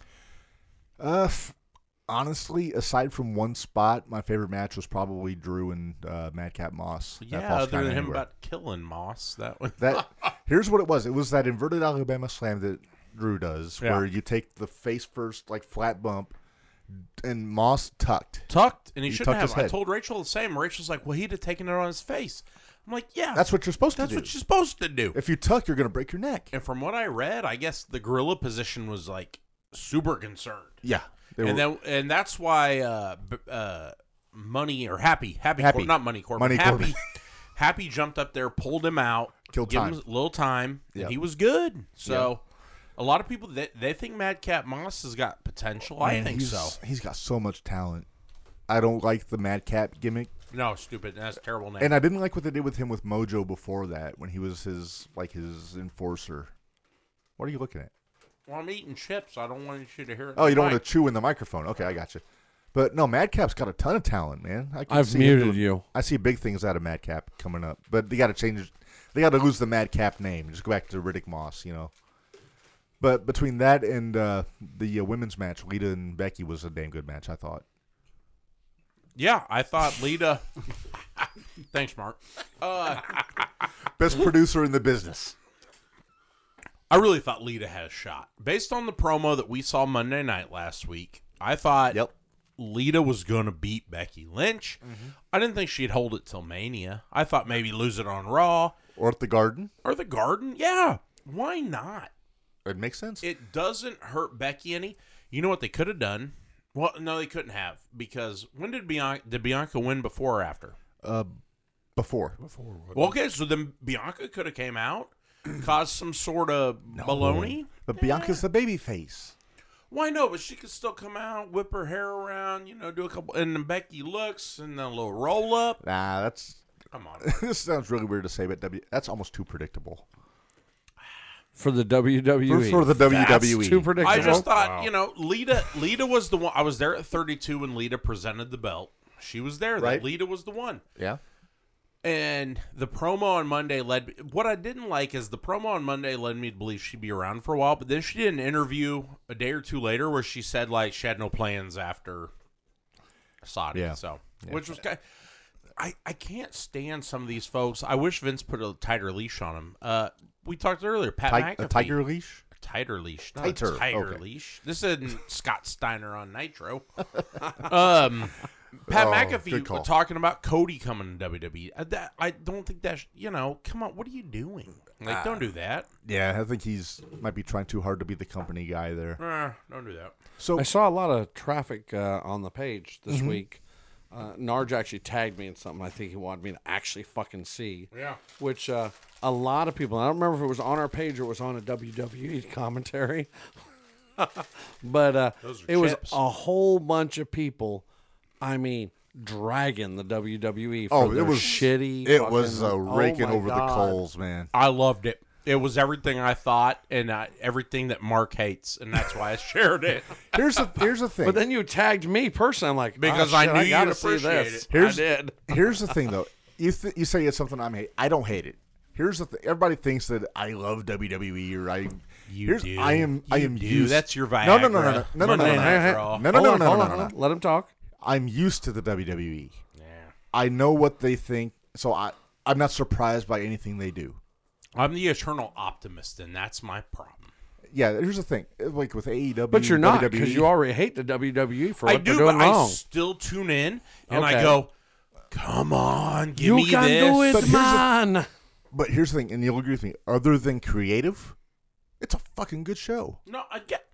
Speaker 2: uh, f- honestly, aside from one spot, my favorite match was probably Drew and uh, Madcap Moss. at
Speaker 3: Yeah,
Speaker 2: Falls
Speaker 3: other
Speaker 2: Count
Speaker 3: than him
Speaker 2: Anywhere.
Speaker 3: about killing Moss, that one.
Speaker 2: that. Here's what it was. It was that inverted Alabama slam that Drew does,
Speaker 3: Yeah.
Speaker 2: where you take the face first, like flat bump, and Moss tucked.
Speaker 3: tucked, and he,
Speaker 2: He
Speaker 3: shouldn't
Speaker 2: tucked his
Speaker 3: have. I
Speaker 2: head.
Speaker 3: told Rachel the same. Rachel's like, "Well, he'd have taken it on his face." I'm like, "Yeah,
Speaker 2: That's what you're supposed
Speaker 3: that's
Speaker 2: to do.
Speaker 3: what you're supposed to do."
Speaker 2: if you tuck, you're gonna break your neck.
Speaker 3: and from what I read, I guess the gorilla position was like super concerned,
Speaker 2: Yeah. They
Speaker 3: and
Speaker 2: were-
Speaker 3: then and that's why uh, b- uh, money or happy, happy,
Speaker 2: Happy.
Speaker 3: Cor- not money, Corbin,
Speaker 2: Money
Speaker 3: happy,
Speaker 2: Corbin.
Speaker 3: happy jumped up there, pulled him out,
Speaker 2: Killed
Speaker 3: gave
Speaker 2: time.
Speaker 3: him a little time, and
Speaker 2: Yeah.
Speaker 3: he was good. So. A lot of people they, they think Madcap Moss has got potential. Oh, I
Speaker 2: Man,
Speaker 3: think
Speaker 2: he's-
Speaker 3: so.
Speaker 2: He's got so much talent. I don't like the Madcap gimmick.
Speaker 3: No, stupid. That's a terrible name.
Speaker 2: And I didn't like what they did with him with Mojo before that when he was his like his enforcer. What are you looking at?
Speaker 3: Well, I'm eating chips. I don't want you to hear it.
Speaker 2: Oh, you don't want to chew in the microphone. Okay, I got you. But no, Madcap's got a ton of talent, man. I can
Speaker 6: I've
Speaker 2: see him
Speaker 6: muted
Speaker 2: doing-
Speaker 6: you.
Speaker 2: I see big things out of Madcap coming up, but they got to change. They got to lose the Madcap name. Just go back to Riddick Moss, you know. But between that and uh, the uh, women's match, Lita and Becky was a damn good match, I thought.
Speaker 3: Yeah, I thought Lita. Thanks, Mark.
Speaker 2: Best producer in the business.
Speaker 3: I really thought Lita had a shot based on the promo that we saw Monday night last week. I thought
Speaker 2: Yep. Mm-hmm.
Speaker 3: Lita was gonna beat Becky Lynch. I didn't think she'd hold it till Mania. I thought maybe lose it on Raw
Speaker 2: Or at the Garden,
Speaker 3: or the Garden. Yeah, why not?
Speaker 2: it makes sense.
Speaker 3: It doesn't hurt Becky any. You know what they could have done? Well, no, they couldn't have because when did Bianca did Bianca win before or after?
Speaker 2: uh, before
Speaker 3: Well, okay, so then Bianca could have came out, caused some sort of baloney.
Speaker 2: But Bianca's the baby face.
Speaker 3: Why no? But she could still come out, whip her hair around, you know, do a couple, and then Becky looks, and then a little roll up.
Speaker 2: Nah, that's
Speaker 3: Come on,
Speaker 2: this sounds really weird to say, but w, that's almost too predictable
Speaker 6: For the E. WWE.
Speaker 2: for, for the E. WWE.
Speaker 6: That's too
Speaker 3: I
Speaker 6: predictable.
Speaker 3: just thought, you know, Lita, Lita was the one. I was there at 32 when Lita presented the belt. She was there.
Speaker 2: Right.
Speaker 3: That Lita was the one.
Speaker 2: yeah,
Speaker 3: And the promo on Monday led me, what I didn't like is the promo on Monday led me to believe she'd be around for a while, but then she did an interview a day or two later where she said like she had no plans after Saudi.
Speaker 2: Yeah.
Speaker 3: So, which was kind I, I can't stand some of these folks. I wish Vince put a tighter leash on them. Uh, we talked earlier, Pat
Speaker 2: Ti-
Speaker 3: McAfee.
Speaker 2: a tiger leash?
Speaker 3: tighter leash, not
Speaker 2: Tighter,
Speaker 3: a tiger
Speaker 2: okay.
Speaker 3: leash. This isn't Scott Steiner on Nitro. um, Pat
Speaker 2: Oh,
Speaker 3: McAfee
Speaker 2: good call.
Speaker 3: talking about Cody coming to WWE. Uh, that- I don't think that sh- you know. Come on, what are you doing? Like,
Speaker 6: Ah.
Speaker 3: don't do that.
Speaker 2: Yeah, I think he's might be trying too hard to be the company guy there.
Speaker 3: Uh, don't do that.
Speaker 2: So
Speaker 6: I saw a lot of traffic uh, on the page this
Speaker 3: Mm-hmm.
Speaker 6: week. Uh, Narj actually tagged me in something I think he wanted me to actually fucking see.
Speaker 3: Yeah.
Speaker 6: Which uh, a lot of people, I don't remember if it was on our page or it was on a WWE commentary, but uh,
Speaker 3: are
Speaker 6: it was
Speaker 3: chips.
Speaker 6: a whole bunch of people, I mean, dragging the WWE for
Speaker 2: Oh, it
Speaker 6: their
Speaker 2: was-
Speaker 6: shitty.
Speaker 2: it was
Speaker 6: fucking-
Speaker 2: uh,
Speaker 6: oh
Speaker 2: raking
Speaker 6: my
Speaker 2: over the
Speaker 6: God.
Speaker 2: coals, man.
Speaker 3: I loved it. It was everything I thought and uh, everything that Mark hates, and that's why I shared it
Speaker 2: Here's the here's the thing.
Speaker 6: But then you tagged me personally. I'm like,
Speaker 3: because
Speaker 6: "Ah,
Speaker 3: I
Speaker 6: shit,
Speaker 3: knew
Speaker 6: gotta
Speaker 3: you'd
Speaker 6: see
Speaker 3: appreciate
Speaker 6: this."
Speaker 3: it.
Speaker 2: Here's-
Speaker 3: I did.
Speaker 2: Here's the thing, though. You th- you say it's something I'm hate. I don't hate it. Here's the thing. Everybody thinks that I love WWE or I.
Speaker 3: You
Speaker 2: here's,
Speaker 3: do.
Speaker 2: I am. I
Speaker 3: You
Speaker 2: am
Speaker 3: do.
Speaker 2: used.
Speaker 3: That's your
Speaker 2: No, no, no, no,
Speaker 3: Viagra.
Speaker 2: no, no, no, no,
Speaker 3: Monday
Speaker 2: no,
Speaker 3: Night
Speaker 2: no,
Speaker 3: Raw.
Speaker 2: no, no,
Speaker 6: Hold
Speaker 2: no,
Speaker 6: on,
Speaker 2: no,
Speaker 6: hold
Speaker 2: no,
Speaker 6: on,
Speaker 2: no,
Speaker 6: hold
Speaker 2: no.
Speaker 6: on. Let him talk.
Speaker 2: I'm used to the WWE. I know what they think, so I I'm not surprised by anything they do.
Speaker 3: I'm the eternal optimist, and that's my problem.
Speaker 2: Yeah, here's the thing. Like with E AEW,
Speaker 6: But you're not
Speaker 2: WWE,
Speaker 6: because you already hate the WWE for what
Speaker 3: E. I do,
Speaker 6: they're doing
Speaker 3: but I
Speaker 6: wrong.
Speaker 3: still tune in and I
Speaker 6: Okay.
Speaker 3: go, "Come on, give
Speaker 6: you
Speaker 3: me
Speaker 6: can
Speaker 3: this."
Speaker 6: do it,
Speaker 2: But here's the-
Speaker 6: man.
Speaker 2: But here's the thing, and you'll agree with me. Other than creative, it's a fucking good show.
Speaker 3: No, I get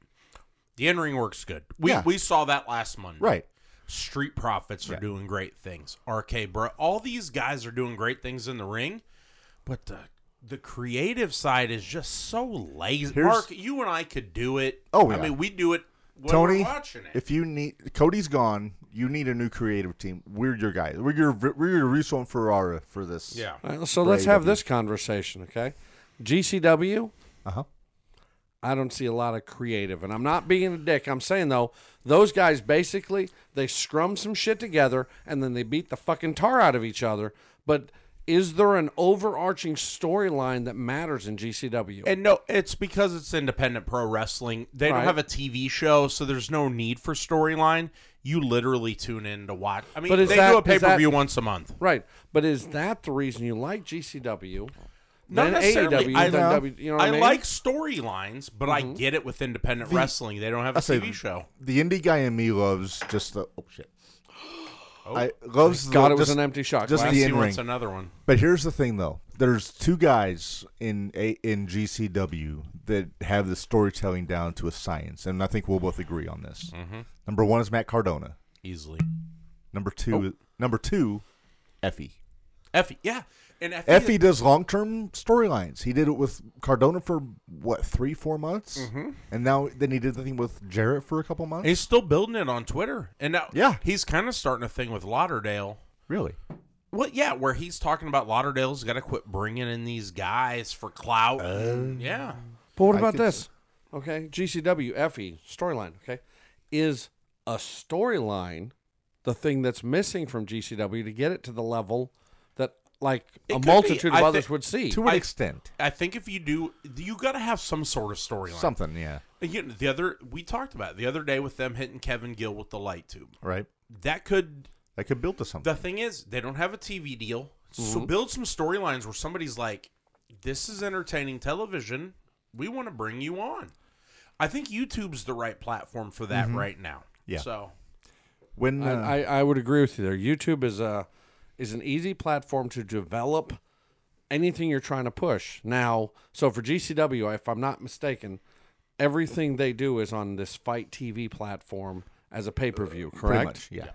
Speaker 3: the in ring works good. We
Speaker 2: Yeah.
Speaker 3: we saw that last Monday.
Speaker 2: Right.
Speaker 3: Street Profits are
Speaker 2: Yeah.
Speaker 3: doing great things. RK Bro, all these guys are doing great things in the ring, but the the creative side is just so lazy.
Speaker 2: Here's-
Speaker 3: Mark, you and I could do it.
Speaker 2: Oh,
Speaker 3: I
Speaker 2: yeah.
Speaker 3: mean, we do it when
Speaker 2: Tony,
Speaker 3: we're watching it.
Speaker 2: if you need Cody's gone, you need a new creative team. We're your guy. We're your we're your Russo and Ferrara for this.
Speaker 3: yeah,
Speaker 6: All right, so let's have this conversation, okay? GCW.
Speaker 2: Uh
Speaker 3: Uh-huh.
Speaker 2: huh.
Speaker 6: I don't see a lot of creative, and I'm not being a dick. I'm saying though, those guys basically they scrum some shit together and then they beat the fucking tar out of each other. But is there an overarching storyline that matters in GCW?
Speaker 3: And no, it's because it's independent pro wrestling. They
Speaker 6: Right.
Speaker 3: don't have a TV show, so there's no need for storyline. You literally tune in to watch. I mean,
Speaker 6: But is
Speaker 3: they
Speaker 6: that-
Speaker 3: do a
Speaker 6: is
Speaker 3: pay per view
Speaker 6: that-
Speaker 3: once a month.
Speaker 6: right, but is that the reason you like GCW?
Speaker 3: Not
Speaker 6: then
Speaker 3: necessarily.
Speaker 6: AEW,
Speaker 3: I,
Speaker 6: then
Speaker 2: know.
Speaker 6: E W, you know what I,
Speaker 3: I
Speaker 6: mean?
Speaker 3: like storylines, but I get it with independent wrestling. They don't have a
Speaker 2: I say
Speaker 3: TV show.
Speaker 2: The indie guy in me loves just the oh shit.
Speaker 3: Oh.
Speaker 2: I loves the-
Speaker 6: God, it was
Speaker 2: just-
Speaker 6: an empty shot
Speaker 2: Just
Speaker 6: glass.
Speaker 2: the
Speaker 3: See
Speaker 2: in ring.
Speaker 3: what's another one.
Speaker 2: But here's the thing, though. There's two guys in a, in GCW that have the storytelling down to a science, and I think we'll both agree on this.
Speaker 3: Mm-hmm.
Speaker 2: Number one is Matt Cardona.
Speaker 3: Easily.
Speaker 2: Number
Speaker 3: Oh.
Speaker 2: two, number two, Effie.
Speaker 3: Effie. Yeah. And Effie.
Speaker 2: Effie does long term storylines. He did it with Cardona for what three, four months, mm-hmm. and now then he did the thing with Jarrett for a couple months.
Speaker 3: He's still building it on Twitter. And now
Speaker 2: Yeah.
Speaker 3: he's kind of starting a thing with Lauderdale.
Speaker 2: really?
Speaker 3: Well, yeah, where he's talking about Lauderdale's got to quit bringing in these guys for clout. yeah.
Speaker 6: But what
Speaker 2: I
Speaker 6: about
Speaker 2: could
Speaker 6: this? Okay, GCW FE E, storyline. Okay, is a storyline the thing that's missing from GCW to get it to the level that like
Speaker 3: It
Speaker 6: a
Speaker 3: could be.
Speaker 6: multitude
Speaker 3: I
Speaker 6: of
Speaker 3: thi-
Speaker 6: others would see?
Speaker 2: To an
Speaker 3: I-
Speaker 2: extent,
Speaker 3: I think if you do, you got to have some sort of storyline.
Speaker 2: something. Yeah.
Speaker 3: You know, the other we talked about it the other day with them hitting Kevin Gill with the light tube.
Speaker 2: Right.
Speaker 3: That could.
Speaker 2: That could build to something. Mm-hmm.
Speaker 3: The thing is, they don't have a TV deal, so build some storylines where somebody's like, "This is entertaining television. We want to bring you on." I think YouTube's the right platform for that right now.
Speaker 2: Mm-hmm. Yeah.
Speaker 3: So
Speaker 2: when uh,
Speaker 6: I, I, I would agree with you there. YouTube is a is an easy platform to develop anything you're trying to push. Now, so for GCW, if I'm not mistaken, everything they do is on this Fight TV platform as a pay per view,
Speaker 2: pretty
Speaker 6: correct?
Speaker 2: much, yeah.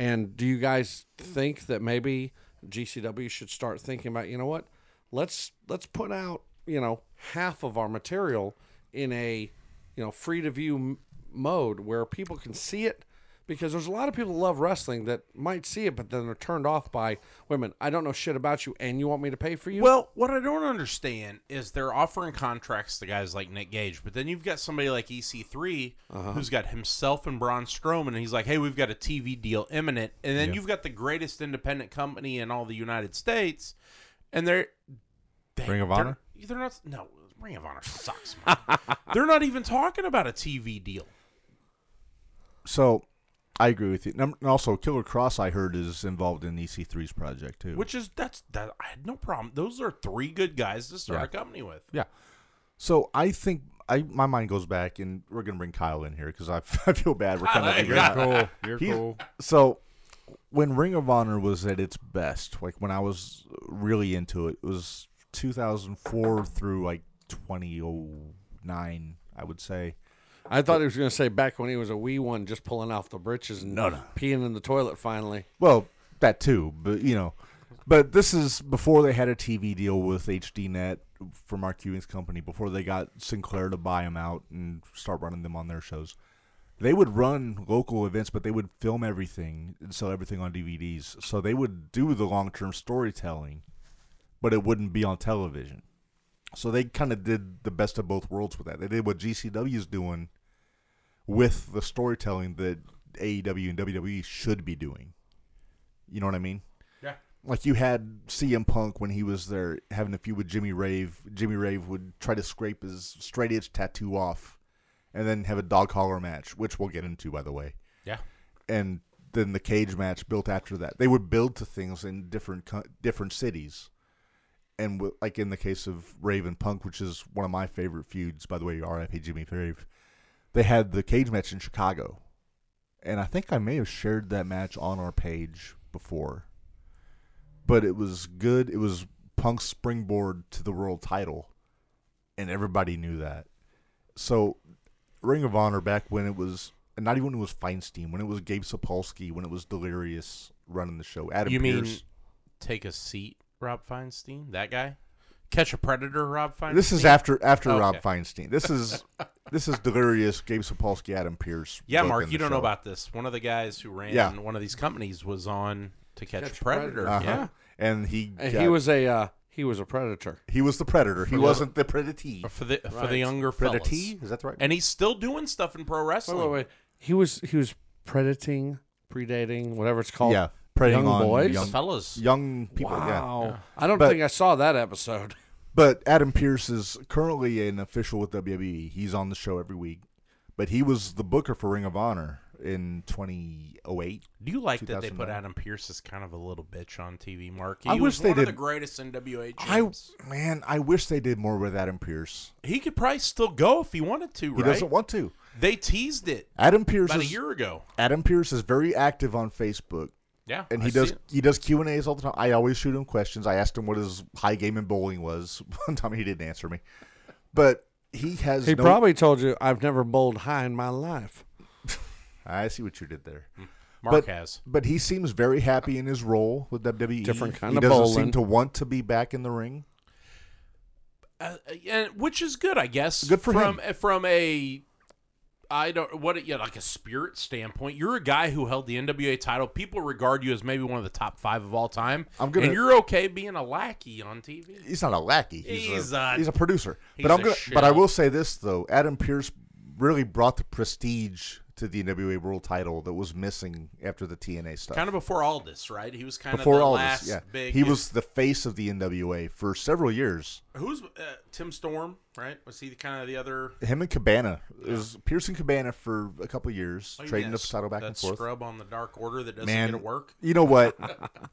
Speaker 6: And do you guys think that maybe GCW should start thinking about, you know what? Let's let's put out, you know, half of our material in a, you know, free to view m- mode where people can see it because there's a lot of people who love wrestling that might see it but then they're turned off by women. I don't know shit about you and you want me to pay for you?
Speaker 3: Well, what I don't understand is they're offering contracts to guys like Nick Gage, but then you've got somebody like EC3
Speaker 2: Uh-huh.
Speaker 3: who's got himself and Braun Strowman, and he's like, "Hey, we've got a TV deal imminent," and then you've got the greatest independent company in all the United States, and they're they,
Speaker 2: Ring of
Speaker 3: they're-
Speaker 2: Honor?
Speaker 3: They're not no Ring of Honor sucks. man. they're not even talking about a TV deal.
Speaker 2: so I agree with you. And I'm- and also, Killer Cross, I heard, is involved in EC3's project too.
Speaker 3: Which is that's that I had no problem. Those are three good guys to start
Speaker 2: Yeah.
Speaker 3: a company with.
Speaker 2: so I think I my mind goes back, and we're gonna bring Kyle in here because I, I feel bad. We're kind
Speaker 3: Kyle,
Speaker 2: of
Speaker 3: hey,
Speaker 4: You're cool. You're
Speaker 2: He's-
Speaker 4: cool.
Speaker 2: so when Ring of Honor was at its best, like when I was really into it, it was 2004 through like 2009, I would say.
Speaker 6: I thought he was going to say back when he was a wee one, just pulling off the britches and
Speaker 2: No, no.
Speaker 6: peeing in the toilet. Finally,
Speaker 2: Well, that too, but you know, but this is before they had a TV deal with HDNet for Mark Ewing's company. Before they got Sinclair to buy them out and start running them on their shows, they would run local events, but they would film everything and sell everything on DVDs. So they would do the long term storytelling, but it wouldn't be on television. So they kind of did the best of both worlds with that. They did what GCW is doing with the storytelling that AEW and WWE should be doing. You know what I mean?
Speaker 3: Yeah.
Speaker 2: Like you had CM Punk when he was there having a feud with Jimmy Rave. Jimmy Rave would try to scrape his straight edge tattoo off and then have a dog collar match, which we'll get into by the way.
Speaker 3: Yeah.
Speaker 2: And then the cage match built after that. They would build to things in different co- different cities. And w- like in the case of Rave and Punk, which is one of my favorite feuds, by the way, RIP Jimmy Rave, they had the cage match in Chicago. And I think I may have shared that match on our page before but it was good. It was Punk's springboard to the world title, and everybody knew that. So, Ring of Honor back when it was and not even when it was Feinstein, when it was Gabe Sapolsky, when it was Delirious running the show. Adam
Speaker 3: you mean
Speaker 2: Pearce.
Speaker 3: take a seat, Rob Feinstein? That guy? Catch a predator, Rob Feinstein?
Speaker 2: this is after after
Speaker 3: Okay.
Speaker 2: Rob Feinstein. This is this is Delirious, Gabe Sapolsky, Adam Pierce.
Speaker 3: Yeah, Mark, you don't know about this. One of the guys who ran
Speaker 2: Yeah.
Speaker 3: one of these companies was on to catch,
Speaker 6: Catch
Speaker 3: a predator.
Speaker 6: Predator.
Speaker 2: uh
Speaker 3: Yeah.
Speaker 2: and he
Speaker 6: And
Speaker 2: got-
Speaker 6: he was a uh, he was a predator.
Speaker 2: he was the predator. He wasn't the predatee.
Speaker 3: For the for
Speaker 6: Right.
Speaker 3: the younger fellas.
Speaker 2: Predatee is that the right?
Speaker 3: And he's still doing stuff in pro
Speaker 6: Wait,
Speaker 3: wrestling.
Speaker 6: wait, wait. He was he was predating, predating, whatever it's called.
Speaker 2: yeah, preying
Speaker 6: Young
Speaker 2: on
Speaker 6: boys?
Speaker 3: The
Speaker 2: young,
Speaker 3: fellas.
Speaker 2: young people. Yeah.
Speaker 6: Wow. I don't
Speaker 2: But-
Speaker 6: think I saw that episode.
Speaker 2: But Adam Pierce is currently an official with WWE. He's on the show every week. But he was the booker for Ring of Honor in 2008.
Speaker 3: Do you like that they put
Speaker 2: 2009.
Speaker 3: Adam Pierce as kind of a little bitch on TV, Mark? He
Speaker 2: I
Speaker 3: was
Speaker 2: wish they
Speaker 3: one of the
Speaker 2: didn't.
Speaker 3: greatest NWA
Speaker 2: I
Speaker 3: champs.
Speaker 2: man, I wish they did more with Adam Pierce.
Speaker 3: He could probably still go if he wanted to,
Speaker 2: He
Speaker 3: right?
Speaker 2: doesn't want to.
Speaker 3: they teased it
Speaker 2: Adam Pierce
Speaker 3: about a
Speaker 2: is
Speaker 3: year ago.
Speaker 2: Adam Pierce is very active on Facebook,
Speaker 3: Yeah.
Speaker 2: and
Speaker 3: I
Speaker 2: he
Speaker 3: see
Speaker 2: does
Speaker 3: it.
Speaker 2: he does Q and A's all the time. I always shoot him questions. I asked him what his high game in bowling was. One time he didn't answer me, but he has
Speaker 6: He
Speaker 2: no,
Speaker 6: probably told you I've never bowled high in my life.
Speaker 2: I see what you did there.
Speaker 3: Mark
Speaker 2: but-
Speaker 3: has.
Speaker 2: But he seems very happy in his role with WWE.
Speaker 6: Different kind
Speaker 2: he
Speaker 6: of
Speaker 2: doesn't
Speaker 6: bowling.
Speaker 2: seem to want to be back in the ring.
Speaker 3: uh, and which is good, I guess.
Speaker 2: Good for
Speaker 3: from
Speaker 2: him.
Speaker 3: from a I don't what yeah like a spirit standpoint. You're a guy who held the NWA title. People regard you as maybe one of the top five of all time.
Speaker 2: I'm gonna-
Speaker 3: and you're okay being a lackey on TV.
Speaker 2: He's not a lackey. He's,
Speaker 3: He's
Speaker 2: a,
Speaker 3: a-
Speaker 2: he's a producer.
Speaker 3: he's
Speaker 2: but I'm
Speaker 3: a
Speaker 2: gonna, but I
Speaker 3: shell.
Speaker 2: will say this though: Adam Pierce really brought the prestige to the NWA World Title that was missing after the TNA stuff.
Speaker 3: Kind of before all this, right? He was kind
Speaker 2: before
Speaker 3: of the
Speaker 2: all
Speaker 3: last
Speaker 2: this, yeah,
Speaker 3: big.
Speaker 2: he was the face of the NWA for several years.
Speaker 3: who's uh, Tim Storm, right? Was he kind of the other
Speaker 2: Him and Cabana it was Pierce and Cabana for a couple years,
Speaker 3: Oh,
Speaker 2: trading
Speaker 3: yes,
Speaker 2: the title back
Speaker 3: that
Speaker 2: and forth.
Speaker 3: Scrub on the Dark Order that doesn't
Speaker 2: Man.
Speaker 3: get to work.
Speaker 2: You know what?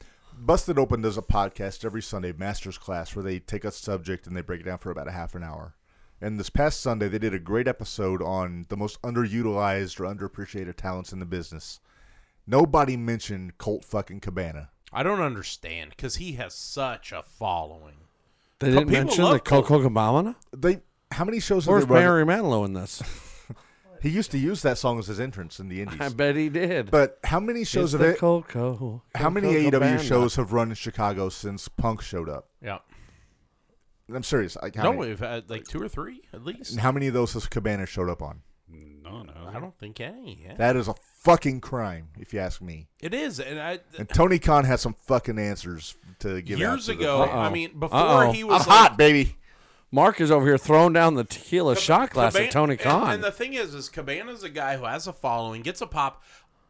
Speaker 2: Busted Open does a podcast every Sunday, Masters Class, where they take a subject and they break it down for about a half an hour. And this past Sunday, they did a great episode on the most underutilized or underappreciated talents in the business. Nobody mentioned Colt fucking Cabana.
Speaker 3: I don't understand because he has such a following.
Speaker 6: They
Speaker 3: Co-
Speaker 6: didn't
Speaker 3: people
Speaker 6: mention
Speaker 3: love
Speaker 6: the Coco Cabana.
Speaker 2: They how many shows have
Speaker 6: Where's
Speaker 2: they run?
Speaker 6: Barry Manilow in this?
Speaker 2: He used to use that song as his entrance in the
Speaker 6: I
Speaker 2: Indies.
Speaker 6: bet he did.
Speaker 2: But how many shows
Speaker 6: It's
Speaker 2: have
Speaker 6: the
Speaker 2: it?
Speaker 6: Coco.
Speaker 2: How many
Speaker 6: Coco
Speaker 2: AEW
Speaker 6: Cabana.
Speaker 2: shows have run in Chicago since Punk showed up?
Speaker 3: Yeah.
Speaker 2: I'm serious. Like, how
Speaker 3: No,
Speaker 2: many,
Speaker 3: we've had like two or three at least.
Speaker 2: and how many of those has Cabana showed up on?
Speaker 4: No, no.
Speaker 3: I don't think any. Yeah.
Speaker 2: That is a fucking crime, if you ask me.
Speaker 3: It is, and I
Speaker 2: And Tony Khan has some fucking answers to give. out
Speaker 3: years
Speaker 2: to the
Speaker 3: ago.
Speaker 2: fans.
Speaker 3: I mean, before
Speaker 6: Uh-oh.
Speaker 3: he
Speaker 2: I'm
Speaker 3: was like-
Speaker 2: hot, baby.
Speaker 6: Mark is over here throwing down the tequila shot glass
Speaker 3: Caban-
Speaker 6: at Tony
Speaker 3: and-
Speaker 6: Khan.
Speaker 3: And, the thing is, is Cabana's a guy who has a following, gets a pop.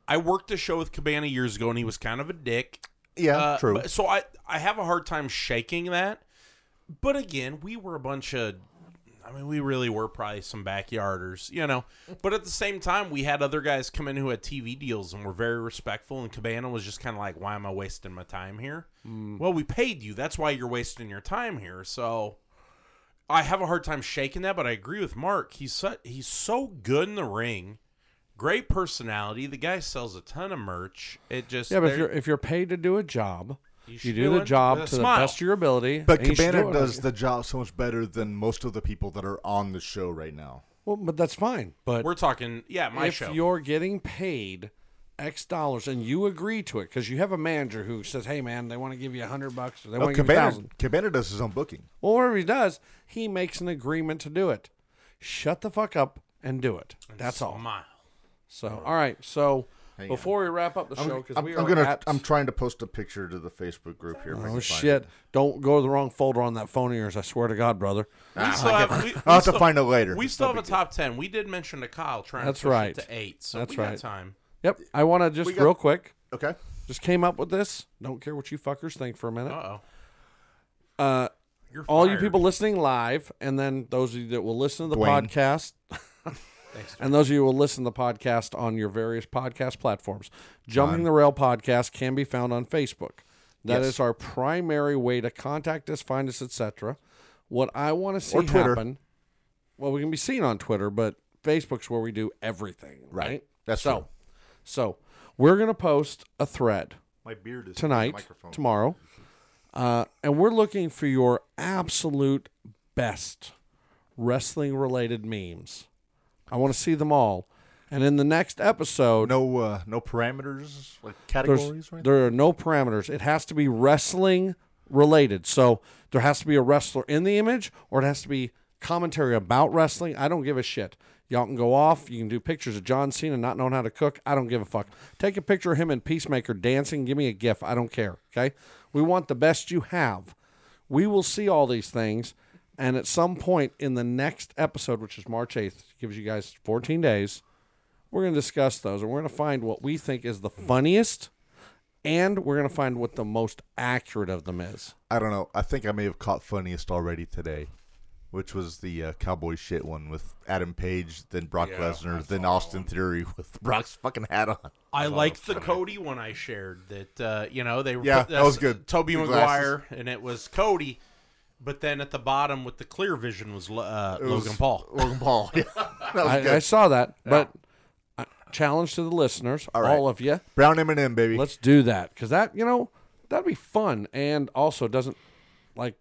Speaker 3: I worked a show with Cabana years ago, and he was kind of a dick.
Speaker 2: Yeah,
Speaker 3: Uh,
Speaker 2: true.
Speaker 3: but- so I I have a hard time shaking that. But again, we were a bunch of I mean, we really were probably some backyarders, you know. But at the same time, we had other guys come in who had TV deals and were very respectful. And Cabana was just kind of like, "Why am I wasting my time here?"
Speaker 6: Mm.
Speaker 3: Well, we paid you. That's why you're wasting your time here. So I have a hard time shaking that, but I agree with Mark. He's so, he's so good in the ring. Great personality. The guy sells a ton of merch. It just
Speaker 6: Yeah, but if
Speaker 3: there-
Speaker 6: you're if you're paid to do a job, you,
Speaker 3: should
Speaker 6: do
Speaker 3: do
Speaker 6: the
Speaker 3: it
Speaker 6: job
Speaker 3: with a
Speaker 6: to
Speaker 3: smile.
Speaker 6: the best of your ability.
Speaker 2: But
Speaker 6: and you should do
Speaker 2: Cabana
Speaker 6: it-
Speaker 2: does the job so much better than most of the people that are on the show right now.
Speaker 6: well, but that's fine. But
Speaker 3: we're talking, yeah, my
Speaker 6: if
Speaker 3: show.
Speaker 6: you're getting paid X dollars and you agree to it because you have a manager who says, "Hey, man, they want to give you a hundred bucks or they
Speaker 2: Oh,
Speaker 6: want to give you a
Speaker 2: Cabana,
Speaker 6: thousand.
Speaker 2: Cabana does his own booking.
Speaker 6: Well, whatever he does, he makes an agreement to do it. Shut the fuck up and do it. That's all.
Speaker 3: Smile.
Speaker 6: So, all right. So, before we wrap up the show, because
Speaker 2: I'm,
Speaker 6: we are
Speaker 2: I'm gonna.
Speaker 6: at-
Speaker 2: I'm trying to post a picture to the Facebook group here. if I can
Speaker 6: oh
Speaker 2: find
Speaker 6: shit!
Speaker 2: it.
Speaker 6: Don't go to the wrong folder on that phone of yours. I swear to God, brother.
Speaker 3: We still have, we, we
Speaker 2: I'll have to
Speaker 3: still-
Speaker 2: find it later.
Speaker 3: We
Speaker 2: It's
Speaker 3: still
Speaker 2: no
Speaker 3: have a top ten. We did mention to Kyle trying
Speaker 6: That's
Speaker 3: to push
Speaker 6: right.
Speaker 3: it to eight, so
Speaker 6: That's
Speaker 3: we got
Speaker 6: right.
Speaker 3: time.
Speaker 6: Yep. I want to just
Speaker 2: got-
Speaker 6: real quick.
Speaker 2: Okay.
Speaker 6: Just came up with this. Don't care what you fuckers think for a minute.
Speaker 3: Uh oh.
Speaker 6: Uh,
Speaker 3: You're
Speaker 6: all you
Speaker 3: fired.
Speaker 6: people listening live, and then those of you that will listen to the
Speaker 2: Dwayne.
Speaker 6: podcast, and those of you who will listen to the podcast on your various podcast platforms. Jumping the Rail podcast can be found on Facebook. That is our primary way to contact us, find us, etc. What I want to see
Speaker 2: Or Twitter.
Speaker 6: happen. Well, we can be seen on Twitter, but Facebook's where we do everything. Right.
Speaker 2: That's
Speaker 6: so.
Speaker 2: true.
Speaker 6: So we're gonna post a thread
Speaker 2: My beard is
Speaker 6: tonight, tomorrow, uh, and we're looking for your absolute best wrestling related memes. I want to see them all. And in the next episode,
Speaker 2: No, uh, no parameters like
Speaker 6: there's-
Speaker 2: categories. Or anything?
Speaker 6: there are no parameters. It has to be wrestling related. So there has to be a wrestler in the image, or it has to be commentary about wrestling. I don't give a shit. Y'all can go off. You can do pictures of John Cena not knowing how to cook. I don't give a fuck. Take a picture of him and Peacemaker dancing. Give me a GIF. I don't care. Okay. We want the best you have. We will see all these things. And at some point in the next episode, which is March 8th, gives you guys 14 days, we're going to discuss those and we're going to find what we think is the funniest and we're going to find what the most accurate of them is.
Speaker 2: I don't know. I think I may have caught funniest already today, which was the uh, cowboy shit one with Adam Page, then Brock Lesnar, then Austin Theory with Brock's fucking hat on.
Speaker 3: I like the Cody one I shared that uh, you know they were
Speaker 2: Yeah,
Speaker 3: put-
Speaker 2: that was
Speaker 3: that's
Speaker 2: good.
Speaker 3: Toby
Speaker 2: The
Speaker 3: Maguire and it was Cody, but then at the bottom with the clear vision was Lo- uh, Logan Paul.
Speaker 2: Logan Paul. Yeah. That was good.
Speaker 6: I, I saw that, but uh, challenge to the listeners, all,
Speaker 2: right.
Speaker 6: of you,
Speaker 2: Brown M&M, baby.
Speaker 6: let's do that because that you know that'd be fun and also doesn't like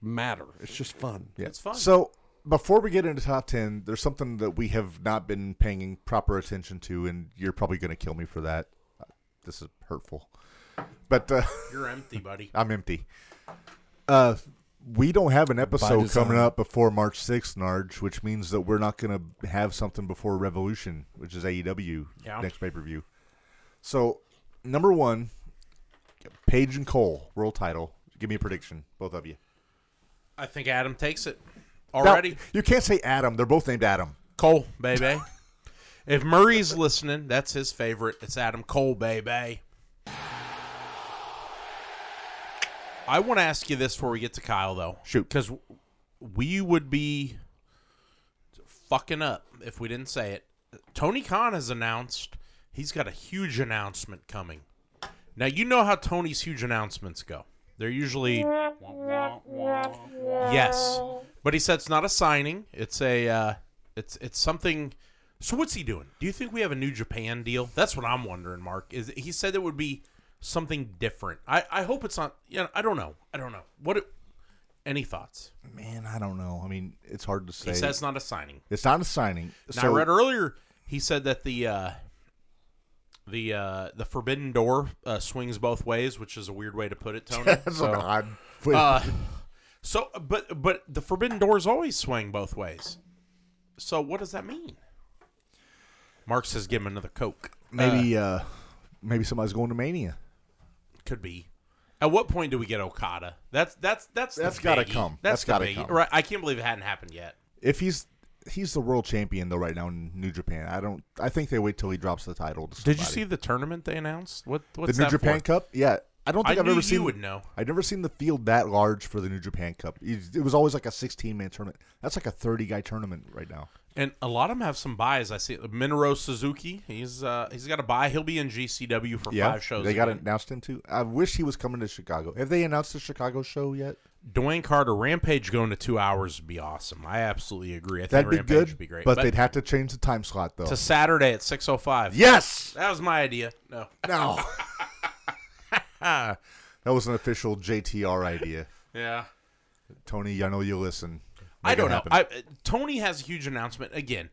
Speaker 6: matter. It's just fun.
Speaker 2: Yeah.
Speaker 3: It's fun.
Speaker 2: So before we get into top ten, there's something that we have not been paying proper attention to, and you're probably going to kill me for that. This is hurtful, but uh,
Speaker 3: You're empty, buddy.
Speaker 2: I'm empty. Uh, we don't have an episode
Speaker 6: design.
Speaker 2: coming up before March 6th, Narge, which means that we're not going to have something before Revolution, which is AEW
Speaker 3: Yeah.
Speaker 2: next pay per view. So, number one, Paige and Cole, world title. Give me a prediction, both of you.
Speaker 3: I think Adam takes it
Speaker 2: Now,
Speaker 3: already.
Speaker 2: you can't say Adam. They're both named Adam.
Speaker 3: Cole, baby. if Murray's listening, that's his favorite. It's Adam Cole, baby. I want to ask you this before we get to Kyle, though.
Speaker 2: Shoot.
Speaker 3: Because we would be fucking up if we didn't say it. Tony Khan has announced he's got a huge announcement coming. Now, you know how Tony's huge announcements go. They're usually Yes, but he said it's not a signing. It's a uh, it's it's something. So what's he doing? Do you think we have a new Japan deal? That's what I'm wondering, Mark. Is he said it would be something different? I I hope it's not. Yeah, I don't know. I don't know what. It, any thoughts?
Speaker 2: Man, I don't know. I mean, it's hard to say.
Speaker 3: He said it's not a signing.
Speaker 2: it's not a signing.
Speaker 3: Now,
Speaker 2: so
Speaker 3: I read earlier he said that the uh, the uh, the forbidden door uh, swings both ways, which is a weird way to put it, Tony.
Speaker 2: that's
Speaker 3: So-
Speaker 2: an odd.
Speaker 3: Uh, so, but but the forbidden doors always swing both ways. So what does that mean? Mark says, "Give him another coke."
Speaker 2: maybe, uh, maybe somebody's going to Mania.
Speaker 3: Could be. At what point do we get Okada? That's that's that's
Speaker 2: That's
Speaker 3: the
Speaker 2: gotta
Speaker 3: biggie.
Speaker 2: come.
Speaker 3: That's,
Speaker 2: That's gotta
Speaker 3: the biggie.
Speaker 2: come.
Speaker 3: Right? I can't believe it hadn't happened yet.
Speaker 2: if he's he's the world champion though right now in New Japan. I don't. I think they wait till he drops the title. To
Speaker 3: Did you
Speaker 2: somebody.
Speaker 3: see the tournament they announced? What what's
Speaker 2: the New
Speaker 3: that
Speaker 2: Japan
Speaker 3: for?
Speaker 2: Cup? Yeah, I don't
Speaker 3: I
Speaker 2: think I have
Speaker 3: knew
Speaker 2: ever
Speaker 3: you
Speaker 2: seen.
Speaker 3: would know.
Speaker 2: I've never seen the field that large for the New Japan Cup. It, it was always like a 16 man tournament. That's like a 30 guy tournament right now.
Speaker 3: And a lot of them have some buys. I see Minoru Suzuki. He's uh he's got a buy. He'll be in GCW for
Speaker 2: Yeah,
Speaker 3: five shows.
Speaker 2: they got
Speaker 3: again.
Speaker 2: announced him too. I wish he was coming to Chicago. Have they announced the Chicago show yet?
Speaker 3: Dwayne Carter Rampage going to two hours would be awesome. I absolutely agree. I think
Speaker 2: That'd be
Speaker 3: Rampage
Speaker 2: good.
Speaker 3: would be great.
Speaker 2: But, they'd have to change the time slot though.
Speaker 3: to Saturday at six oh five.
Speaker 2: yes.
Speaker 3: That was my idea. No.
Speaker 2: No. that was an official JTR idea.
Speaker 3: Yeah.
Speaker 2: Tony, I know you listen.
Speaker 3: I
Speaker 2: Make it
Speaker 3: don't know.
Speaker 2: happen.
Speaker 3: I, uh, Tony has a huge announcement again.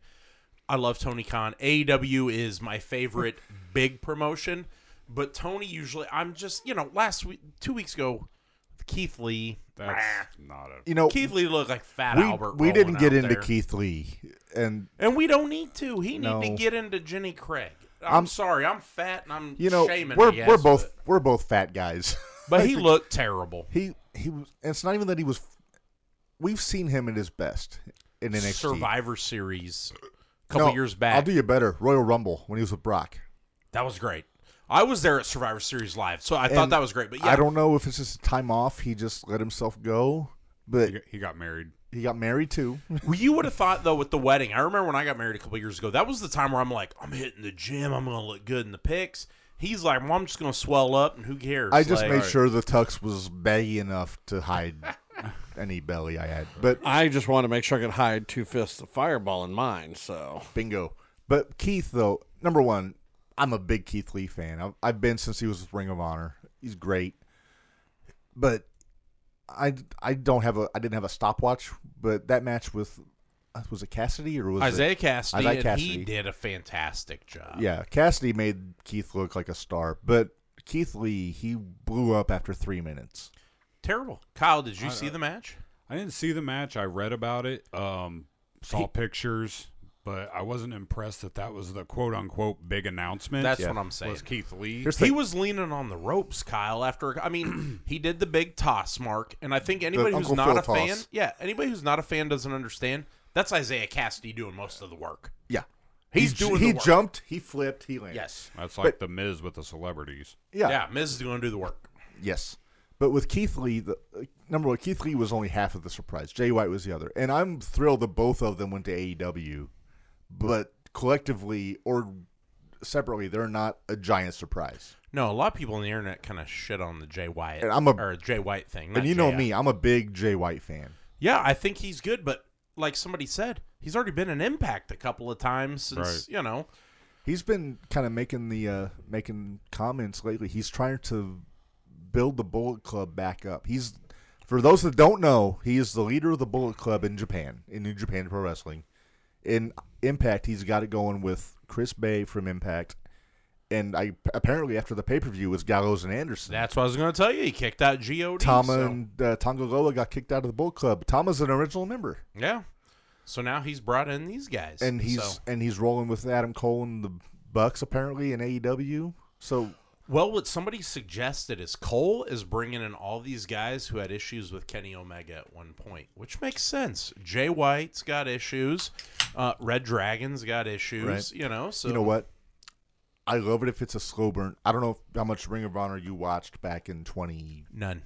Speaker 3: I love Tony Khan. AEW is my favorite big promotion, but Tony usually I'm just you know last week two weeks ago, Keith Lee.
Speaker 4: That's not a.
Speaker 2: you know,
Speaker 3: Keith Lee looked like Fat
Speaker 2: we,
Speaker 3: Albert.
Speaker 2: we didn't
Speaker 3: rolling
Speaker 2: get
Speaker 3: out
Speaker 2: into
Speaker 3: there.
Speaker 2: Keith Lee, and
Speaker 3: and we don't need to. He need to
Speaker 2: No.
Speaker 3: get into Jenny Craig. I'm,
Speaker 2: I'm-
Speaker 3: sorry, I'm fat and I'm
Speaker 2: you know,
Speaker 3: shaming.
Speaker 2: we're
Speaker 3: her, yes,
Speaker 2: we're both
Speaker 3: but,
Speaker 2: we're both fat guys.
Speaker 3: but he looked terrible.
Speaker 2: he he was. and It's not even that he was. We've seen him at his best in NXT.
Speaker 3: Survivor Series, a couple
Speaker 2: No,
Speaker 3: years back.
Speaker 2: I'll do you better. Royal Rumble when he was with Brock.
Speaker 3: That was great. I was there at Survivor Series live, so I thought
Speaker 2: And
Speaker 3: that was great. But yeah,
Speaker 2: I don't know if it's just time off. He just let himself go, but
Speaker 4: He got- He got married.
Speaker 2: he got married too.
Speaker 3: Well, you would have thought though with the wedding. I remember when I got married a couple years ago. That was the time where I'm like, I'm hitting the gym. I'm gonna look good in the pics. He's like, well, I'm just gonna swell up, and who cares?
Speaker 2: I just
Speaker 3: Like,
Speaker 2: made sure the tux was baggy enough to hide any belly I had. But
Speaker 6: I just want to make sure I could hide two fists of fireball in mine. So
Speaker 2: bingo. But Keith, though, number one, I'm a big Keith Lee fan. I've, I've been since he was with Ring of Honor. He's great. But I, I don't have a I didn't have a stopwatch. But that match with uh, was it Cassidy or was
Speaker 3: Isaiah
Speaker 2: It,
Speaker 3: Cassidy,
Speaker 2: Isaiah
Speaker 3: and he
Speaker 2: Cassidy.
Speaker 3: did a fantastic job.
Speaker 2: yeah, Cassidy made Keith look like a star. But Keith Lee, he blew up after three minutes.
Speaker 3: terrible. Kyle, did you see the match?
Speaker 4: I didn't see the match. I read about it. Um, saw pictures, but I wasn't impressed that that was the quote unquote big announcement.
Speaker 3: That's what I'm saying.
Speaker 4: Was Keith Lee?
Speaker 2: Here's the
Speaker 3: He
Speaker 2: thing.
Speaker 3: was leaning on the ropes, Kyle. After I mean, he did the big toss, Mark. And I think anybody who's
Speaker 2: Uncle
Speaker 3: not
Speaker 2: Phil
Speaker 3: a fan,
Speaker 2: toss.
Speaker 3: yeah, anybody who's not a fan doesn't understand. That's Isaiah Cassidy doing most of the work.
Speaker 2: yeah.
Speaker 3: He's
Speaker 2: he,
Speaker 3: doing
Speaker 2: He
Speaker 3: the work.
Speaker 2: jumped. He flipped. He landed.
Speaker 3: Yes.
Speaker 4: That's like the Miz with the celebrities.
Speaker 2: Yeah.
Speaker 3: Yeah, Miz is going to do the work.
Speaker 2: Yes. But with Keith Lee, the, uh, number one, Keith Lee was only half of the surprise. Jay White was the other. And I'm thrilled that both of them went to AEW, but collectively or separately, they're not a giant surprise.
Speaker 3: No, a lot of people on the internet kind of shit on the Jay Wyatt
Speaker 2: And I'm a-
Speaker 3: or Jay White thing. not
Speaker 2: and you know
Speaker 3: Jay.
Speaker 2: me, I'm a big Jay White fan.
Speaker 3: Yeah, I think he's good, but like somebody said, he's already been an impact a couple of times since you know.
Speaker 2: He's been kind of making the uh, making comments lately. He's trying to build the Bullet Club back up. He's for those that don't know, he is the leader of the Bullet Club in Japan, in New Japan Pro Wrestling. In Impact, he's got it going with Chris Bay from Impact, and I apparently after the pay per view was Gallows and Anderson.
Speaker 3: That's what I was going to tell you. He kicked out God.
Speaker 2: Tama
Speaker 3: so-
Speaker 2: and uh, Tonga Loa got kicked out of the Bullet Club. Tama's an original member,
Speaker 3: yeah. So now he's brought in these guys,
Speaker 2: and he's
Speaker 3: So-
Speaker 2: and he's rolling with Adam Cole and the Bucks apparently in AEW. So
Speaker 3: Well, what somebody suggested is Cole is bringing in all these guys who had issues with Kenny Omega at one point, which makes sense. Jay White's got issues, uh, Red Dragon's got issues,
Speaker 2: Right.
Speaker 3: you know. So
Speaker 2: you know what? I love it if it's a slow burn. I don't know if, how much Ring of Honor you watched back in twenty.
Speaker 3: none.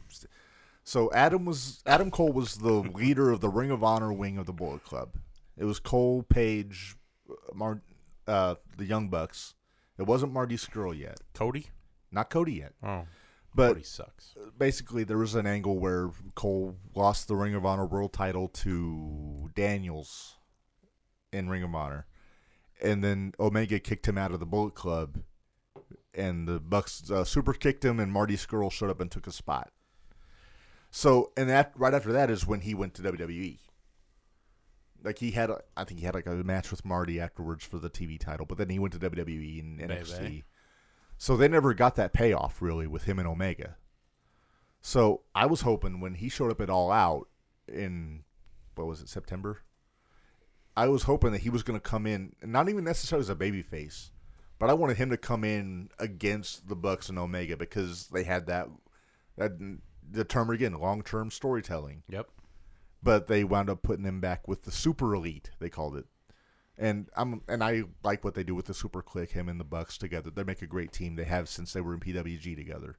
Speaker 2: So Adam was Adam Cole was the leader of the Ring of Honor wing of the Bullet Club. It was Cole Page, Mar- uh, the Young Bucks. It wasn't Marty Skrull yet,
Speaker 3: Cody,
Speaker 2: not Cody yet.
Speaker 3: oh,
Speaker 2: But
Speaker 3: Cody sucks.
Speaker 2: basically, there was an angle where Cole lost the Ring of Honor World Title to Daniels in Ring of Honor, and then Omega kicked him out of the Bullet Club, and the Bucks uh, super kicked him, and Marty Skrull showed up and took a spot. So, and that right after that is when he went to WWE. Like he had, a, I think he had like a match with Marty afterwards for the TV title, but then he went to WWE and NXT.
Speaker 3: Baby.
Speaker 2: So they never got that payoff really with him and Omega. So I was hoping when he showed up at All Out in what was it September, I was hoping that he was going to come in, not even necessarily as a babyface, but I wanted him to come in against the Bucks and Omega because they had that that the term again long term storytelling.
Speaker 3: Yep.
Speaker 2: But they wound up putting him back with the Super Elite. They called it. And I'm and I like what they do with the Super Click, him and the Bucks together. They make a great team. They have since they were in PWG together.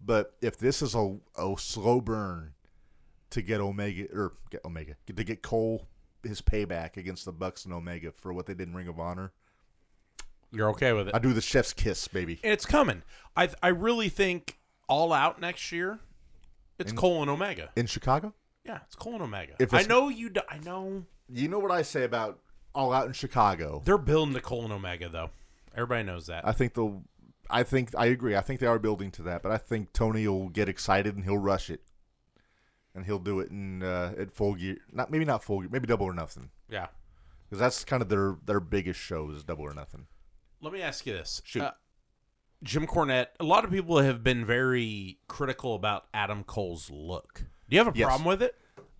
Speaker 2: But if this is a, a slow burn to get Omega or get Omega to get Cole his payback against the Bucks and Omega for what they did in Ring of Honor,
Speaker 3: You're okay with it?
Speaker 2: I do the chef's kiss, baby.
Speaker 3: And it's coming. I I really think all out next year. It's Cole and Omega.
Speaker 2: In Chicago,
Speaker 3: Yeah, it's Cole and Omega.
Speaker 2: If
Speaker 3: I
Speaker 2: it's-
Speaker 3: know you. d- I know
Speaker 2: you know what I say about All Out in Chicago.
Speaker 3: they're building to Cole and Omega though. Everybody knows that.
Speaker 2: I think they'll. I think I agree. I think they are building to that, but I think Tony will get excited and he'll rush it, and he'll do it in uh, at full gear. Not maybe not full gear, maybe double or nothing,
Speaker 3: yeah.
Speaker 2: because that's kind of their their biggest show is double or nothing.
Speaker 3: Let me ask you this.
Speaker 2: Shoot.
Speaker 3: Uh, Jim Cornette, a lot of people have been very critical about Adam Cole's look. Do you have a
Speaker 2: Yes.
Speaker 3: problem with it?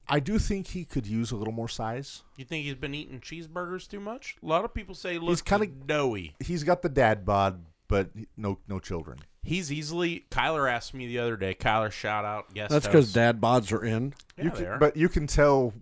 Speaker 2: I do think he could use a little more size.
Speaker 3: You think he's been eating cheeseburgers too much? A lot of people say he looks kind
Speaker 2: kinda-
Speaker 3: of doughy.
Speaker 2: He's got the dad bod, but no no children.
Speaker 3: He's easily. Kyler asked me the other day. Kyler, shout out. Guest
Speaker 6: That's
Speaker 3: host.
Speaker 6: because dad bods are in.
Speaker 3: Yeah,
Speaker 2: you
Speaker 3: they
Speaker 2: can,
Speaker 3: are.
Speaker 2: but you can tell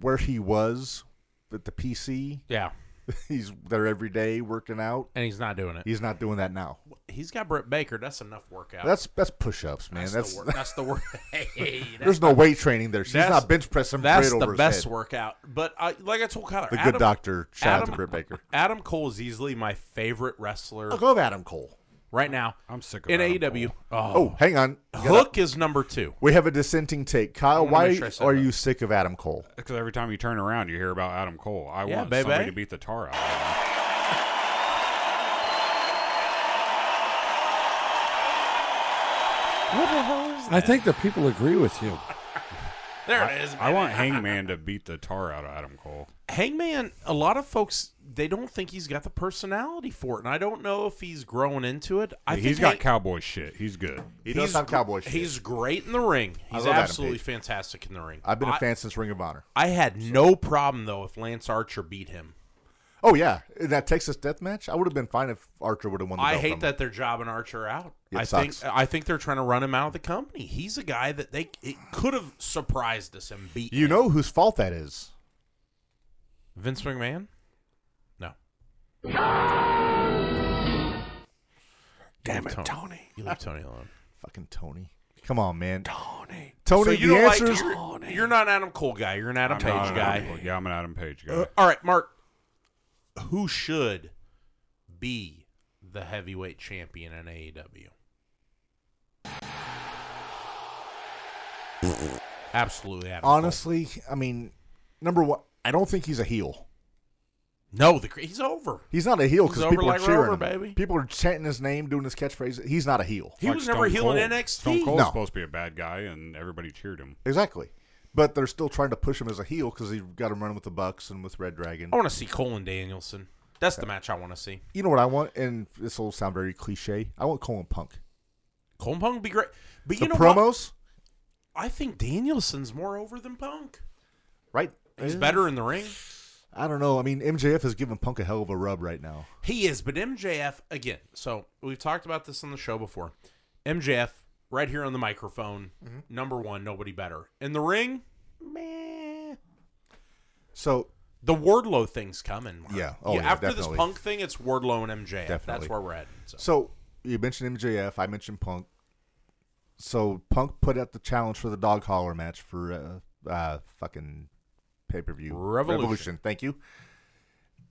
Speaker 2: where he was at the PC.
Speaker 3: yeah,
Speaker 2: He's there every day working out.
Speaker 3: and he's not doing it.
Speaker 2: He's not doing that now.
Speaker 3: He's got Brett Baker. That's enough workout.
Speaker 2: That's that's push ups, man. That's
Speaker 3: the work. That's the work. Hey, that's,
Speaker 2: There's no weight training there. She's
Speaker 3: That's-
Speaker 2: not bench pressing
Speaker 3: that's
Speaker 2: right
Speaker 3: the
Speaker 2: over
Speaker 3: best
Speaker 2: his head.
Speaker 3: workout. But I, like I told Kyler,
Speaker 2: The
Speaker 3: Adam-
Speaker 2: good doctor, shout out
Speaker 3: Adam-
Speaker 2: to Britt Baker.
Speaker 3: Adam Cole is easily my favorite wrestler
Speaker 2: I'll go with Adam Cole.
Speaker 3: right now.
Speaker 4: I'm sick of
Speaker 3: in E
Speaker 4: Adam
Speaker 3: AEW.
Speaker 4: Cole.
Speaker 2: Oh,
Speaker 3: Oh,
Speaker 2: hang on. You gotta-
Speaker 3: Hook is number two.
Speaker 2: we have a dissenting take. Kyle,
Speaker 3: wanna
Speaker 2: why
Speaker 3: make sure I said
Speaker 2: are
Speaker 3: that.
Speaker 2: you sick of Adam Cole?
Speaker 4: Because every time you turn around, you hear about Adam Cole. I
Speaker 3: Yeah,
Speaker 4: want
Speaker 3: baby.
Speaker 4: somebody to beat the tar out of him.
Speaker 3: What the hell is
Speaker 6: I think the people agree with you.
Speaker 3: There it is.
Speaker 4: I want Hangman to beat the tar out of Adam Cole.
Speaker 3: Hangman. A lot of folks they don't think he's got the personality for it, and I don't know if he's growing into it. I think
Speaker 4: He's got
Speaker 3: Hang-
Speaker 4: cowboy shit. He's good.
Speaker 2: He does
Speaker 3: he's
Speaker 2: have
Speaker 3: gr-
Speaker 2: cowboy shit.
Speaker 3: He's great in the ring. He's
Speaker 2: love Adam
Speaker 3: absolutely
Speaker 2: Page.
Speaker 3: fantastic in the ring.
Speaker 2: I've been a
Speaker 3: I-
Speaker 2: fan since Ring of Honor.
Speaker 3: I had no problem though if Lance Archer beat him.
Speaker 2: Oh yeah, in that Texas Death Match, I would have been fine if Archer would have won. The
Speaker 3: I
Speaker 2: belt
Speaker 6: from
Speaker 3: hate that they're jobbing Archer out.
Speaker 2: It
Speaker 3: I
Speaker 2: sucks.
Speaker 3: think I think they're trying to run him out of the company. He's a guy that they it could have surprised us and beat.
Speaker 2: You
Speaker 3: him.
Speaker 2: know whose fault that is?
Speaker 3: Vince McMahon? No.
Speaker 6: Damn
Speaker 3: it, Tony.
Speaker 6: Tony.
Speaker 3: You leave Tony alone.
Speaker 2: Fucking Tony. Come on, man.
Speaker 6: Tony.
Speaker 2: Tony,
Speaker 3: So you
Speaker 2: the
Speaker 3: don't like
Speaker 2: answer is
Speaker 3: you're, you're not an Adam Cole guy. You're an Adam
Speaker 4: I'm not
Speaker 3: Page
Speaker 4: an
Speaker 3: guy.
Speaker 4: Adam Cole- Yeah, I'm an Adam Page guy.
Speaker 3: Uh, all right, Mark. Who should be the heavyweight champion in E AEW? Absolutely, Adam Cole.
Speaker 2: honestly. I mean, number one, I don't think he's a heel.
Speaker 3: No, the cr- he's over.
Speaker 2: He's not a heel
Speaker 3: He's
Speaker 2: because
Speaker 3: over
Speaker 2: people
Speaker 3: like
Speaker 2: are cheering.
Speaker 3: Rover,
Speaker 2: him.
Speaker 3: baby.
Speaker 2: People are chanting his name, doing his catchphrase. He's not a heel.
Speaker 3: He
Speaker 4: Like
Speaker 3: was never
Speaker 4: Stone
Speaker 3: heel in
Speaker 4: Cold.
Speaker 3: NXT.
Speaker 4: Stone Cold's
Speaker 2: No.
Speaker 4: supposed to be a bad guy, and everybody cheered him.
Speaker 2: Exactly. But they're still trying to push him as a heel because they've got him running with the Bucks and with Red Dragon.
Speaker 3: I want to see Cole and Danielson. That's the match I want to see.
Speaker 2: You know what I want? And this will sound very cliche. I want Colin Punk.
Speaker 3: Cole and Punk would be great, but
Speaker 2: The
Speaker 3: you know what?
Speaker 2: promos,
Speaker 3: I think Danielson's more over than Punk.
Speaker 2: right?
Speaker 3: He's
Speaker 2: Eh,
Speaker 3: better in the ring.
Speaker 2: I don't know. I mean, MJF is giving Punk a hell of a rub right now.
Speaker 3: He is, but MJF again. So we've talked about this on the show before. MJF right here on the microphone,
Speaker 2: Mm-hmm.
Speaker 3: number one, nobody better in the ring. Meh.
Speaker 2: So
Speaker 3: The Wardlow thing's coming. Mark.
Speaker 2: Yeah. Oh, yeah,
Speaker 3: after this
Speaker 2: definitely.
Speaker 3: Punk thing, it's Wardlow and MJF.
Speaker 2: Definitely.
Speaker 3: That's where we're at. So.
Speaker 2: So you mentioned MJF. I mentioned Punk. So Punk put out the challenge for the dog collar match for uh, uh fucking pay per view
Speaker 3: Revolution.
Speaker 2: Thank you.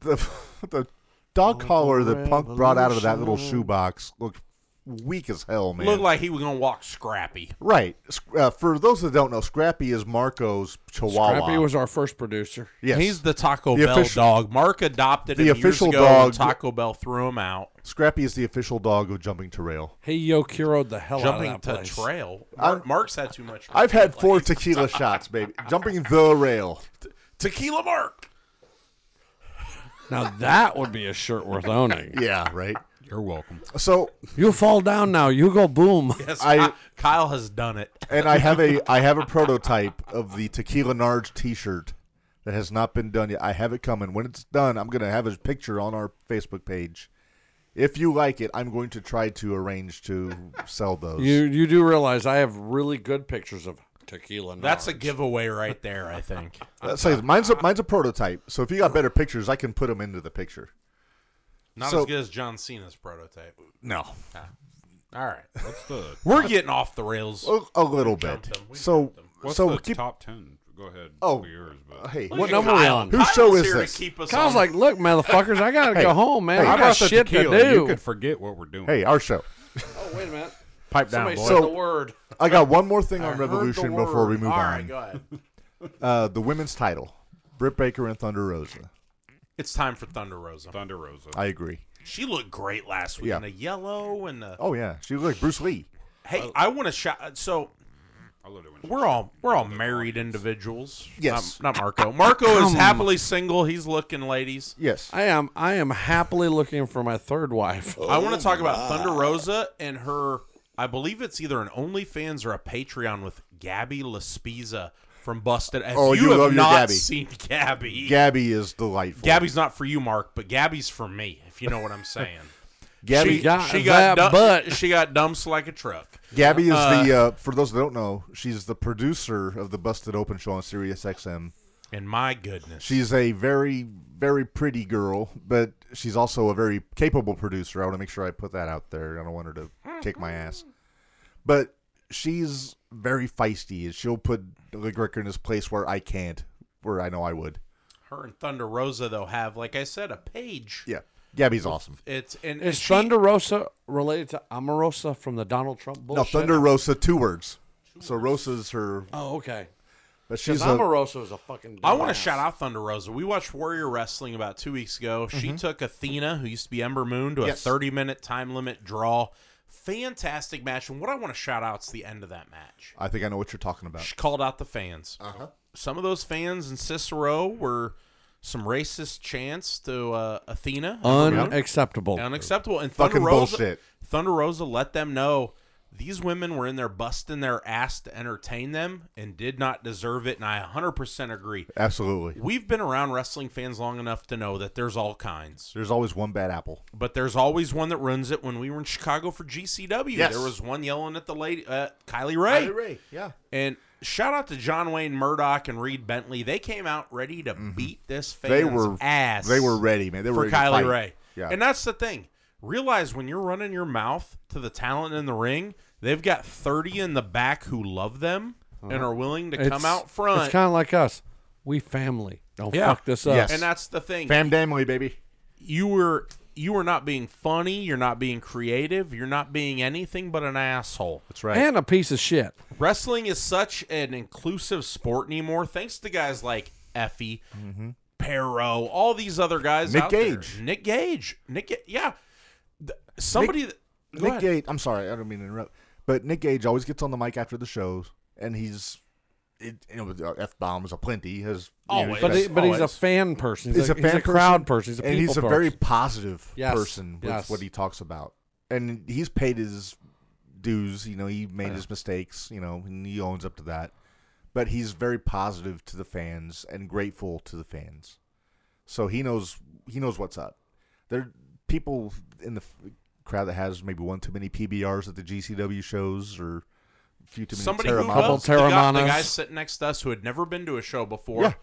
Speaker 2: The the dog collar that Punk brought out of that little shoebox looked weak as hell, man.
Speaker 3: Looked like he was gonna walk scrappy.
Speaker 2: right. Sc- Uh, for those that don't know, Scrappy is Marco's chihuahua.
Speaker 6: Scrappy was our first producer.
Speaker 2: yes.
Speaker 3: He's the Taco
Speaker 2: The
Speaker 3: Bell
Speaker 2: official-
Speaker 3: dog. Mark adopted
Speaker 2: The
Speaker 3: him
Speaker 2: official
Speaker 3: years ago when
Speaker 2: dog-
Speaker 3: Taco Bell threw him out,
Speaker 2: Scrappy is the official dog of jumping to rail.
Speaker 6: He yo curoed the hell
Speaker 3: jumping
Speaker 6: out of
Speaker 3: to
Speaker 6: that place.
Speaker 3: trail. Mark, Mark's had too much.
Speaker 2: I've had four tequila shots, baby. Jumping the rail.
Speaker 3: tequila, Mark.
Speaker 6: now that would be a shirt worth owning.
Speaker 2: Yeah, right.
Speaker 4: You're welcome.
Speaker 2: So
Speaker 6: You fall down now. You go boom.
Speaker 3: Yes,
Speaker 2: I-
Speaker 3: Ky- Kyle has done it.
Speaker 2: and I have a I have a prototype of the Tequila Narge T-shirt that has not been done yet. I have it coming. When it's done, I'm gonna have a picture on our Facebook page. If you like it, I'm going to try to arrange to sell those.
Speaker 6: You you do realize I have really good pictures of tequila.
Speaker 3: That's a
Speaker 6: Nard.
Speaker 3: giveaway right there. I think.
Speaker 2: Let's say Uh, mine's a, mine's a prototype. So if you got better pictures, I can put them into the picture.
Speaker 3: Not
Speaker 2: So-
Speaker 3: as good as John Cena's prototype.
Speaker 2: No,
Speaker 3: All right.
Speaker 4: What's the
Speaker 3: We're getting off the rails.
Speaker 2: A, a little
Speaker 3: jumped
Speaker 2: bit.
Speaker 3: him. We
Speaker 2: So,
Speaker 4: what's
Speaker 2: so
Speaker 4: the
Speaker 2: keep.
Speaker 4: top ten? Go ahead.
Speaker 2: Oh,
Speaker 4: it'll be yours, but
Speaker 2: Hey,
Speaker 3: Look
Speaker 6: What
Speaker 3: at
Speaker 6: number we
Speaker 3: Kyle.
Speaker 6: on?
Speaker 2: Whose show
Speaker 3: Kyle's
Speaker 2: is
Speaker 3: here to
Speaker 2: this?
Speaker 3: keep us
Speaker 6: Kyle's
Speaker 3: on-
Speaker 6: like, look, motherfuckers, I gotta
Speaker 2: Hey.
Speaker 6: go home, man.
Speaker 2: Hey,
Speaker 4: I
Speaker 6: I got
Speaker 4: brought the
Speaker 6: shit to
Speaker 4: tequila. You
Speaker 6: do.
Speaker 4: could forget what we're doing.
Speaker 2: hey, our show.
Speaker 6: Oh wait a minute.
Speaker 4: pipe down,
Speaker 6: Somebody
Speaker 4: boy.
Speaker 6: said
Speaker 2: So-
Speaker 6: the word.
Speaker 2: I got one more thing
Speaker 3: I
Speaker 2: on
Speaker 3: heard the
Speaker 2: Revolution before we
Speaker 3: word.
Speaker 2: move
Speaker 3: All right,
Speaker 2: on.
Speaker 3: go ahead.
Speaker 2: Uh, the women's title, Britt Baker and Thunder Rosa.
Speaker 3: It's time for Thunder Rosa.
Speaker 4: Thunder Rosa.
Speaker 2: I agree.
Speaker 3: She looked great last week
Speaker 2: Yeah.
Speaker 3: in the yellow and the.
Speaker 2: Oh uh, yeah, she looked like Bruce Lee.
Speaker 3: Hey, I want to shout. uh, So
Speaker 4: I loved it when she-
Speaker 3: we're all we're all married individuals.
Speaker 2: Yes.
Speaker 3: Not, not Marco. Marco is happily single. He's looking, ladies.
Speaker 2: Yes.
Speaker 6: I am I am happily looking for my third wife.
Speaker 3: I want
Speaker 2: Oh
Speaker 3: to talk about Thunder Rosa and her. I believe it's either an OnlyFans or a Patreon with Gabby Laspiza from Busted. If
Speaker 2: Oh, you
Speaker 3: have
Speaker 2: love your
Speaker 3: not
Speaker 2: Gabby.
Speaker 3: seen Gabby.
Speaker 2: Gabby is delightful.
Speaker 3: Gabby's not for you, Mark, but Gabby's for me. If you know what I'm saying.
Speaker 2: Gabby,
Speaker 6: She got
Speaker 3: she got
Speaker 6: that
Speaker 3: dump,
Speaker 6: butt.
Speaker 3: She got dumps like a truck.
Speaker 2: Gabby is the uh, for those that don't know, she's the producer of the Busted Open show on Sirius XM.
Speaker 3: And my goodness,
Speaker 2: She's a very very pretty girl, but she's also a very capable producer. I want to make sure I put that out there. I don't want her to kick my ass. But she's very feisty. and She'll put Lick Ricker in his place where I can't, where I know I would.
Speaker 3: her and Thunder Rosa though have, like I said, a page.
Speaker 2: Yeah. Gabby's awesome.
Speaker 3: It's and, and
Speaker 6: Is
Speaker 3: she-
Speaker 6: Thunder Rosa related to Amorosa from the Donald Trump
Speaker 2: No,
Speaker 6: bullshit?
Speaker 2: Thunder Rosa, two words. So Rosa's her,
Speaker 6: Oh, okay.
Speaker 2: but she's a,
Speaker 6: Because Amorosa is a fucking.
Speaker 3: I want to
Speaker 6: dumbass.
Speaker 3: shout out Thunder Rosa. We watched Warrior Wrestling about two weeks ago. She took Athena, who used to be Ember Moon, to
Speaker 2: Mm-hmm. Yes.
Speaker 3: a 30 minute time limit draw. Fantastic match. And what I want to shout out is the end of that match.
Speaker 2: I think I know what you're talking about.
Speaker 3: She called out the fans.
Speaker 2: Uh-huh.
Speaker 3: Some of those fans in Cicero were some racist chants to uh, Athena. Ember Moon.
Speaker 6: Unacceptable.
Speaker 3: Unacceptable. And Thunder
Speaker 2: Fucking
Speaker 3: Rosa,
Speaker 2: bullshit.
Speaker 3: Thunder Rosa let them know these women were in there busting their ass to entertain them and did not deserve it. And I 100% agree.
Speaker 2: Absolutely.
Speaker 3: We've been around wrestling fans long enough to know that there's all kinds,
Speaker 2: There's always one bad apple.
Speaker 3: but there's always one that ruins it. When we were in Chicago for GCW,
Speaker 2: Yes.
Speaker 3: there was one yelling at the lady, uh, Kylie Ray.
Speaker 2: yeah.
Speaker 3: And shout out to John Wayne Murdoch and Reed Bentley. They came out ready to beat this fan's
Speaker 2: Mm-hmm. They were
Speaker 3: ass.
Speaker 2: They were ready, man. They were
Speaker 3: for
Speaker 2: ready to
Speaker 3: Kylie
Speaker 2: fight.
Speaker 3: Ray.
Speaker 2: Yeah.
Speaker 3: And that's the thing. Realize when you're running your mouth to the talent in the ring, they've got 30 in the back who love them
Speaker 2: Uh-huh.
Speaker 3: and are willing to come out front.
Speaker 6: It's kind of like us. We family. Don't
Speaker 3: Yeah.
Speaker 6: fuck this up.
Speaker 2: Yes.
Speaker 3: and that's the thing.
Speaker 2: Fam Damley, baby.
Speaker 3: you were you were not being funny, you're not being creative, you're not being anything but an asshole.
Speaker 2: That's right.
Speaker 6: And a piece of shit.
Speaker 3: Wrestling is such an inclusive sport anymore, thanks to guys like Effie, Perro, all these other guys.
Speaker 2: Mm-hmm. Nick
Speaker 3: out there.
Speaker 2: Gage.
Speaker 3: Nick Gage, Nick, Ga- yeah, Th- somebody. that go
Speaker 2: Nick
Speaker 3: ahead.
Speaker 2: Gage. I'm sorry, I don't mean to interrupt, but Nick Gage always gets on the mic after the shows, and he's, it, you know, f bombs aplenty. Has you know,
Speaker 3: Always.
Speaker 6: But, he,
Speaker 2: that's
Speaker 6: but he's a
Speaker 2: always.
Speaker 6: fan person. He's,
Speaker 2: He's
Speaker 6: a,
Speaker 2: a fan
Speaker 6: he's a crowd
Speaker 2: person,
Speaker 6: person. He's a
Speaker 2: and he's a
Speaker 6: people
Speaker 2: very
Speaker 6: person.
Speaker 2: positive
Speaker 6: Yes,
Speaker 2: person with
Speaker 6: yes.
Speaker 2: what he talks about, and he's paid his dues. You know, he made his mistakes. You know, and he owns up to that. But he's very positive to the fans and grateful to the fans, so he knows he knows what's up. There, people in the f- crowd that has maybe one too many PBRs at the GCW shows or a few too many
Speaker 3: somebody who
Speaker 2: Terramanas.
Speaker 3: loves the guy, the
Speaker 6: Terramanas.
Speaker 3: guy sitting next to us who had never been to a show before
Speaker 2: Yeah.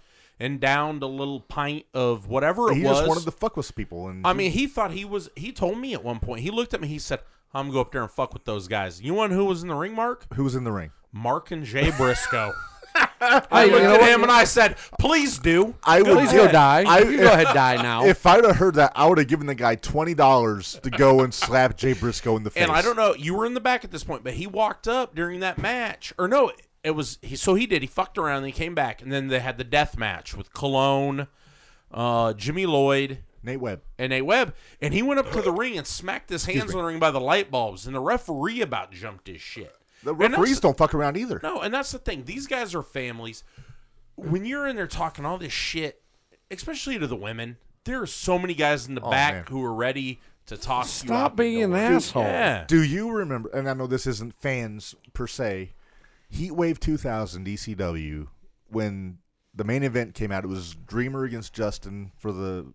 Speaker 3: and downed a little pint of whatever it
Speaker 2: He
Speaker 3: was.
Speaker 2: just wanted to fuck with people, and
Speaker 3: I
Speaker 6: Mm-hmm.
Speaker 3: mean, he thought he was. He told me at one point. He looked at me. He said, "I'm gonna go up there and fuck with those guys." You want who was in the ring, Mark?
Speaker 2: who was in the ring?
Speaker 3: Mark and Jay Briscoe.
Speaker 6: Hey,
Speaker 3: I
Speaker 6: you
Speaker 3: looked
Speaker 6: know
Speaker 3: at
Speaker 6: what?
Speaker 3: him and I said, "Please do."
Speaker 2: I would
Speaker 6: Please go die. you go ahead die now.
Speaker 2: If I'd have heard that, I would have given the guy twenty dollars to go and slap Jay Briscoe in the face.
Speaker 3: And I don't know. You were in the back at this point, but he walked up during that match, or no, it was he. So he did. He fucked around. and He came back, and then they had the death match with Cologne, uh, Jimmy Lloyd,
Speaker 2: Nate Webb.
Speaker 3: and a web and he went up to the ring and smacked his hands on the ring by the light bulbs and the referee about jumped his shit
Speaker 2: The
Speaker 3: And that's-
Speaker 2: referees don't fuck around either.
Speaker 3: no and that's the thing these guys are families when you're in there talking all this shit especially to the women there are so many guys in the back
Speaker 2: Oh, man.
Speaker 3: who are ready to talk you out
Speaker 6: Stop
Speaker 3: the
Speaker 6: being an
Speaker 3: door.
Speaker 6: asshole.
Speaker 3: yeah
Speaker 2: Do you remember? And I know this isn't fans per se. Heatwave 2000 ECW when the main event came out, it was Dreamer against Justin for the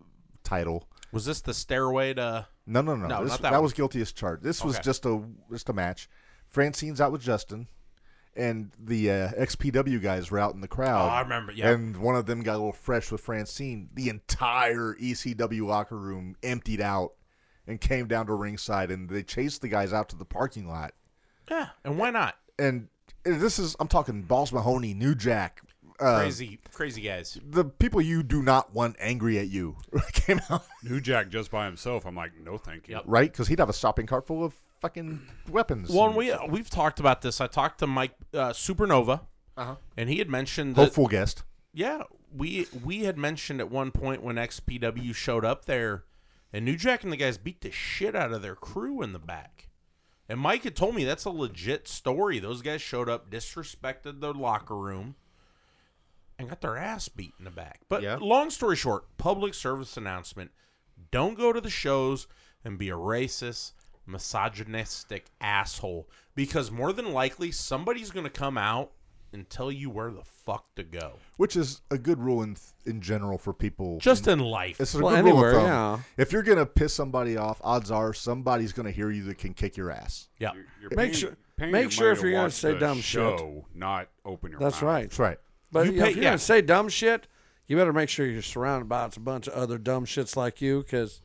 Speaker 2: title.
Speaker 3: was this the stairway to
Speaker 2: No, no, no.
Speaker 3: No,
Speaker 2: this,
Speaker 3: not that
Speaker 2: that
Speaker 3: one.
Speaker 2: was guilty as charged. This was
Speaker 3: Okay.
Speaker 2: just a just a match. Francine's out with Justin, and the uh, XPW guys were out in the crowd.
Speaker 3: Oh, I remember, yeah.
Speaker 2: and one of them E got a little fresh with Francine. The entire ECW locker room emptied out, and came down to ringside and they chased the guys out to the parking lot.
Speaker 3: Yeah, and why not?
Speaker 2: And this is I'm talking Boss Mahoney, New Jack, uh,
Speaker 3: Crazy, crazy guys.
Speaker 2: the people you do not want angry at you came out
Speaker 4: New Jack just by himself. I'm like, no, thank you.
Speaker 3: Yep.
Speaker 2: right because he'd have a shopping cart full of fucking weapons.
Speaker 3: Well, and
Speaker 2: and
Speaker 3: we uh, we've talked about this. I talked to Mike uh, Supernova,
Speaker 2: Uh-huh.
Speaker 3: and he had mentioned that
Speaker 2: hopeful guest.
Speaker 3: Yeah, we we had mentioned at one point when XPW showed up there, and New Jack and the guys beat the shit out of their crew in the back. And Mike had told me that's a legit story. Those guys showed up, disrespected their locker room, and got their ass beat in the back. But
Speaker 7: Yeah.
Speaker 3: long story short, public service announcement: don't go to the shows and be a racist, misogynistic asshole. Because more than likely, somebody's going to come out and tell you where the fuck to go
Speaker 2: which is a good rule in in general for people.
Speaker 3: just in life.
Speaker 2: it's a
Speaker 6: Well,
Speaker 2: good
Speaker 6: anywhere,
Speaker 2: rule of thumb.
Speaker 6: yeah.
Speaker 2: If you're gonna piss somebody off, odds are somebody's gonna hear you that can kick your ass.
Speaker 3: yeah,
Speaker 4: You're
Speaker 6: Make
Speaker 4: paying-
Speaker 6: sure-
Speaker 4: paying
Speaker 6: make
Speaker 4: your
Speaker 6: sure
Speaker 4: money
Speaker 6: if
Speaker 4: to
Speaker 6: you're gonna
Speaker 4: watch
Speaker 6: say
Speaker 4: the
Speaker 6: dumb shit.
Speaker 4: show, not open your.
Speaker 6: That's
Speaker 4: mouth.
Speaker 6: right.
Speaker 2: That's right.
Speaker 6: But
Speaker 3: You
Speaker 6: you
Speaker 3: pay-
Speaker 6: if you're
Speaker 3: yeah.
Speaker 6: gonna say dumb shit, you better make sure you're surrounded by a bunch of other dumb shits like you, because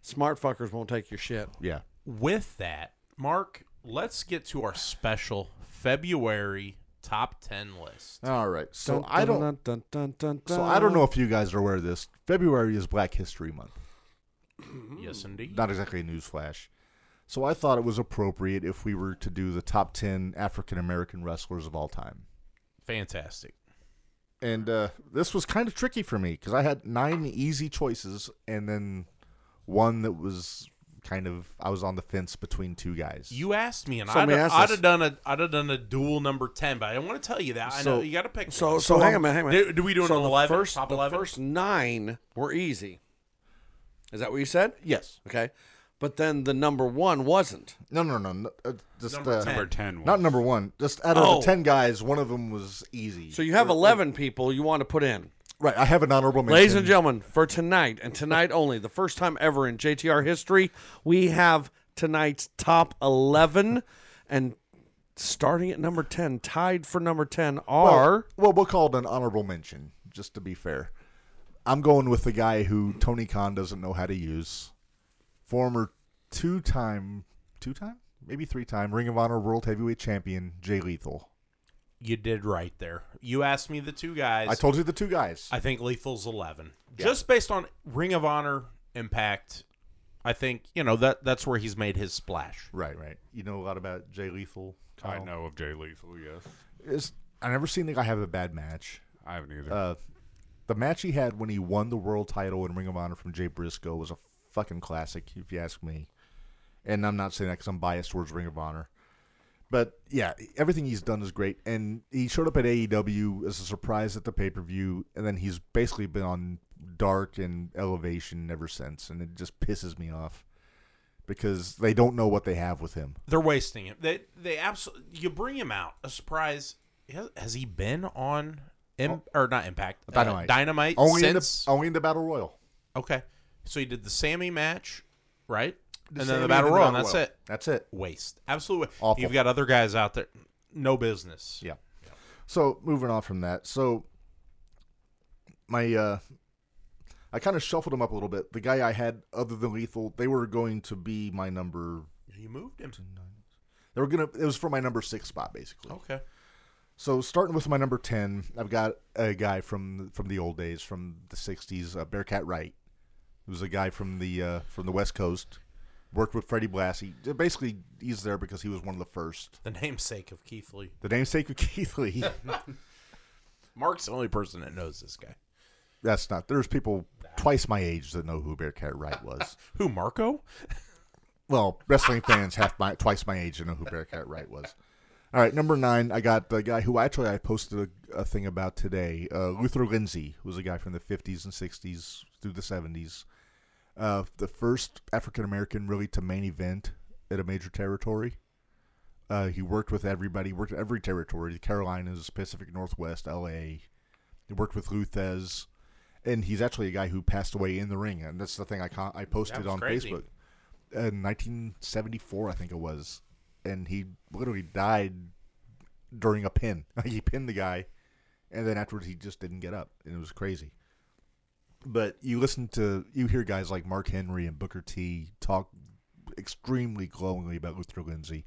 Speaker 6: smart fuckers won't take your shit.
Speaker 2: Yeah.
Speaker 3: with that, Mark, let's get to our special February top 10 list.
Speaker 2: All right. So
Speaker 6: Dun,
Speaker 2: I
Speaker 6: dun,
Speaker 2: don't.
Speaker 6: dun, dun, dun, dun,
Speaker 2: So I don't
Speaker 6: dun.
Speaker 2: know if you guys are aware of this. February is Black History Month.
Speaker 6: Mm.
Speaker 3: Yes, indeed.
Speaker 2: Not exactly a newsflash. So I thought it was appropriate if we were to do the top ten African American wrestlers of all time.
Speaker 3: Fantastic.
Speaker 2: And uh, this was kind of tricky for me because I had nine easy choices and then one that was kind of I was on the fence between two guys.
Speaker 3: You asked me, and
Speaker 6: So let
Speaker 3: I'd,
Speaker 6: me ask
Speaker 3: I'd
Speaker 6: this.
Speaker 3: have done a I'd have done a dual number ten, but I didn't want to tell you that. I know
Speaker 2: So-
Speaker 3: you got to pick.
Speaker 6: So,
Speaker 3: one.
Speaker 6: so, hang on, a minute, hang on. a minute.
Speaker 3: Do- do we do an
Speaker 6: so the
Speaker 3: 11,
Speaker 6: First,
Speaker 3: top
Speaker 6: the
Speaker 3: 11?
Speaker 6: first nine were easy. Is that what you said?
Speaker 2: yes.
Speaker 6: Okay, but then the number one wasn't.
Speaker 2: No, no, no. no uh, just
Speaker 3: Number
Speaker 2: uh,
Speaker 3: 10.
Speaker 4: Number ten. Was.
Speaker 2: Not number one. Just out of
Speaker 3: Oh.
Speaker 2: the ten guys, one of them was easy.
Speaker 6: So you have eleven people you want to put in.
Speaker 2: right. I have an honorable mention.
Speaker 6: Ladies and gentlemen, for tonight and tonight only, the first time ever in JTR history, we have tonight's top 11. And starting at number 10, tied for number 10 are.
Speaker 2: Well, we'll call it an honorable mention, just to be fair. I'm going with the guy who Tony Khan doesn't know how to use. Former two time, two time? Maybe three time Ring of Honor World Heavyweight Champion, Jay Lethal.
Speaker 3: you did right there. You asked me the two guys.
Speaker 2: I told you the two guys.
Speaker 3: I think Lethal's 11. Just based on Ring of Honor impact, I think, you know, that that's where he's made his splash.
Speaker 2: right, right. You know a lot about Jay Lethal?
Speaker 4: I
Speaker 2: Kyle?
Speaker 4: know of Jay Lethal. Yes,
Speaker 2: It's, I never seen the guy have a bad match.
Speaker 4: I haven't either.
Speaker 2: Uh, the match he had when he won the world title in Ring of Honor from Jay Briscoe was a fucking classic, if you ask me. And I'm not saying that because I'm biased towards Ring of Honor. But yeah, everything he's done is great. And he showed up at AEW as a surprise at the pay per view. And then he's basically been on dark and elevation ever since. And it just pisses me off because they don't know what they have with him.
Speaker 3: They're wasting him. They they absolutely you bring him out a surprise. Has, has he been on Im, or not Impact uh,
Speaker 2: Dynamite.
Speaker 3: Oh. Dynamite
Speaker 2: Only,
Speaker 3: since
Speaker 2: in, the, only in the Battle Royal.
Speaker 3: okay. So he did the Sammy match, right? and
Speaker 2: Sammy
Speaker 3: then the Battle Royal, and that's
Speaker 2: Royal.
Speaker 3: it.
Speaker 2: That's it.
Speaker 3: Waste. Absolutely.
Speaker 2: Awful.
Speaker 3: You've got other guys out there. No business.
Speaker 2: Yeah. So moving on from that, so my uh I kind of shuffled him up a little bit. The guy I had other than lethal, they were going to be my number
Speaker 3: You moved him.
Speaker 2: they were gonna it was for my number six spot basically.
Speaker 3: Okay.
Speaker 2: So starting with my number ten, I've got a guy from from the old days, from the sixties, uh, Bearcat Wright. He was a guy from the uh, from the West Coast, worked with Freddie Blassie. Basically, he's there because he was one of the first.
Speaker 3: The namesake of Keith Lee.
Speaker 2: The namesake of Keith Lee.
Speaker 3: Mark's the only person that knows this guy.
Speaker 2: That's not. There's people twice my age that know who Bearcat Wright was.
Speaker 3: Who, Marco?
Speaker 2: well, wrestling fans half my twice my age that know who Bearcat Wright was. All right, number nine. I got the guy who actually I posted a, a thing about today. Uh, Luther Lindsay, who was a guy from the 50s and 60s through the 70s. Uh, the first African American really to main event at a major territory. Uh, he worked with everybody, worked at every territory, the Carolinas, Pacific Northwest, LA. He worked with Luthez. And he's actually a guy who passed away in the ring. And that's the thing I, con- I posted
Speaker 3: was
Speaker 2: on
Speaker 3: crazy.
Speaker 2: Facebook. In 1974, I think it was. And he literally died during a pin. Like he pinned the guy, and then afterwards he just didn't get up, and it was crazy. but you listen to you hear guys like Mark Henry and Booker T talk extremely glowingly about Luther Lindsay,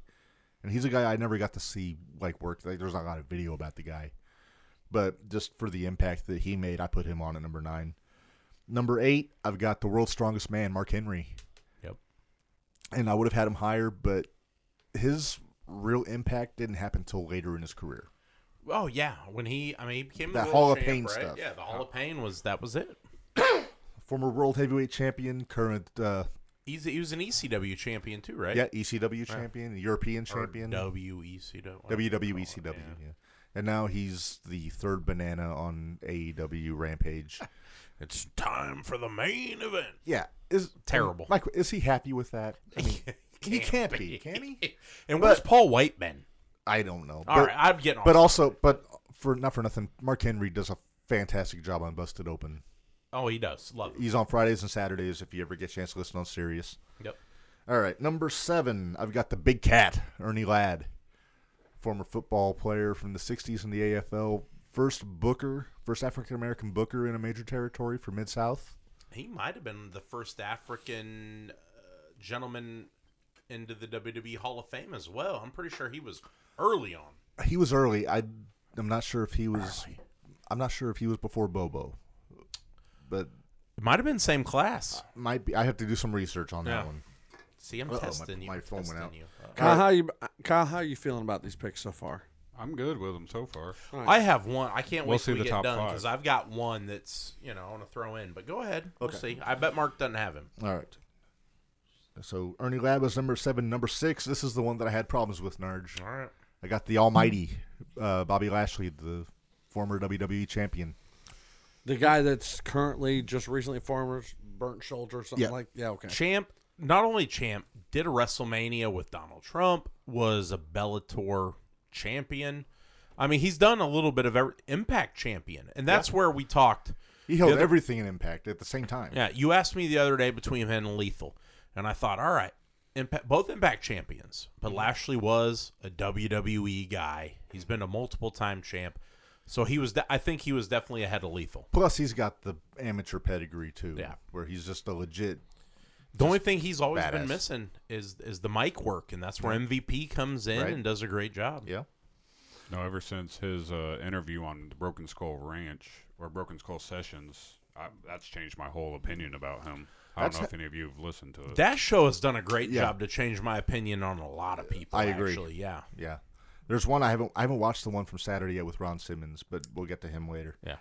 Speaker 2: and he's a guy I never got to see like work. Like there's not a lot of video about the guy, but just for the impact that he made, I put him on at number nine. Number eight, I've got the world's strongest man, Mark Henry.
Speaker 3: Yep.
Speaker 2: And I would have had him higher, but his real impact didn't happen till later in his career.
Speaker 3: Oh yeah, when he I mean he became
Speaker 2: That
Speaker 3: the
Speaker 2: Hall
Speaker 3: world
Speaker 2: of Pain
Speaker 3: champ, right?
Speaker 2: stuff.
Speaker 3: Yeah, the Hall of Pain was that was it.
Speaker 2: Former world heavyweight champion, current uh,
Speaker 3: He's he was an ECW champion too, right?
Speaker 2: yeah ECW champion, European champion, E
Speaker 3: WECW.
Speaker 2: WWE ECW. yeah. And now he's the third banana on AEW Rampage.
Speaker 3: It's time for the main event.
Speaker 2: Yeah, is
Speaker 3: Terrible.
Speaker 2: Mike, is he happy with that? I mean, he can't be, can he?
Speaker 3: and where's Paul White been?
Speaker 2: I don't know.
Speaker 3: All
Speaker 2: but-
Speaker 3: right, I'm getting off.
Speaker 2: but also, but for not for nothing, Mark Henry does a fantastic job on Busted Open.
Speaker 3: oh, he does. Love it.
Speaker 2: He's on Fridays and Saturdays if you ever get a chance to listen on Sirius.
Speaker 3: Yep.
Speaker 2: All right, number seven, I've got the big cat, Ernie Ladd, former football player from the '60s in the AFL, first Booker, first African American Booker in a major territory for Mid South.
Speaker 3: He might have been the first African uh, gentleman into the WWE Hall of Fame as well. I'm pretty sure he was early on.
Speaker 2: He was early. I I'm not sure if he was. I'm not sure if he was before Bobo, but
Speaker 3: It might have been same class.
Speaker 2: might be. I have to do some research on that
Speaker 3: Yeah.
Speaker 2: one.
Speaker 3: Oh, See, I'm
Speaker 2: Uh-oh, my-
Speaker 3: testing you.
Speaker 2: my phone went
Speaker 3: testing
Speaker 2: out.
Speaker 3: you. Uh,
Speaker 6: Kyle, how you Kyle, how you feeling about these picks so far?
Speaker 4: I'm good with them so far.
Speaker 3: I have one. I can't
Speaker 4: We'll
Speaker 3: wait till
Speaker 4: see
Speaker 3: we
Speaker 4: the
Speaker 3: get
Speaker 4: top
Speaker 3: done
Speaker 4: five.
Speaker 3: because I've got one that's you know I want to throw in. But go ahead. We'll see. I bet Mark doesn't have him.
Speaker 2: All right. So Ernie Ladd was number seven. Number six. This is the one that I had problems with, Narge.
Speaker 3: All right.
Speaker 2: I got the Almighty, uh, Bobby Lashley, the former WWE champion.
Speaker 6: The guy that's currently just recently former burnt shoulder or something
Speaker 2: Yeah.
Speaker 6: like yeah okay.
Speaker 3: Champ, not only champ, did a WrestleMania with Donald Trump, was a Bellator champion. I mean, he's done a little bit of every, Impact champion, and that's where we talked.
Speaker 2: He held
Speaker 3: The other-
Speaker 2: everything in Impact at the same time.
Speaker 3: Yeah, you asked me the other day between him and Lethal, and I thought, all right, Impact, both Impact champions, but
Speaker 2: Mm-hmm.
Speaker 3: Lashley was a WWE guy. He's been a multiple time champ, so he was. De- I think he was definitely ahead of Lethal.
Speaker 2: Plus, he's got the amateur pedigree too.
Speaker 3: Yeah.
Speaker 2: where he's just a legit.
Speaker 3: The only thing he's always
Speaker 2: badass.
Speaker 3: been missing is is the mic work, and that's where MVP comes in
Speaker 2: Right.
Speaker 3: and does a great job.
Speaker 2: Yeah,
Speaker 4: No, ever since his uh, interview on the Broken Skull Ranch or Broken Skull Sessions, I, that's changed my whole opinion about him. I don't
Speaker 2: That's
Speaker 4: know
Speaker 2: ha-
Speaker 4: if any of you have listened to it.
Speaker 3: That show has done a great
Speaker 2: Yeah.
Speaker 3: job to change my opinion on a lot of people.
Speaker 2: I agree.
Speaker 3: Actually, yeah,
Speaker 2: yeah. There's one I haven't I haven't watched the one from Saturday yet with Ron Simmons, but we'll get to him later.
Speaker 3: yeah.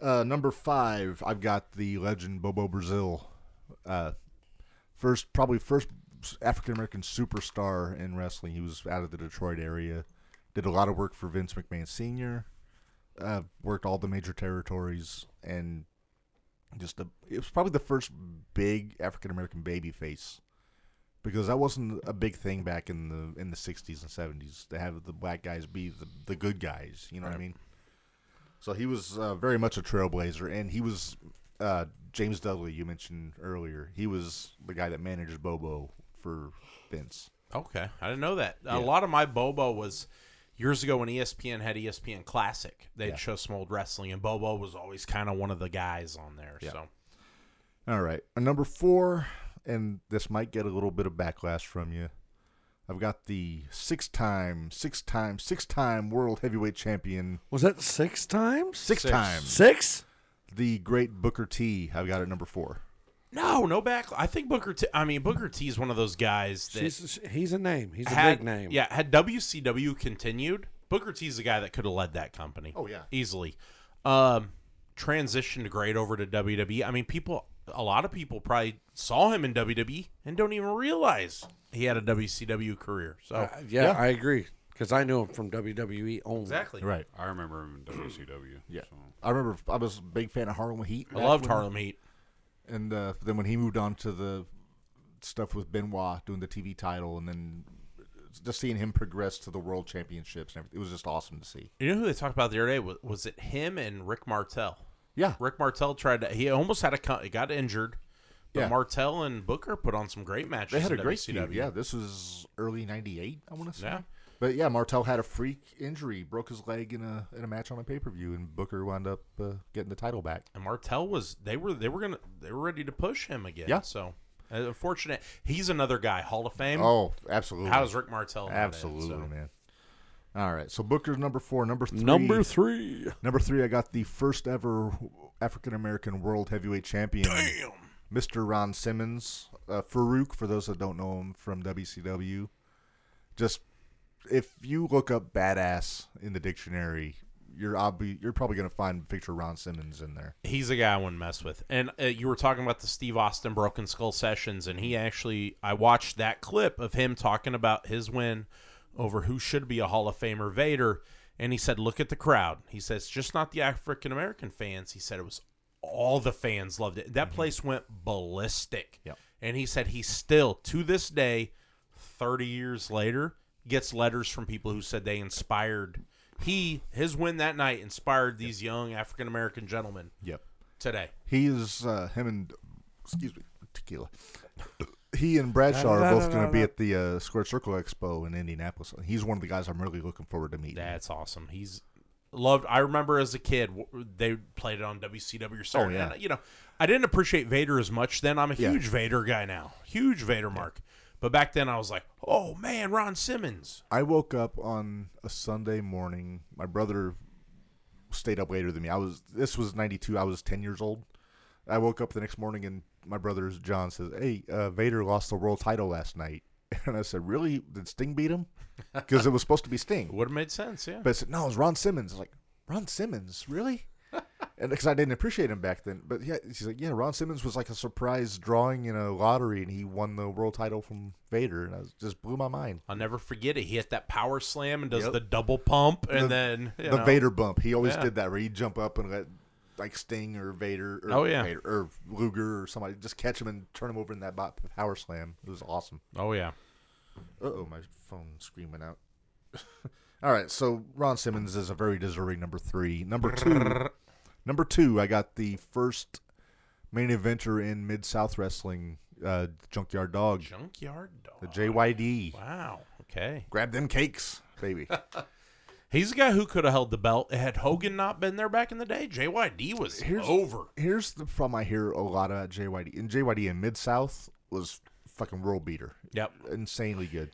Speaker 2: Uh, number five, I've got the legend Bobo Brazil, uh, first probably first African American superstar in wrestling. He was out of the Detroit area, did a lot of work for Vince McMahon Senior, uh, worked all the major territories, and just a, it was probably the first big African American baby face because that wasn't a big thing back in the in the sixties and seventies to have the black guys be the, the good guys. You know what I mean? So he was uh, very much a trailblazer, and he was uh, James Dudley. You mentioned earlier. He was the guy that managed Bobo for Vince.
Speaker 3: Okay, I didn't know that. A lot of my Bobo was years ago when E ESPN had ESPN Classic. They'd show some old wrestling, and Bobo was always kind of one of the guys on there. So
Speaker 2: All right, and number four, and this might get a little bit of backlash from you. I've got the six-time, six-time, six-time world heavyweight champion,
Speaker 6: Was that six times?
Speaker 2: six, times
Speaker 6: Six?
Speaker 2: the great Booker T. I've got it number four.
Speaker 3: no, no back. I think Booker. T- I mean Booker T is one of those guys that
Speaker 6: He's, he's a name. He's a
Speaker 3: had
Speaker 6: big name.
Speaker 3: Yeah, had WCW continued, Booker T's the guy that could have led that company.
Speaker 2: Oh, yeah.
Speaker 3: easily. Um, transitioned great over to WWE. I mean, people, a lot of people probably saw him in WWE and don't even realize he had a WCW career. So
Speaker 6: Uh, yeah, I agree because I knew him from WWE only.
Speaker 3: exactly,
Speaker 2: Right.
Speaker 4: I remember him in WCW. Yeah.
Speaker 2: I remember I was a big fan of Harlem Heat.
Speaker 3: I loved Harlem Heat.
Speaker 2: and uh, then when he moved on to the stuff with Benoit doing the TV title, and then just seeing him progress to the world championships, and everything, it was just awesome to see.
Speaker 3: You know who they talked about the other day? Was, was it him and Rick Martel?
Speaker 2: Yeah,
Speaker 3: Rick Martel tried to. He almost had a. co- He got injured. But
Speaker 2: Yeah.
Speaker 3: Martel and Booker put on some great matches.
Speaker 2: they had a
Speaker 3: in
Speaker 2: great
Speaker 3: WCW.
Speaker 2: feud. Yeah, this was early '98, I want to say.
Speaker 3: Yeah.
Speaker 2: But yeah, Martel had a freak injury, broke his leg in a in a match on a pay per view, and Booker wound up uh, getting the title back.
Speaker 3: And Martel was they were they were gonna they were ready to push him again.
Speaker 2: Yeah.
Speaker 3: So uh, unfortunate, he's another guy Hall of Fame.
Speaker 2: Oh, absolutely,
Speaker 3: How's Rick Martel? not in,
Speaker 2: absolutely,
Speaker 3: so.
Speaker 2: man. All right, so Booker's number four, number three,
Speaker 6: Number three.
Speaker 2: number three. I got the first ever African American World Heavyweight Champion, Mr. Ron Simmons, uh, Farouk. For those that don't know him from WCW, just if you look up badass in the dictionary, you're obvi- you're probably gonna find a picture of Ron Simmons in there.
Speaker 3: He's a guy I wouldn't mess with. And uh, you were talking about the Steve Austin Broken Skull sessions, and he actually, I watched that clip of him talking about his win over who should be a Hall of Famer, Vader. And he said, Look at the crowd. He says, Just not the African American fans. He said it was all the fans loved it. That place went ballistic.
Speaker 2: Yep.
Speaker 3: And he said, He still, to this day, 30 years later, gets letters from people who said they inspired. He his win that night inspired these young African American gentlemen
Speaker 2: Yep.
Speaker 3: today.
Speaker 2: He is uh, him and excuse me tequila. He and Bradshaw are both going to be at the uh, Square Circle Expo in Indianapolis. He's one of the guys I'm really looking forward to meeting.
Speaker 3: That's awesome. He's loved. I remember as a kid w- they played it on WCW. or something.
Speaker 2: Oh, yeah.
Speaker 3: And, you know, I didn't appreciate Vader as much then. I'm a
Speaker 2: Yeah.
Speaker 3: huge Vader guy now, huge Vader mark. But back then I was like, oh man, Ron Simmons.
Speaker 2: I woke up on a Sunday morning. My brother stayed up later than me. I was this was '92. I was 10 years old. I woke up the next morning and my brother John says, "Hey, uh, Vader lost the world title last night." And I said, "Really? Did Sting beat him?" Because it was supposed to be Sting.
Speaker 3: Would have made sense, yeah.
Speaker 2: But I said, no, it was Ron Simmons. I was like, Ron Simmons, really? and because I didn't appreciate him back then. But yeah, she's like, yeah, Ron Simmons was like a surprise drawing in a lottery, and he won the world title from Vader, and I was, just blew my mind.
Speaker 3: I'll never forget it. He hit that power slam and does
Speaker 2: Yep.
Speaker 3: the double pump, and
Speaker 2: The-
Speaker 3: then you
Speaker 2: the
Speaker 3: know,
Speaker 2: Vader bump. He always
Speaker 3: Yeah.
Speaker 2: did that, where he'd jump up and let like Sting or Vader, or
Speaker 3: Oh, yeah.
Speaker 2: Vader, or Luger or somebody just catch him and turn him over in that bo- power slam. It was awesome.
Speaker 3: Oh yeah,
Speaker 2: Uh oh, my phone screaming out. All right, so Ron Simmons is a very deserving number three. Number two, number two, I got the first main eventer in Mid South Wrestling, uh, Junkyard Dog,
Speaker 3: Junkyard Dog.
Speaker 2: the JYD.
Speaker 3: wow. Okay.
Speaker 2: Grab them cakes, baby.
Speaker 3: He's a guy who could have held the belt had Hogan not been there back in the day. JYD was
Speaker 2: Here's-
Speaker 3: over.
Speaker 2: Here's the problem I hear a lot about JYD. And JYD in Mid South was fucking world beater.
Speaker 3: Yep.
Speaker 2: insanely good.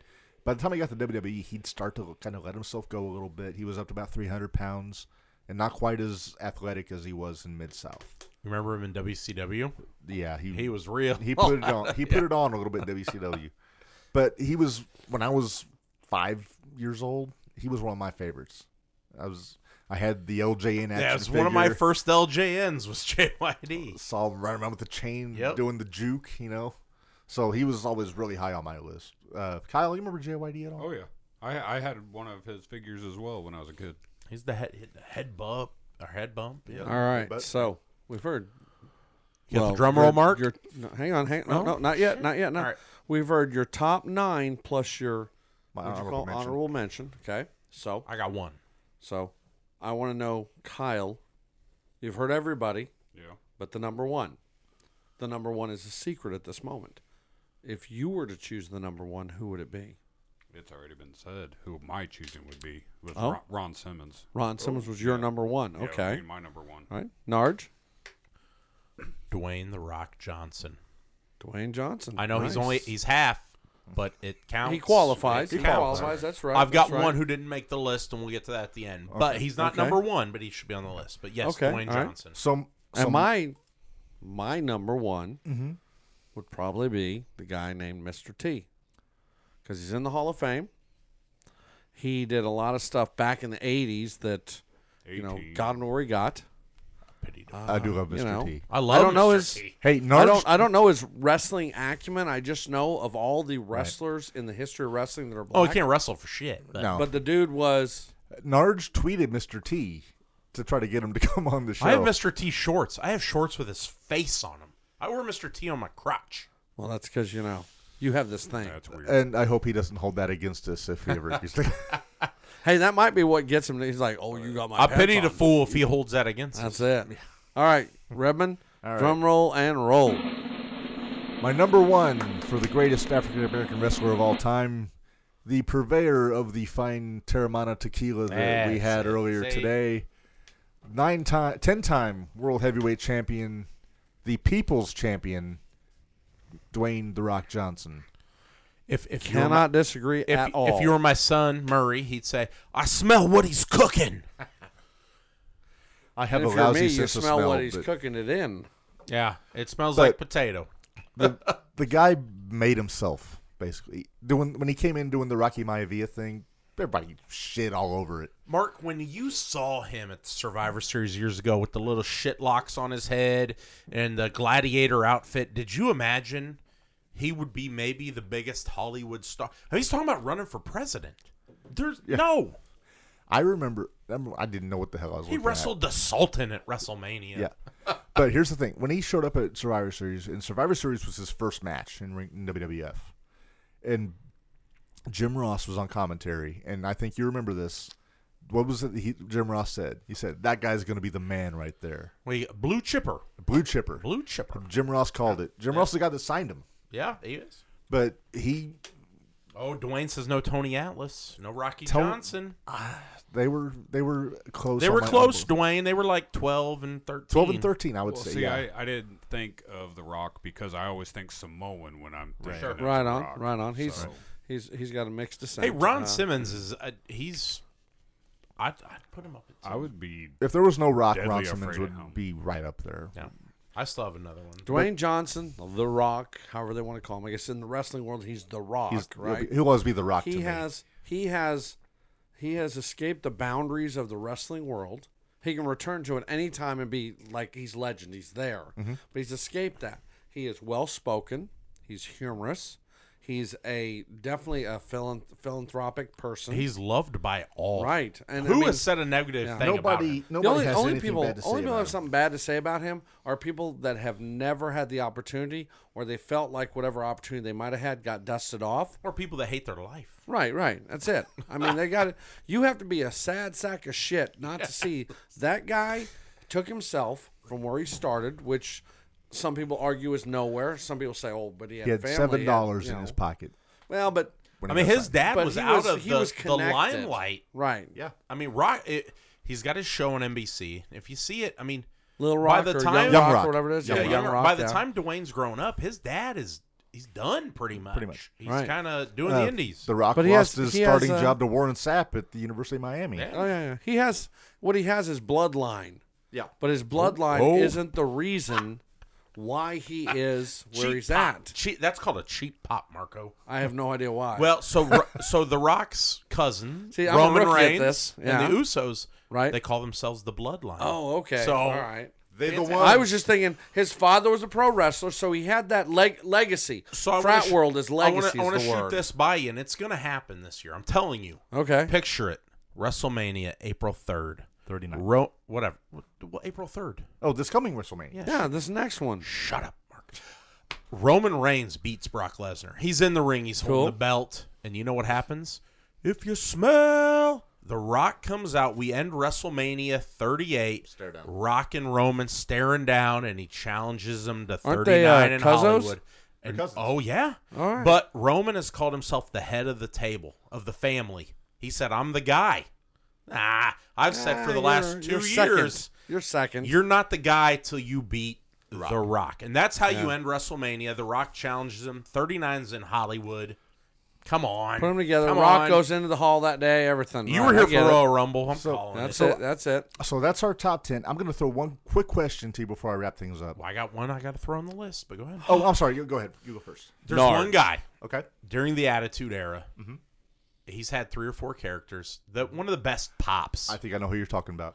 Speaker 2: By the time he got to WWE, he'd start to kind of let himself go a little bit. He was up to about 300 pounds and not quite as athletic as he was in Mid South.
Speaker 3: Remember him in WCW?
Speaker 2: Yeah, he
Speaker 3: He was real.
Speaker 2: he put it on he put it on a little bit in WCW, but he was when I was five years old, he was one of my favorites. I was I had the LJN action
Speaker 3: That was one of my
Speaker 2: figure,
Speaker 3: first LJNs was JYD.
Speaker 2: Saw him running around with the chain,
Speaker 3: Yep.
Speaker 2: doing the juke, you know. So he was always really high on my list. Uh, Kyle, you remember JYD at all?
Speaker 4: Oh yeah, I I had one of his figures as well when I was a kid.
Speaker 3: He's the head the head bump or head bump. Yeah.
Speaker 6: All right.
Speaker 2: But-
Speaker 6: so we've heard.
Speaker 3: You got the drum roll
Speaker 6: your-
Speaker 3: mark?
Speaker 6: your- no, hang on. Hang No,
Speaker 3: No?
Speaker 6: no, not yet. Not yet. No.
Speaker 3: All right.
Speaker 6: We've heard your top nine plus your
Speaker 2: My
Speaker 6: what'd you
Speaker 2: honorable
Speaker 6: call it?
Speaker 2: mention.
Speaker 6: honorable mention. Okay. So
Speaker 3: I got one.
Speaker 6: so I want to know, Kyle. You've heard everybody,
Speaker 4: Yeah.
Speaker 6: but the number one. The number one is a secret at this moment. If you were to choose the number one, who would it be?
Speaker 4: It's already been said who my choosing would be was
Speaker 6: Oh.
Speaker 4: Ron, Ron Simmons.
Speaker 6: Ron Simmons was your number one.
Speaker 4: Yeah, it would
Speaker 6: Okay.
Speaker 4: be my number one.
Speaker 6: All right. Narge,
Speaker 3: Dwayne the Rock Johnson.
Speaker 6: Dwayne Johnson.
Speaker 3: I know he's
Speaker 6: Nice.
Speaker 3: only he's half, but it counts.
Speaker 6: he qualifies.
Speaker 3: It
Speaker 6: He
Speaker 3: counts.
Speaker 6: qualifies. That's right.
Speaker 3: I've got
Speaker 6: that's right.
Speaker 3: one who didn't make the list, and we'll get to that at the end. But he's not
Speaker 6: Okay.
Speaker 3: number one, but he should be on the list. But yes,
Speaker 6: Okay,
Speaker 3: Dwayne
Speaker 6: all right.
Speaker 3: Johnson.
Speaker 2: Some,
Speaker 6: And
Speaker 2: some
Speaker 6: my my number one would probably be the guy named Mr. T, because he's in the Hall of Fame. He did a lot of stuff back in the '80s that you know
Speaker 4: 18.
Speaker 6: got him where he got.
Speaker 3: Pity to-
Speaker 2: I do love Mr.
Speaker 6: you know.
Speaker 2: T.
Speaker 3: I love.
Speaker 6: don't know
Speaker 3: Mr.
Speaker 6: his-
Speaker 3: T.
Speaker 2: Hey,
Speaker 6: I
Speaker 2: Narge,
Speaker 6: don't I don't know his wrestling acumen. I just know of all the wrestlers in the history of wrestling that are
Speaker 3: Oh,
Speaker 6: black.
Speaker 3: he can't wrestle for shit. But
Speaker 2: No.
Speaker 6: But the dude was
Speaker 2: Narge tweeted Mr. T to try to get him to come on the show.
Speaker 3: I have Mr. T shorts. I have shorts with his face on them. I wear Mr. T on my crotch.
Speaker 6: well. That's because you know you have this thing.
Speaker 4: That's weird.
Speaker 2: and I hope he doesn't hold that against us if he ever. he's like-
Speaker 6: Hey, that might be what gets him. He's like, oh, you got my.
Speaker 3: I
Speaker 6: pants
Speaker 3: pity
Speaker 6: on.
Speaker 3: the fool if he holds that against us.
Speaker 6: That's it. All right, Redmond, drum roll and roll.
Speaker 2: my number one for the greatest African American wrestler of all time, the purveyor of the fine Terramana tequila that we
Speaker 3: That's
Speaker 2: had
Speaker 3: it.
Speaker 2: earlier
Speaker 3: See?
Speaker 2: today, nine time, ten time world heavyweight champion, the people's champion, Dwayne the Rock Johnson.
Speaker 3: If if you were my-
Speaker 6: Cannot disagree
Speaker 3: if,
Speaker 6: at all.
Speaker 3: if you were my son Murray, he'd say, "I smell what he's cooking."
Speaker 2: I have
Speaker 6: and if
Speaker 2: a
Speaker 6: you're
Speaker 2: lousy
Speaker 6: me, you
Speaker 2: sense of
Speaker 6: smell
Speaker 2: smell,
Speaker 6: what he's
Speaker 2: but
Speaker 6: cooking it in.
Speaker 3: Yeah, it smells
Speaker 2: But-
Speaker 3: like potato.
Speaker 2: the guy made himself basically doing when he came in doing the Rocky Maivia thing. Everybody shit all over it.
Speaker 3: Mark, when you saw him at the Survivor Series years ago with the little shit locks on his head and the gladiator outfit, did you imagine he would be maybe the biggest Hollywood star? I mean, he's talking about running for president. There's no.
Speaker 2: I remember. I remember- I didn't know what the hell I was.
Speaker 3: He
Speaker 2: looking at.
Speaker 3: wrestled the Sultan at WrestleMania.
Speaker 2: Yeah. but here's the thing: when he showed up at Survivor Series, and Survivor Series was his first match in, ring, in WWF, and Jim Ross was on commentary, and I think you remember this. What was it that he, Jim Ross said? He said that guy's going to be the man right there,
Speaker 3: We blue chipper,
Speaker 2: blue chipper.
Speaker 3: blue chipper.
Speaker 2: Jim Ross called it. Jim Ross is the guy that signed him,
Speaker 3: Yeah, he is.
Speaker 2: but he
Speaker 3: Oh, Dwayne says no Tony Atlas, no Rocky
Speaker 2: Tony-
Speaker 3: Johnson.
Speaker 2: they were they were close.
Speaker 3: They
Speaker 2: on
Speaker 3: were
Speaker 2: my
Speaker 3: close,
Speaker 2: elbow.
Speaker 3: Dwayne. They were like twelve and thirteen.
Speaker 2: Twelve and thirteen, I would
Speaker 4: Well,
Speaker 2: say.
Speaker 4: see,
Speaker 2: yeah.
Speaker 4: I, I didn't think of The Rock because I always think Samoan when I'm thinking
Speaker 3: Sure.
Speaker 4: of The
Speaker 6: Right on,
Speaker 4: Rock.
Speaker 6: right on. He's
Speaker 4: So-
Speaker 6: he's he's got a mixed descent.
Speaker 3: Hey, Ron
Speaker 6: Uh,
Speaker 3: Simmons is uh, he's. I I'd put him up. At
Speaker 4: I would be
Speaker 2: if there was no Rock,
Speaker 4: Deadly
Speaker 2: Ron
Speaker 4: afraid
Speaker 2: Simmons
Speaker 4: at
Speaker 2: would
Speaker 4: home.
Speaker 2: be right up there.
Speaker 3: Yeah. I still have another one.
Speaker 6: Dwayne Johnson, The Rock, however they want to call him. I guess in the wrestling world, he's The Rock,
Speaker 2: He's,
Speaker 6: right?
Speaker 2: he'll, be, he'll always be the Rock. to
Speaker 6: he
Speaker 2: me.
Speaker 6: has he has he has escaped the boundaries of the wrestling world. He can return to it any time and be like he's legend. He's there, but he's escaped that. He is well spoken. He's humorous. He's a definitely a philan- philanthropic person.
Speaker 3: He's loved by all.
Speaker 6: right. And
Speaker 3: Who
Speaker 6: I mean,
Speaker 3: has said a negative thing about
Speaker 2: Nobody,
Speaker 3: him?
Speaker 2: nobody
Speaker 6: the only,
Speaker 2: has
Speaker 6: only
Speaker 2: anything
Speaker 6: people,
Speaker 2: bad to say
Speaker 6: only people
Speaker 2: about
Speaker 6: have
Speaker 2: him.
Speaker 6: something bad to say about him are people that have never had the opportunity, or they felt like whatever opportunity they might have had got dusted off.
Speaker 3: Or people that hate their life.
Speaker 6: Right, right. That's it. I mean, they got it. You have to be a sad sack of shit not to see that guy took himself from where he started, which some people argue is nowhere. Some people say, "Oh, but he had,
Speaker 2: He had
Speaker 6: family,
Speaker 2: seven
Speaker 6: had,
Speaker 2: dollars
Speaker 6: you
Speaker 2: in his
Speaker 6: know.
Speaker 2: pocket.
Speaker 6: Well, but
Speaker 2: when
Speaker 3: I
Speaker 2: he
Speaker 3: mean,
Speaker 2: got
Speaker 3: his
Speaker 2: signed.
Speaker 3: dad
Speaker 6: but
Speaker 3: was
Speaker 6: he
Speaker 3: out
Speaker 6: was,
Speaker 3: of
Speaker 6: he
Speaker 3: the,
Speaker 6: was
Speaker 3: the
Speaker 6: connected.
Speaker 3: limelight.
Speaker 6: right?
Speaker 2: Yeah.
Speaker 3: I mean, Rock. It, he's got his show on NBC. If you see it, I mean,
Speaker 6: Little
Speaker 3: By
Speaker 6: Rock
Speaker 3: the
Speaker 6: or
Speaker 3: time-
Speaker 6: Young,
Speaker 2: Young
Speaker 6: Rock,
Speaker 2: Rock.
Speaker 6: or whatever it is.
Speaker 2: Young
Speaker 3: yeah,
Speaker 2: Rock.
Speaker 3: Young Rock, by the
Speaker 6: yeah.
Speaker 3: time Dwayne's grown up, his dad is he's done pretty much.
Speaker 2: much.
Speaker 3: He's
Speaker 6: Right.
Speaker 3: kind of doing
Speaker 2: Uh,
Speaker 3: the indies.
Speaker 2: The Rock
Speaker 6: But he
Speaker 2: lost
Speaker 6: has-
Speaker 2: his
Speaker 6: he has,
Speaker 2: starting
Speaker 6: uh,
Speaker 2: job to Warren Sapp at the University of Miami.
Speaker 3: Yeah.
Speaker 6: Oh yeah, yeah. He has what he has is bloodline.
Speaker 2: Yeah.
Speaker 6: But his bloodline
Speaker 2: Oh.
Speaker 6: isn't the reason why he is where
Speaker 3: Cheap
Speaker 6: he's
Speaker 3: pop.
Speaker 6: at.
Speaker 3: Cheap, that's called a cheap pop, Marco.
Speaker 6: I have no idea why.
Speaker 3: Well, so Ro- so the Rock's cousin
Speaker 6: See, I'm a
Speaker 3: Roman
Speaker 6: rookie at
Speaker 3: Reigns
Speaker 6: this. Yeah.
Speaker 3: and the Usos,
Speaker 6: Right.
Speaker 3: They call themselves the Bloodline.
Speaker 6: oh, okay.
Speaker 3: So
Speaker 6: all right.
Speaker 2: They the one.
Speaker 6: I was just thinking his father was a pro wrestler, so he had that leg- legacy.
Speaker 3: so I
Speaker 6: Frat
Speaker 3: wanna sh-
Speaker 6: world is legacy
Speaker 3: I want to
Speaker 6: is the
Speaker 3: shoot
Speaker 6: word.
Speaker 3: this by you, and it's gonna happen this year. I'm telling you.
Speaker 6: Okay.
Speaker 3: Picture it: WrestleMania, April third,
Speaker 2: 39.
Speaker 3: Ro- whatever, what, what- April third.
Speaker 2: oh, this coming WrestleMania.
Speaker 6: Yeah, this next one.
Speaker 3: Shut up, Mark. Roman Reigns beats Brock Lesnar. He's in the ring. He's holding
Speaker 6: Cool.
Speaker 3: the belt, and you know what happens? If you smell, The Rock comes out. We end WrestleMania 38. Rock and Roman staring down, and he challenges him to 39
Speaker 6: Aren't they, uh,
Speaker 3: in
Speaker 6: cousins?
Speaker 3: Hollywood. And, oh yeah.
Speaker 6: All right.
Speaker 3: But Roman has called himself the head of the table of the family. He said, "I'm the guy." Ah, I've said for
Speaker 6: Ah,
Speaker 3: the last
Speaker 6: you're-
Speaker 3: 2
Speaker 6: you're second.
Speaker 3: years
Speaker 6: You're second.
Speaker 3: you're not the guy till you beat The Rock. And that's how you end WrestleMania. The Rock challenges him. 39's in Hollywood. Come on.
Speaker 6: Put them together.
Speaker 3: Come
Speaker 6: Rock
Speaker 3: on.
Speaker 6: goes into the hall that day. Everything.
Speaker 3: You
Speaker 6: Right,
Speaker 3: were
Speaker 6: I
Speaker 3: here
Speaker 6: get
Speaker 3: for
Speaker 6: it.
Speaker 3: Royal Rumble. I'm calling
Speaker 6: That's
Speaker 3: it.
Speaker 6: it. That's it.
Speaker 2: So that's our top ten. I'm going to throw one quick question to you before I wrap things up.
Speaker 3: Well, I got one I got to throw on the list, but go ahead.
Speaker 2: Oh, I'm sorry. You go ahead. You go first.
Speaker 3: There's
Speaker 6: Nards.
Speaker 3: one guy
Speaker 2: Okay.
Speaker 3: during the Attitude Era.
Speaker 6: Mm-hmm.
Speaker 3: He's had three or four characters. That one of the best pops.
Speaker 2: I think I know who you're talking about.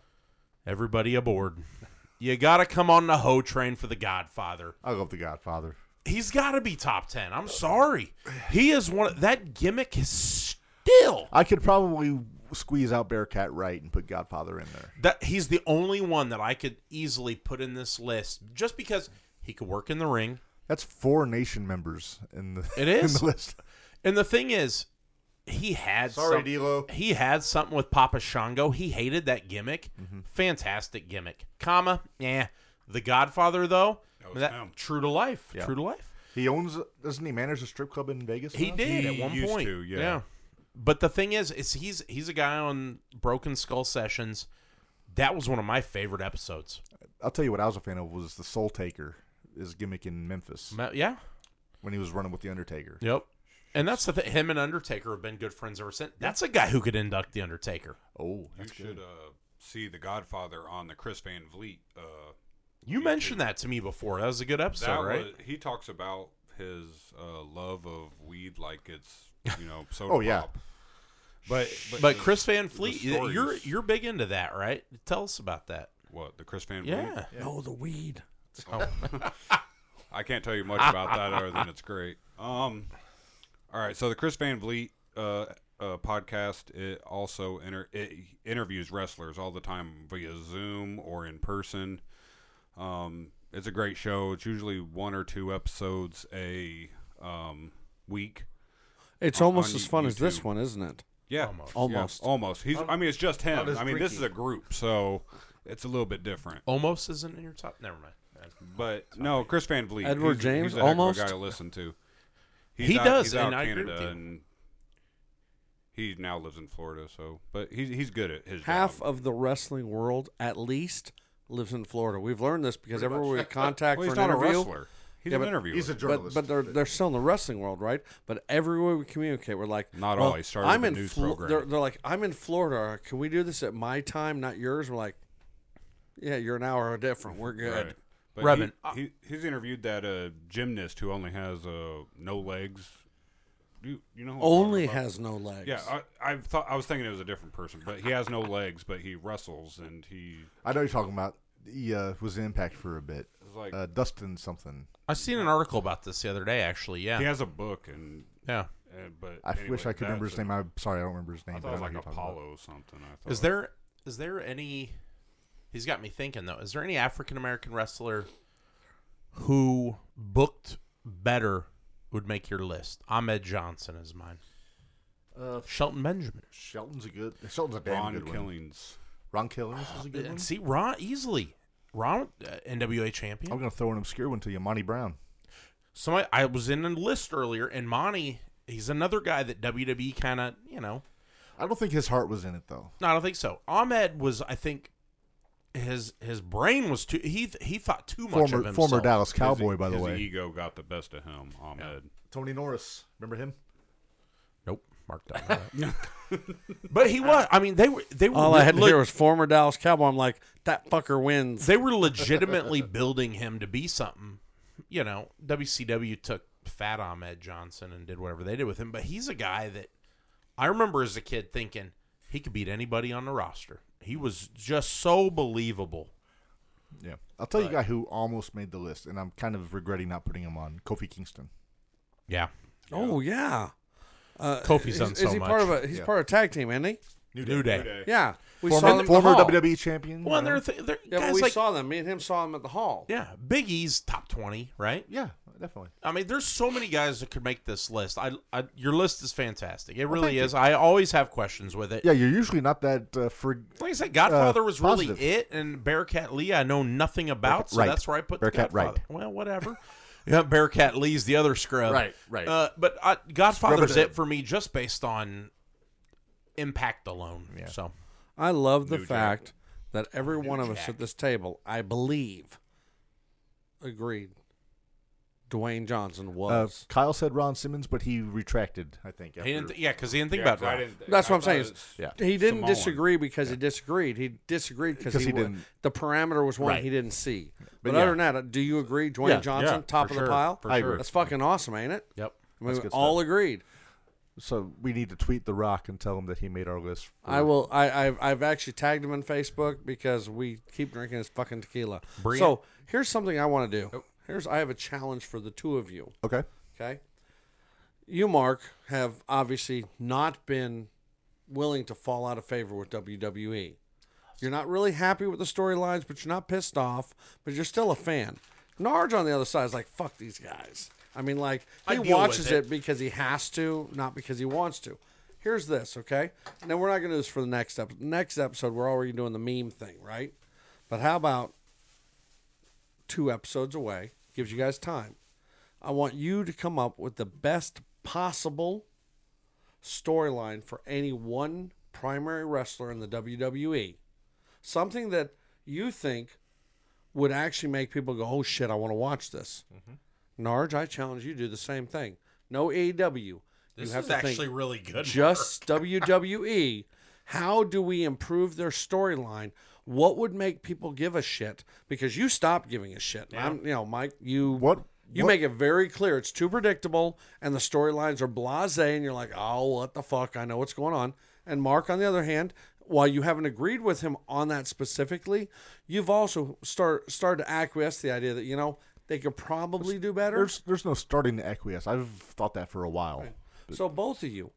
Speaker 3: Everybody aboard. You got to come on the hoe train for The Godfather.
Speaker 2: I love The Godfather.
Speaker 3: He's got to be top 10. I'm sorry. He is one. That gimmick is still
Speaker 2: I could probably squeeze out Bearcat Wright and put Godfather in there.
Speaker 3: that he's the only one that I could easily put in this list just because he could work in the ring.
Speaker 2: That's four nation members in the
Speaker 3: It is.
Speaker 2: in the list.
Speaker 3: And the thing is, he had
Speaker 2: Sorry,
Speaker 3: some-
Speaker 2: D-Lo.
Speaker 3: He had something with Papa Shango. He hated that gimmick.
Speaker 4: Mm-hmm.
Speaker 3: Fantastic gimmick. Comma, yeah. The Godfather though,
Speaker 4: was him.
Speaker 3: true to life.
Speaker 2: Yeah.
Speaker 3: True to life.
Speaker 2: He owns. Doesn't he manage a strip club in Vegas?
Speaker 3: He
Speaker 2: now?
Speaker 3: did at
Speaker 4: He
Speaker 3: one
Speaker 4: used
Speaker 3: point.
Speaker 4: to, yeah.
Speaker 3: But the thing is, is he's he's a guy on Broken Skull Sessions. That was one of my favorite episodes.
Speaker 2: I'll tell you what I was a fan of was the Soul Taker, his gimmick in Memphis
Speaker 3: Ma- Yeah.
Speaker 2: when he was running with the Undertaker.
Speaker 3: Yep. And that's the thing. Him and Undertaker have been good friends ever since. That's a guy who could induct the Undertaker.
Speaker 2: Oh,
Speaker 4: You
Speaker 2: that's
Speaker 4: should
Speaker 2: good.
Speaker 4: uh, see The Godfather on the Chris Van Vliet. Uh,
Speaker 3: You mentioned that to me before. That was a good episode,
Speaker 4: that
Speaker 3: right?
Speaker 4: was, he talks about his uh, love of weed like it's you know soda
Speaker 2: Oh, yeah.
Speaker 4: pop. But, but
Speaker 3: But Chris Van Fleet,
Speaker 4: the
Speaker 3: you're
Speaker 4: stories-
Speaker 3: you're big into that, right? Tell us about that.
Speaker 4: what the Chris Van Vliet?
Speaker 3: Yeah.
Speaker 6: No, the weed.
Speaker 4: I can't tell you much about that other than it's great. Um, all right. So the Chris Van Vliet uh, uh, podcast it also inter- it interviews wrestlers all the time via Zoom or in person. Um, it's a great show. It's usually one or two episodes a um, week.
Speaker 6: It's almost
Speaker 4: on
Speaker 6: as fun as this
Speaker 4: YouTube.
Speaker 6: one, isn't it?
Speaker 4: Yeah,
Speaker 3: Almost.
Speaker 4: Yeah,
Speaker 6: Almost.
Speaker 4: almost. He's. I mean, it's just him.
Speaker 2: does
Speaker 4: I mean, this is a
Speaker 2: Brinky-
Speaker 4: group, so it's a little bit different.
Speaker 3: Almost isn't in your top. Never mind.
Speaker 4: But no, Chris Van Vliet.
Speaker 6: Edward
Speaker 4: he's-
Speaker 6: James,
Speaker 4: he's a heck of a
Speaker 6: almost?
Speaker 4: guy to listen to.
Speaker 3: He does,
Speaker 4: he's out
Speaker 3: and I agree
Speaker 4: Canada,
Speaker 3: with you.
Speaker 4: and he now lives in Florida. So, but he's he's good at his
Speaker 6: Half
Speaker 4: job.
Speaker 6: of the wrestling world, at least, lives in Florida. We've learned this because everywhere we contact
Speaker 4: well, he's
Speaker 6: for
Speaker 4: not
Speaker 6: an
Speaker 4: a
Speaker 6: interview,
Speaker 4: wrestler. He's
Speaker 6: Yeah,
Speaker 4: an
Speaker 6: but
Speaker 4: interviewer.
Speaker 2: He's a
Speaker 6: but
Speaker 2: journalist.
Speaker 6: but they're they're still in the wrestling world, right? But everywhere we communicate, we're like,
Speaker 4: Not
Speaker 6: well,
Speaker 4: all. He started
Speaker 6: I'm
Speaker 4: with a
Speaker 6: in
Speaker 4: news
Speaker 6: Flo-
Speaker 4: program.
Speaker 6: They're, they're like, I'm in Florida. Can we do this at my time, not yours? We're like, yeah, you're an hour different. We're good.
Speaker 4: Right. But
Speaker 3: Revan,
Speaker 4: he- he, he's interviewed that uh, gymnast who only has uh, no legs. You, you know who I'm talking
Speaker 6: Only
Speaker 4: about?
Speaker 6: has no legs.
Speaker 4: Yeah, I, I thought I was thinking it was a different person, but he has no legs, but he wrestles and he
Speaker 2: I know you're talking about. He uh, was in Impact for a bit.
Speaker 4: is like
Speaker 2: Uh, Dustin something.
Speaker 3: I seen an article about this the other day. Actually, yeah,
Speaker 4: he
Speaker 3: yeah.
Speaker 4: has a book and, and but
Speaker 2: I
Speaker 4: anyway,
Speaker 2: wish I could remember
Speaker 4: that's
Speaker 2: his name. I'm sorry, I don't remember his name.
Speaker 4: I
Speaker 2: but
Speaker 4: thought it was
Speaker 2: know
Speaker 4: like
Speaker 2: who you're talking about.
Speaker 4: Apollo something. I thought.
Speaker 3: Is there is there any? He's got me thinking though. Is there any African American wrestler who booked better would make your list? Ahmed Johnson is mine.
Speaker 2: Uh,
Speaker 3: Shelton Benjamin.
Speaker 2: Shelton's a good. Shelton's a damn
Speaker 4: Ron
Speaker 2: good one.
Speaker 4: Killings?
Speaker 2: Ron Killings is a good one.
Speaker 3: And see Ron easily. Ron uh, NWA champion.
Speaker 2: I'm gonna throw an obscure one to you, Monty Brown.
Speaker 3: So I, I was in a list earlier, and Monty, he's another guy that WWE kind of, you know,
Speaker 2: I don't think his heart was in it though.
Speaker 3: no, I don't think so. Ahmed was, I think, his his brain was too. He th- he thought too much of
Speaker 2: Former
Speaker 3: himself.
Speaker 2: former Dallas
Speaker 4: His-
Speaker 2: Cowboy, by the
Speaker 4: his
Speaker 2: way.
Speaker 4: ego got the best of him. Ahmed.
Speaker 2: Tony Norris, remember him?
Speaker 3: Nope, Mark down. but he was. I mean, they were they were.
Speaker 6: All I had to
Speaker 3: le-
Speaker 6: hear was former Dallas Cowboy. I'm like, that fucker wins.
Speaker 3: they were legitimately building him to be something. You know, WCW took Fat Ahmed Johnson and did whatever they did with him, but he's a guy that I remember as a kid thinking he could beat anybody on the roster. He was just so believable.
Speaker 2: Yeah. I'll tell you a guy who almost made the list, and I'm kind of regretting not putting him on Kofi Kingston.
Speaker 3: Yeah,
Speaker 6: Oh yeah. Uh,
Speaker 3: Kofi's done
Speaker 6: is,
Speaker 3: so
Speaker 6: is he
Speaker 3: much.
Speaker 6: Part of a, he's
Speaker 2: Yeah.
Speaker 6: part of a tag team, isn't he?
Speaker 3: New Day. New Day.
Speaker 6: Yeah. We saw
Speaker 2: Former,
Speaker 6: them
Speaker 2: former E
Speaker 6: at the hall.
Speaker 2: WWE champion. Uh,
Speaker 3: Well, and
Speaker 2: you know?
Speaker 3: they're, th- they're
Speaker 6: Yeah, but
Speaker 3: guys
Speaker 6: we
Speaker 3: like
Speaker 6: saw them. Me and him saw them at the hall.
Speaker 3: yeah, Big E's top twenty, right?
Speaker 2: yeah, definitely.
Speaker 3: I mean, there's so many guys that could make this list. I, I your list is fantastic. It really is. I always have questions with it.
Speaker 2: Yeah, you're usually not that uh, for.
Speaker 3: Like I said, Godfather
Speaker 2: Uh,
Speaker 3: was really
Speaker 2: positive.
Speaker 3: it, and Bearcat Lee I know nothing about, so
Speaker 2: Right.
Speaker 3: that's where I put
Speaker 2: Bearcat
Speaker 3: the Godfather. Well, whatever. yeah, Bearcat Lee's the other scrub.
Speaker 2: Right, right.
Speaker 3: Uh, but I, Godfather's
Speaker 2: Scrub-a-dub.
Speaker 3: it for me just based on impact alone. So
Speaker 6: I love the fact that every one of us at this table, I believe, agreed. Dwayne Johnson
Speaker 2: Uh,
Speaker 6: was.
Speaker 2: Kyle said Ron Simmons, but he retracted. I think.
Speaker 3: he didn't. yeah, because he didn't think
Speaker 4: Yeah,
Speaker 3: about
Speaker 4: 'cause I
Speaker 3: Rock.
Speaker 4: didn't-
Speaker 6: That's
Speaker 4: I
Speaker 6: what I'm saying.
Speaker 4: thought
Speaker 6: is
Speaker 4: it's-
Speaker 2: yeah.
Speaker 6: He didn't
Speaker 4: Samoan.
Speaker 6: disagree because he disagreed. He disagreed because he, wa-
Speaker 2: didn't-
Speaker 6: The parameter was one
Speaker 3: Right.
Speaker 6: he didn't see. But,
Speaker 2: But yeah.
Speaker 6: other than that, uh, do you agree, Dwayne
Speaker 2: Yeah,
Speaker 6: Johnson,
Speaker 4: yeah,
Speaker 6: top
Speaker 4: for
Speaker 6: of
Speaker 4: sure,
Speaker 6: the pile?
Speaker 4: for
Speaker 2: I agree. sure.
Speaker 6: That's fucking awesome, ain't it?
Speaker 3: Yep.
Speaker 6: I mean, we
Speaker 2: good
Speaker 6: all agreed.
Speaker 2: So we need to tweet The Rock and tell him that he made our list. for-
Speaker 6: I will. I, I've, I've actually tagged him on Facebook because we keep drinking his fucking tequila.
Speaker 3: Bring it. Oh.
Speaker 6: so here's something I want to do. Here's I have a challenge for the two of you.
Speaker 2: Okay.
Speaker 6: Okay. You, Mark, have obviously not been willing to fall out of favor with WWE. You're not really happy with the storylines, but you're not pissed off, but you're still a fan. Narge on the other side is like, fuck these guys. I mean, like,
Speaker 3: I deal
Speaker 6: he
Speaker 3: with
Speaker 6: watches
Speaker 3: it.
Speaker 6: it because he has to, not because he wants to. Here's this, okay? And then we're not going to do this for the next episode. Next episode, we're already doing the meme thing, right? But how about two episodes away? Gives you guys time. I want you to come up with the best possible storyline for any one primary wrestler in the WWE. Something that you think would actually make people go, oh shit, I want to watch this.
Speaker 3: Mm-hmm.
Speaker 6: Narge, I challenge you to do the same thing. No AEW.
Speaker 3: This
Speaker 6: you have
Speaker 3: is
Speaker 6: to think-
Speaker 3: actually really good.
Speaker 6: just WWE. How do we improve their storyline? What would make people give a shit? Because you stopped giving a shit. I'm, you know, Mike, you
Speaker 2: What-
Speaker 6: you
Speaker 2: what-
Speaker 6: make it very clear. It's too predictable, and the storylines are blasé, and you're like, oh, what the fuck? I know what's going on. And Mark, on the other hand, while you haven't agreed with him on that specifically, you've also start started to acquiesce to the idea that you know they could probably do better.
Speaker 2: There's there's no starting to acquiesce. I've thought that for a while.
Speaker 6: So both of you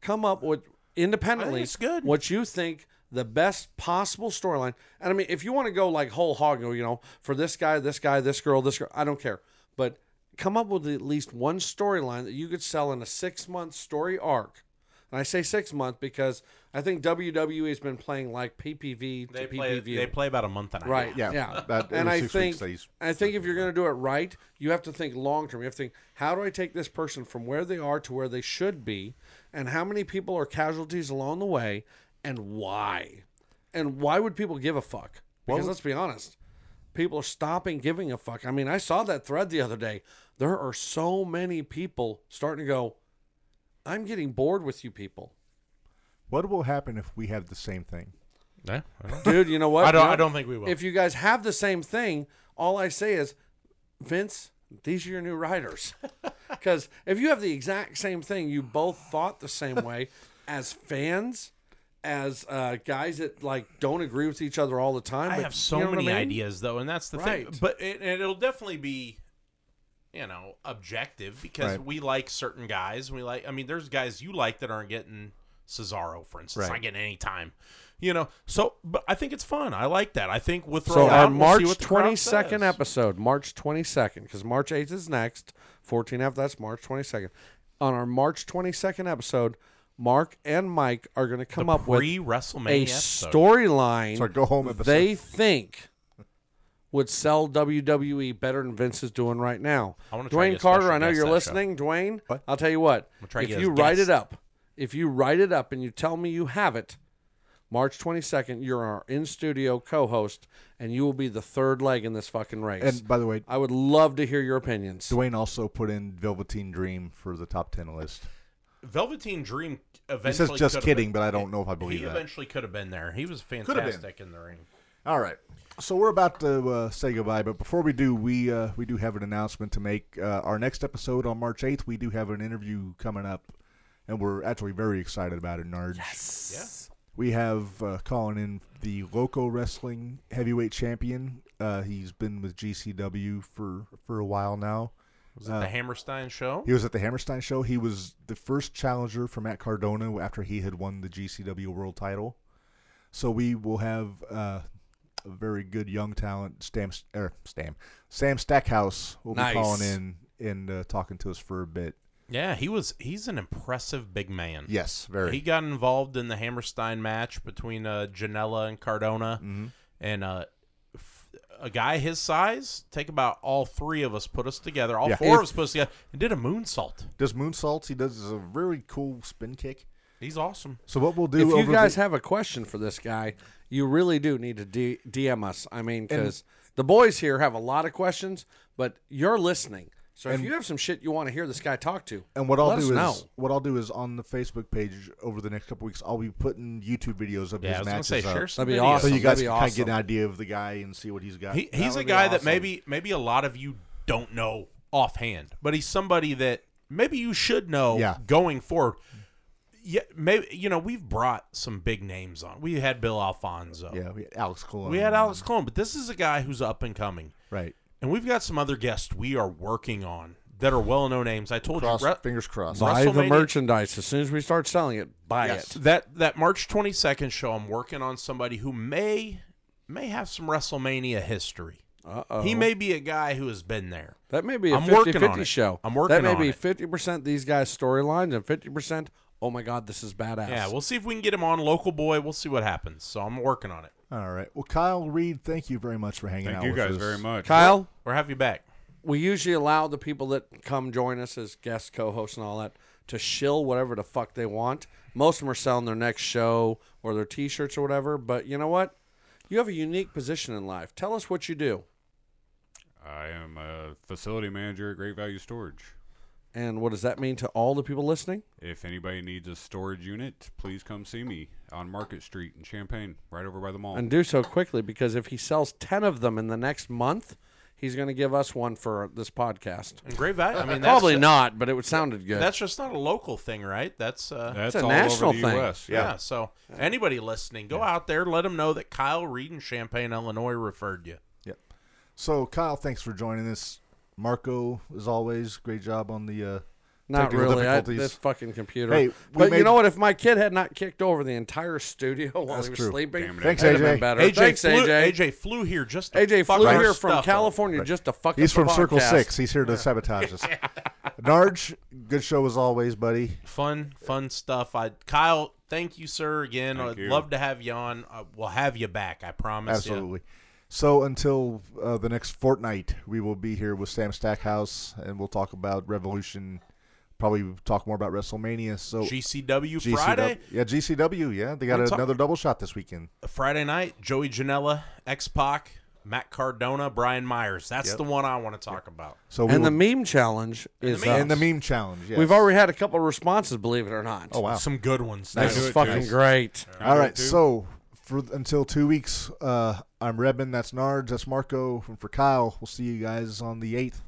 Speaker 6: come up with independently
Speaker 3: it's good.
Speaker 6: what you think the best possible storyline. And I mean, if you want to go like whole hog, you know, for this guy, this guy, this girl, this girl, I don't care. But come up with at least one storyline that you could sell in a six month story arc. And I say six month because I think WWE has been playing like PPV to
Speaker 3: They play,
Speaker 6: PPV.
Speaker 3: they play about a month and a
Speaker 6: Right.
Speaker 3: half.
Speaker 6: Yeah.
Speaker 2: Yeah,
Speaker 6: Yeah.
Speaker 2: that-
Speaker 6: and
Speaker 2: every
Speaker 6: I
Speaker 2: six
Speaker 6: think
Speaker 2: weeks they s-
Speaker 6: I think if you're going to do it right, you have to think long term. You have to think how do I take this person from where they are to where they should be, and how many people are casualties along the way, and why, and why would people give a fuck? Because let's be honest, people are stopping giving a fuck. I mean, I saw that thread the other day. There are so many people starting to go. I'm getting bored with you people,
Speaker 2: What will happen if we have the same thing?
Speaker 3: Yeah, I don't-
Speaker 6: dude. You know what?
Speaker 3: I don't.
Speaker 6: You
Speaker 3: I
Speaker 6: know-
Speaker 3: don't think we will.
Speaker 6: if you guys have the same thing, all I say is, Vince, these are your new riders. Because if you have the exact same thing, you both thought the same way as fans, as uh, guys that like don't agree with each other all the time.
Speaker 3: I
Speaker 6: but
Speaker 3: have
Speaker 6: you
Speaker 3: so
Speaker 6: know what I
Speaker 3: many
Speaker 6: mean?
Speaker 3: ideas though, and that's the thing.
Speaker 6: Right.
Speaker 3: But it, and it'll definitely be, you know, objective because
Speaker 2: Right.
Speaker 3: we like certain guys. We like. I mean, there's guys you like that aren't getting Cesaro, for instance,
Speaker 2: Right.
Speaker 3: not getting any time. You know, so but I think it's fun. I like that. I think we'll throw
Speaker 6: So
Speaker 3: it out
Speaker 6: our
Speaker 3: and we'll
Speaker 6: March
Speaker 3: see what the crowd
Speaker 6: twenty second
Speaker 3: says.
Speaker 6: episode, March twenty second, because March eighth is next. Fourteen after that's March twenty second. On our March twenty second episode, Mark and Mike are going to come up with
Speaker 3: pre
Speaker 6: a
Speaker 3: WrestleMania
Speaker 6: storyline
Speaker 2: Sorry, go home episode.
Speaker 6: they think would sell WWE better than Vince is doing right now.
Speaker 3: I wanna try and
Speaker 6: Dwayne
Speaker 3: get special
Speaker 6: Carter, I know
Speaker 3: guest
Speaker 6: you're
Speaker 3: that show.
Speaker 6: listening, Dwayne. I'll tell you what.
Speaker 3: try and
Speaker 6: if
Speaker 3: get
Speaker 6: you
Speaker 3: as
Speaker 6: write
Speaker 3: guests.
Speaker 6: it up, if you write it up and you tell me you have it, March 22nd, you're our in studio co host and you will be the third leg in this fucking race.
Speaker 2: and by the way,
Speaker 6: I would love to hear your opinions.
Speaker 2: Dwayne also put in Velveteen Dream for the top ten list.
Speaker 3: Velveteen Dream
Speaker 2: He
Speaker 3: eventually.
Speaker 2: says just
Speaker 3: could've been-
Speaker 2: kidding, but I don't know if I believe
Speaker 3: he
Speaker 2: that.
Speaker 3: eventually could have been there. He was
Speaker 2: been.
Speaker 3: fantastic in the ring.
Speaker 2: All right. So we're about to uh, say goodbye, but before we do, we uh, we do have an announcement to make. Uh, our next episode on March eighth, we do have an interview coming up, and we're actually very excited about it. Nards.
Speaker 3: Yes.
Speaker 2: We have uh, calling in the local wrestling heavyweight champion. Uh, he's been with GCW for for a while now.
Speaker 3: Was it the Hammerstein show?
Speaker 2: He was at the Hammerstein show. He was the first challenger for Matt Cardona after he had won the GCW World Title. So we will have uh, a very good young talent, Stam, er, Stam, Sam Stackhouse will be
Speaker 6: Nice.
Speaker 2: calling in and uh, talking to us for a bit.
Speaker 3: Yeah, he was. He's an impressive big man.
Speaker 2: Yes, very.
Speaker 3: He got involved in the Hammerstein match between uh, Janela and Cardona,
Speaker 2: Mm-hmm.
Speaker 3: and uh, f- a guy his size take about all three of us, put us together, all
Speaker 2: Yeah.
Speaker 3: four of us put us together, and did a moonsault.
Speaker 2: does moonsaults. He does a really cool spin kick.
Speaker 3: He's awesome.
Speaker 2: So what we'll do
Speaker 6: if you
Speaker 2: over
Speaker 6: guys
Speaker 2: the,
Speaker 6: have a question for this guy, you really do need to D- DM us. I mean, because the boys here have a lot of questions, but you're listening. So if you have some shit you want to hear this guy talk to,
Speaker 2: And what I'll
Speaker 6: let
Speaker 2: do
Speaker 6: us
Speaker 2: is
Speaker 6: know.
Speaker 2: what I'll do is on the Facebook page over the next couple weeks, I'll be putting YouTube videos of
Speaker 3: Yeah, I
Speaker 2: his
Speaker 3: was gonna
Speaker 2: matches
Speaker 3: say
Speaker 2: up.
Speaker 3: share some
Speaker 6: That'd be
Speaker 3: videos.
Speaker 6: awesome.
Speaker 2: so you guys
Speaker 6: That'd be
Speaker 2: can kind of
Speaker 6: awesome.
Speaker 2: get an idea of the guy and see what he's got.
Speaker 3: He, he's
Speaker 6: would
Speaker 3: a
Speaker 6: be
Speaker 3: guy that
Speaker 6: awesome.
Speaker 3: maybe maybe a lot of you don't know offhand, but he's somebody that maybe you should know
Speaker 2: Yeah.
Speaker 3: going forward. Yeah, maybe you know we've brought some big names on. We had Bill Alfonso.
Speaker 2: yeah, we had Alex Cologne.
Speaker 3: We had Alex Clone, but this is a guy who's up and coming.
Speaker 2: Right.
Speaker 3: And we've got some other guests we are working on that are well known names. I told
Speaker 2: Cross,
Speaker 3: you re-
Speaker 2: fingers crossed.
Speaker 3: Right.
Speaker 6: buy the
Speaker 3: WrestleMania-
Speaker 6: merchandise as soon as we start selling it. Buy it.
Speaker 3: that that March 22nd show I'm working on somebody who may may have some WrestleMania history.
Speaker 6: Uh-oh.
Speaker 3: He may be a guy who has been there.
Speaker 6: That may be a
Speaker 3: I'm working
Speaker 6: 50
Speaker 3: on
Speaker 6: 50
Speaker 3: it.
Speaker 6: show.
Speaker 3: I'm working
Speaker 6: That may
Speaker 3: on
Speaker 6: be
Speaker 3: it.
Speaker 6: 50% these guys' storylines and 50%, oh my God, this is badass.
Speaker 3: Yeah, we'll see if we can get him on local boy. We'll see what happens. So I'm working on it.
Speaker 2: All right. Well, Kyle Reed, thank you very much for hanging
Speaker 4: Thank
Speaker 2: out.
Speaker 4: you
Speaker 2: with
Speaker 4: guys
Speaker 2: us.
Speaker 4: very much.
Speaker 6: Kyle,
Speaker 3: Or have you back.
Speaker 6: we usually allow the people that come join us as guest co hosts and all that to shill whatever the fuck they want. Most of them are selling their next show or their T-shirts or whatever. But you know what? You have a unique position in life. Tell us what you do
Speaker 4: I am a facility manager at Great Value Storage.
Speaker 6: and what does that mean to all the people listening.
Speaker 4: If anybody needs a storage unit, please come see me on Market Street in Champaign, right over by the mall.
Speaker 6: and do so quickly because if he sells 10 of them in the next month, he's going to give us one for this podcast.
Speaker 3: And great value. I mean, that's,
Speaker 6: Probably not, but it would sounded good.
Speaker 3: That's just not a local thing, right? That's uh,
Speaker 4: That's
Speaker 6: a
Speaker 4: all
Speaker 6: national
Speaker 4: over the
Speaker 6: thing.
Speaker 4: U.S.
Speaker 3: yeah. So anybody listening, go out there, let them know that Kyle Reed in Champaign, Illinois, referred you.
Speaker 2: Yep. So Kyle, thanks for joining us. Marco, as always, great job on the uh,
Speaker 6: not
Speaker 2: technical
Speaker 6: really. I,
Speaker 2: difficulties.
Speaker 6: this fucking computer.
Speaker 2: Hey, we
Speaker 6: but you
Speaker 2: made-
Speaker 6: know what? If my kid had not kicked over the entire studio while he was
Speaker 2: true.
Speaker 6: sleeping,
Speaker 4: Damn it.
Speaker 2: Thanks,
Speaker 6: that'd have
Speaker 2: AJ.
Speaker 6: been better.
Speaker 3: AJ
Speaker 6: Thanks,
Speaker 3: flew,
Speaker 6: AJ.
Speaker 3: flew here just to
Speaker 6: AJ
Speaker 3: fuck
Speaker 6: flew
Speaker 3: our
Speaker 6: here
Speaker 3: stuff
Speaker 6: from
Speaker 3: up.
Speaker 6: California just to fuck
Speaker 2: He's
Speaker 6: up the
Speaker 2: from Circle
Speaker 6: podcast.
Speaker 2: Six. He's here to sabotage us. Narge, good show as always, buddy.
Speaker 3: Fun, fun stuff. I Kyle, thank you, sir, again. I'd
Speaker 4: you.
Speaker 3: love to have you on. Uh, we'll have you back. I promise. ya.
Speaker 2: Absolutely. So until uh, the next fortnight, we will be here with Sam Stackhouse, and we'll talk about Revolution. Probably talk more about WrestleMania. So
Speaker 3: GCW
Speaker 2: GCW
Speaker 3: Friday,
Speaker 2: yeah, GCW, yeah, they got
Speaker 3: We talk-
Speaker 2: another double shot this weekend.
Speaker 3: Friday night. Joey Janela, X Pac, Matt Cardona, Brian Myers. That's the one I want to talk about.
Speaker 2: So we
Speaker 6: And the
Speaker 2: will-
Speaker 6: meme challenge is
Speaker 3: meme-
Speaker 6: up.
Speaker 2: and the meme challenge. Yes.
Speaker 6: We've already had a couple of responses, believe it or not.
Speaker 2: Oh wow!
Speaker 3: Some good ones.
Speaker 6: this
Speaker 3: too.
Speaker 6: is
Speaker 4: it,
Speaker 6: fucking
Speaker 4: guys.
Speaker 6: great.
Speaker 2: All right, so for until two weeks, uh, I'm Redman. That's Nards. That's Marco. And for Kyle, we'll see you guys on the eighth.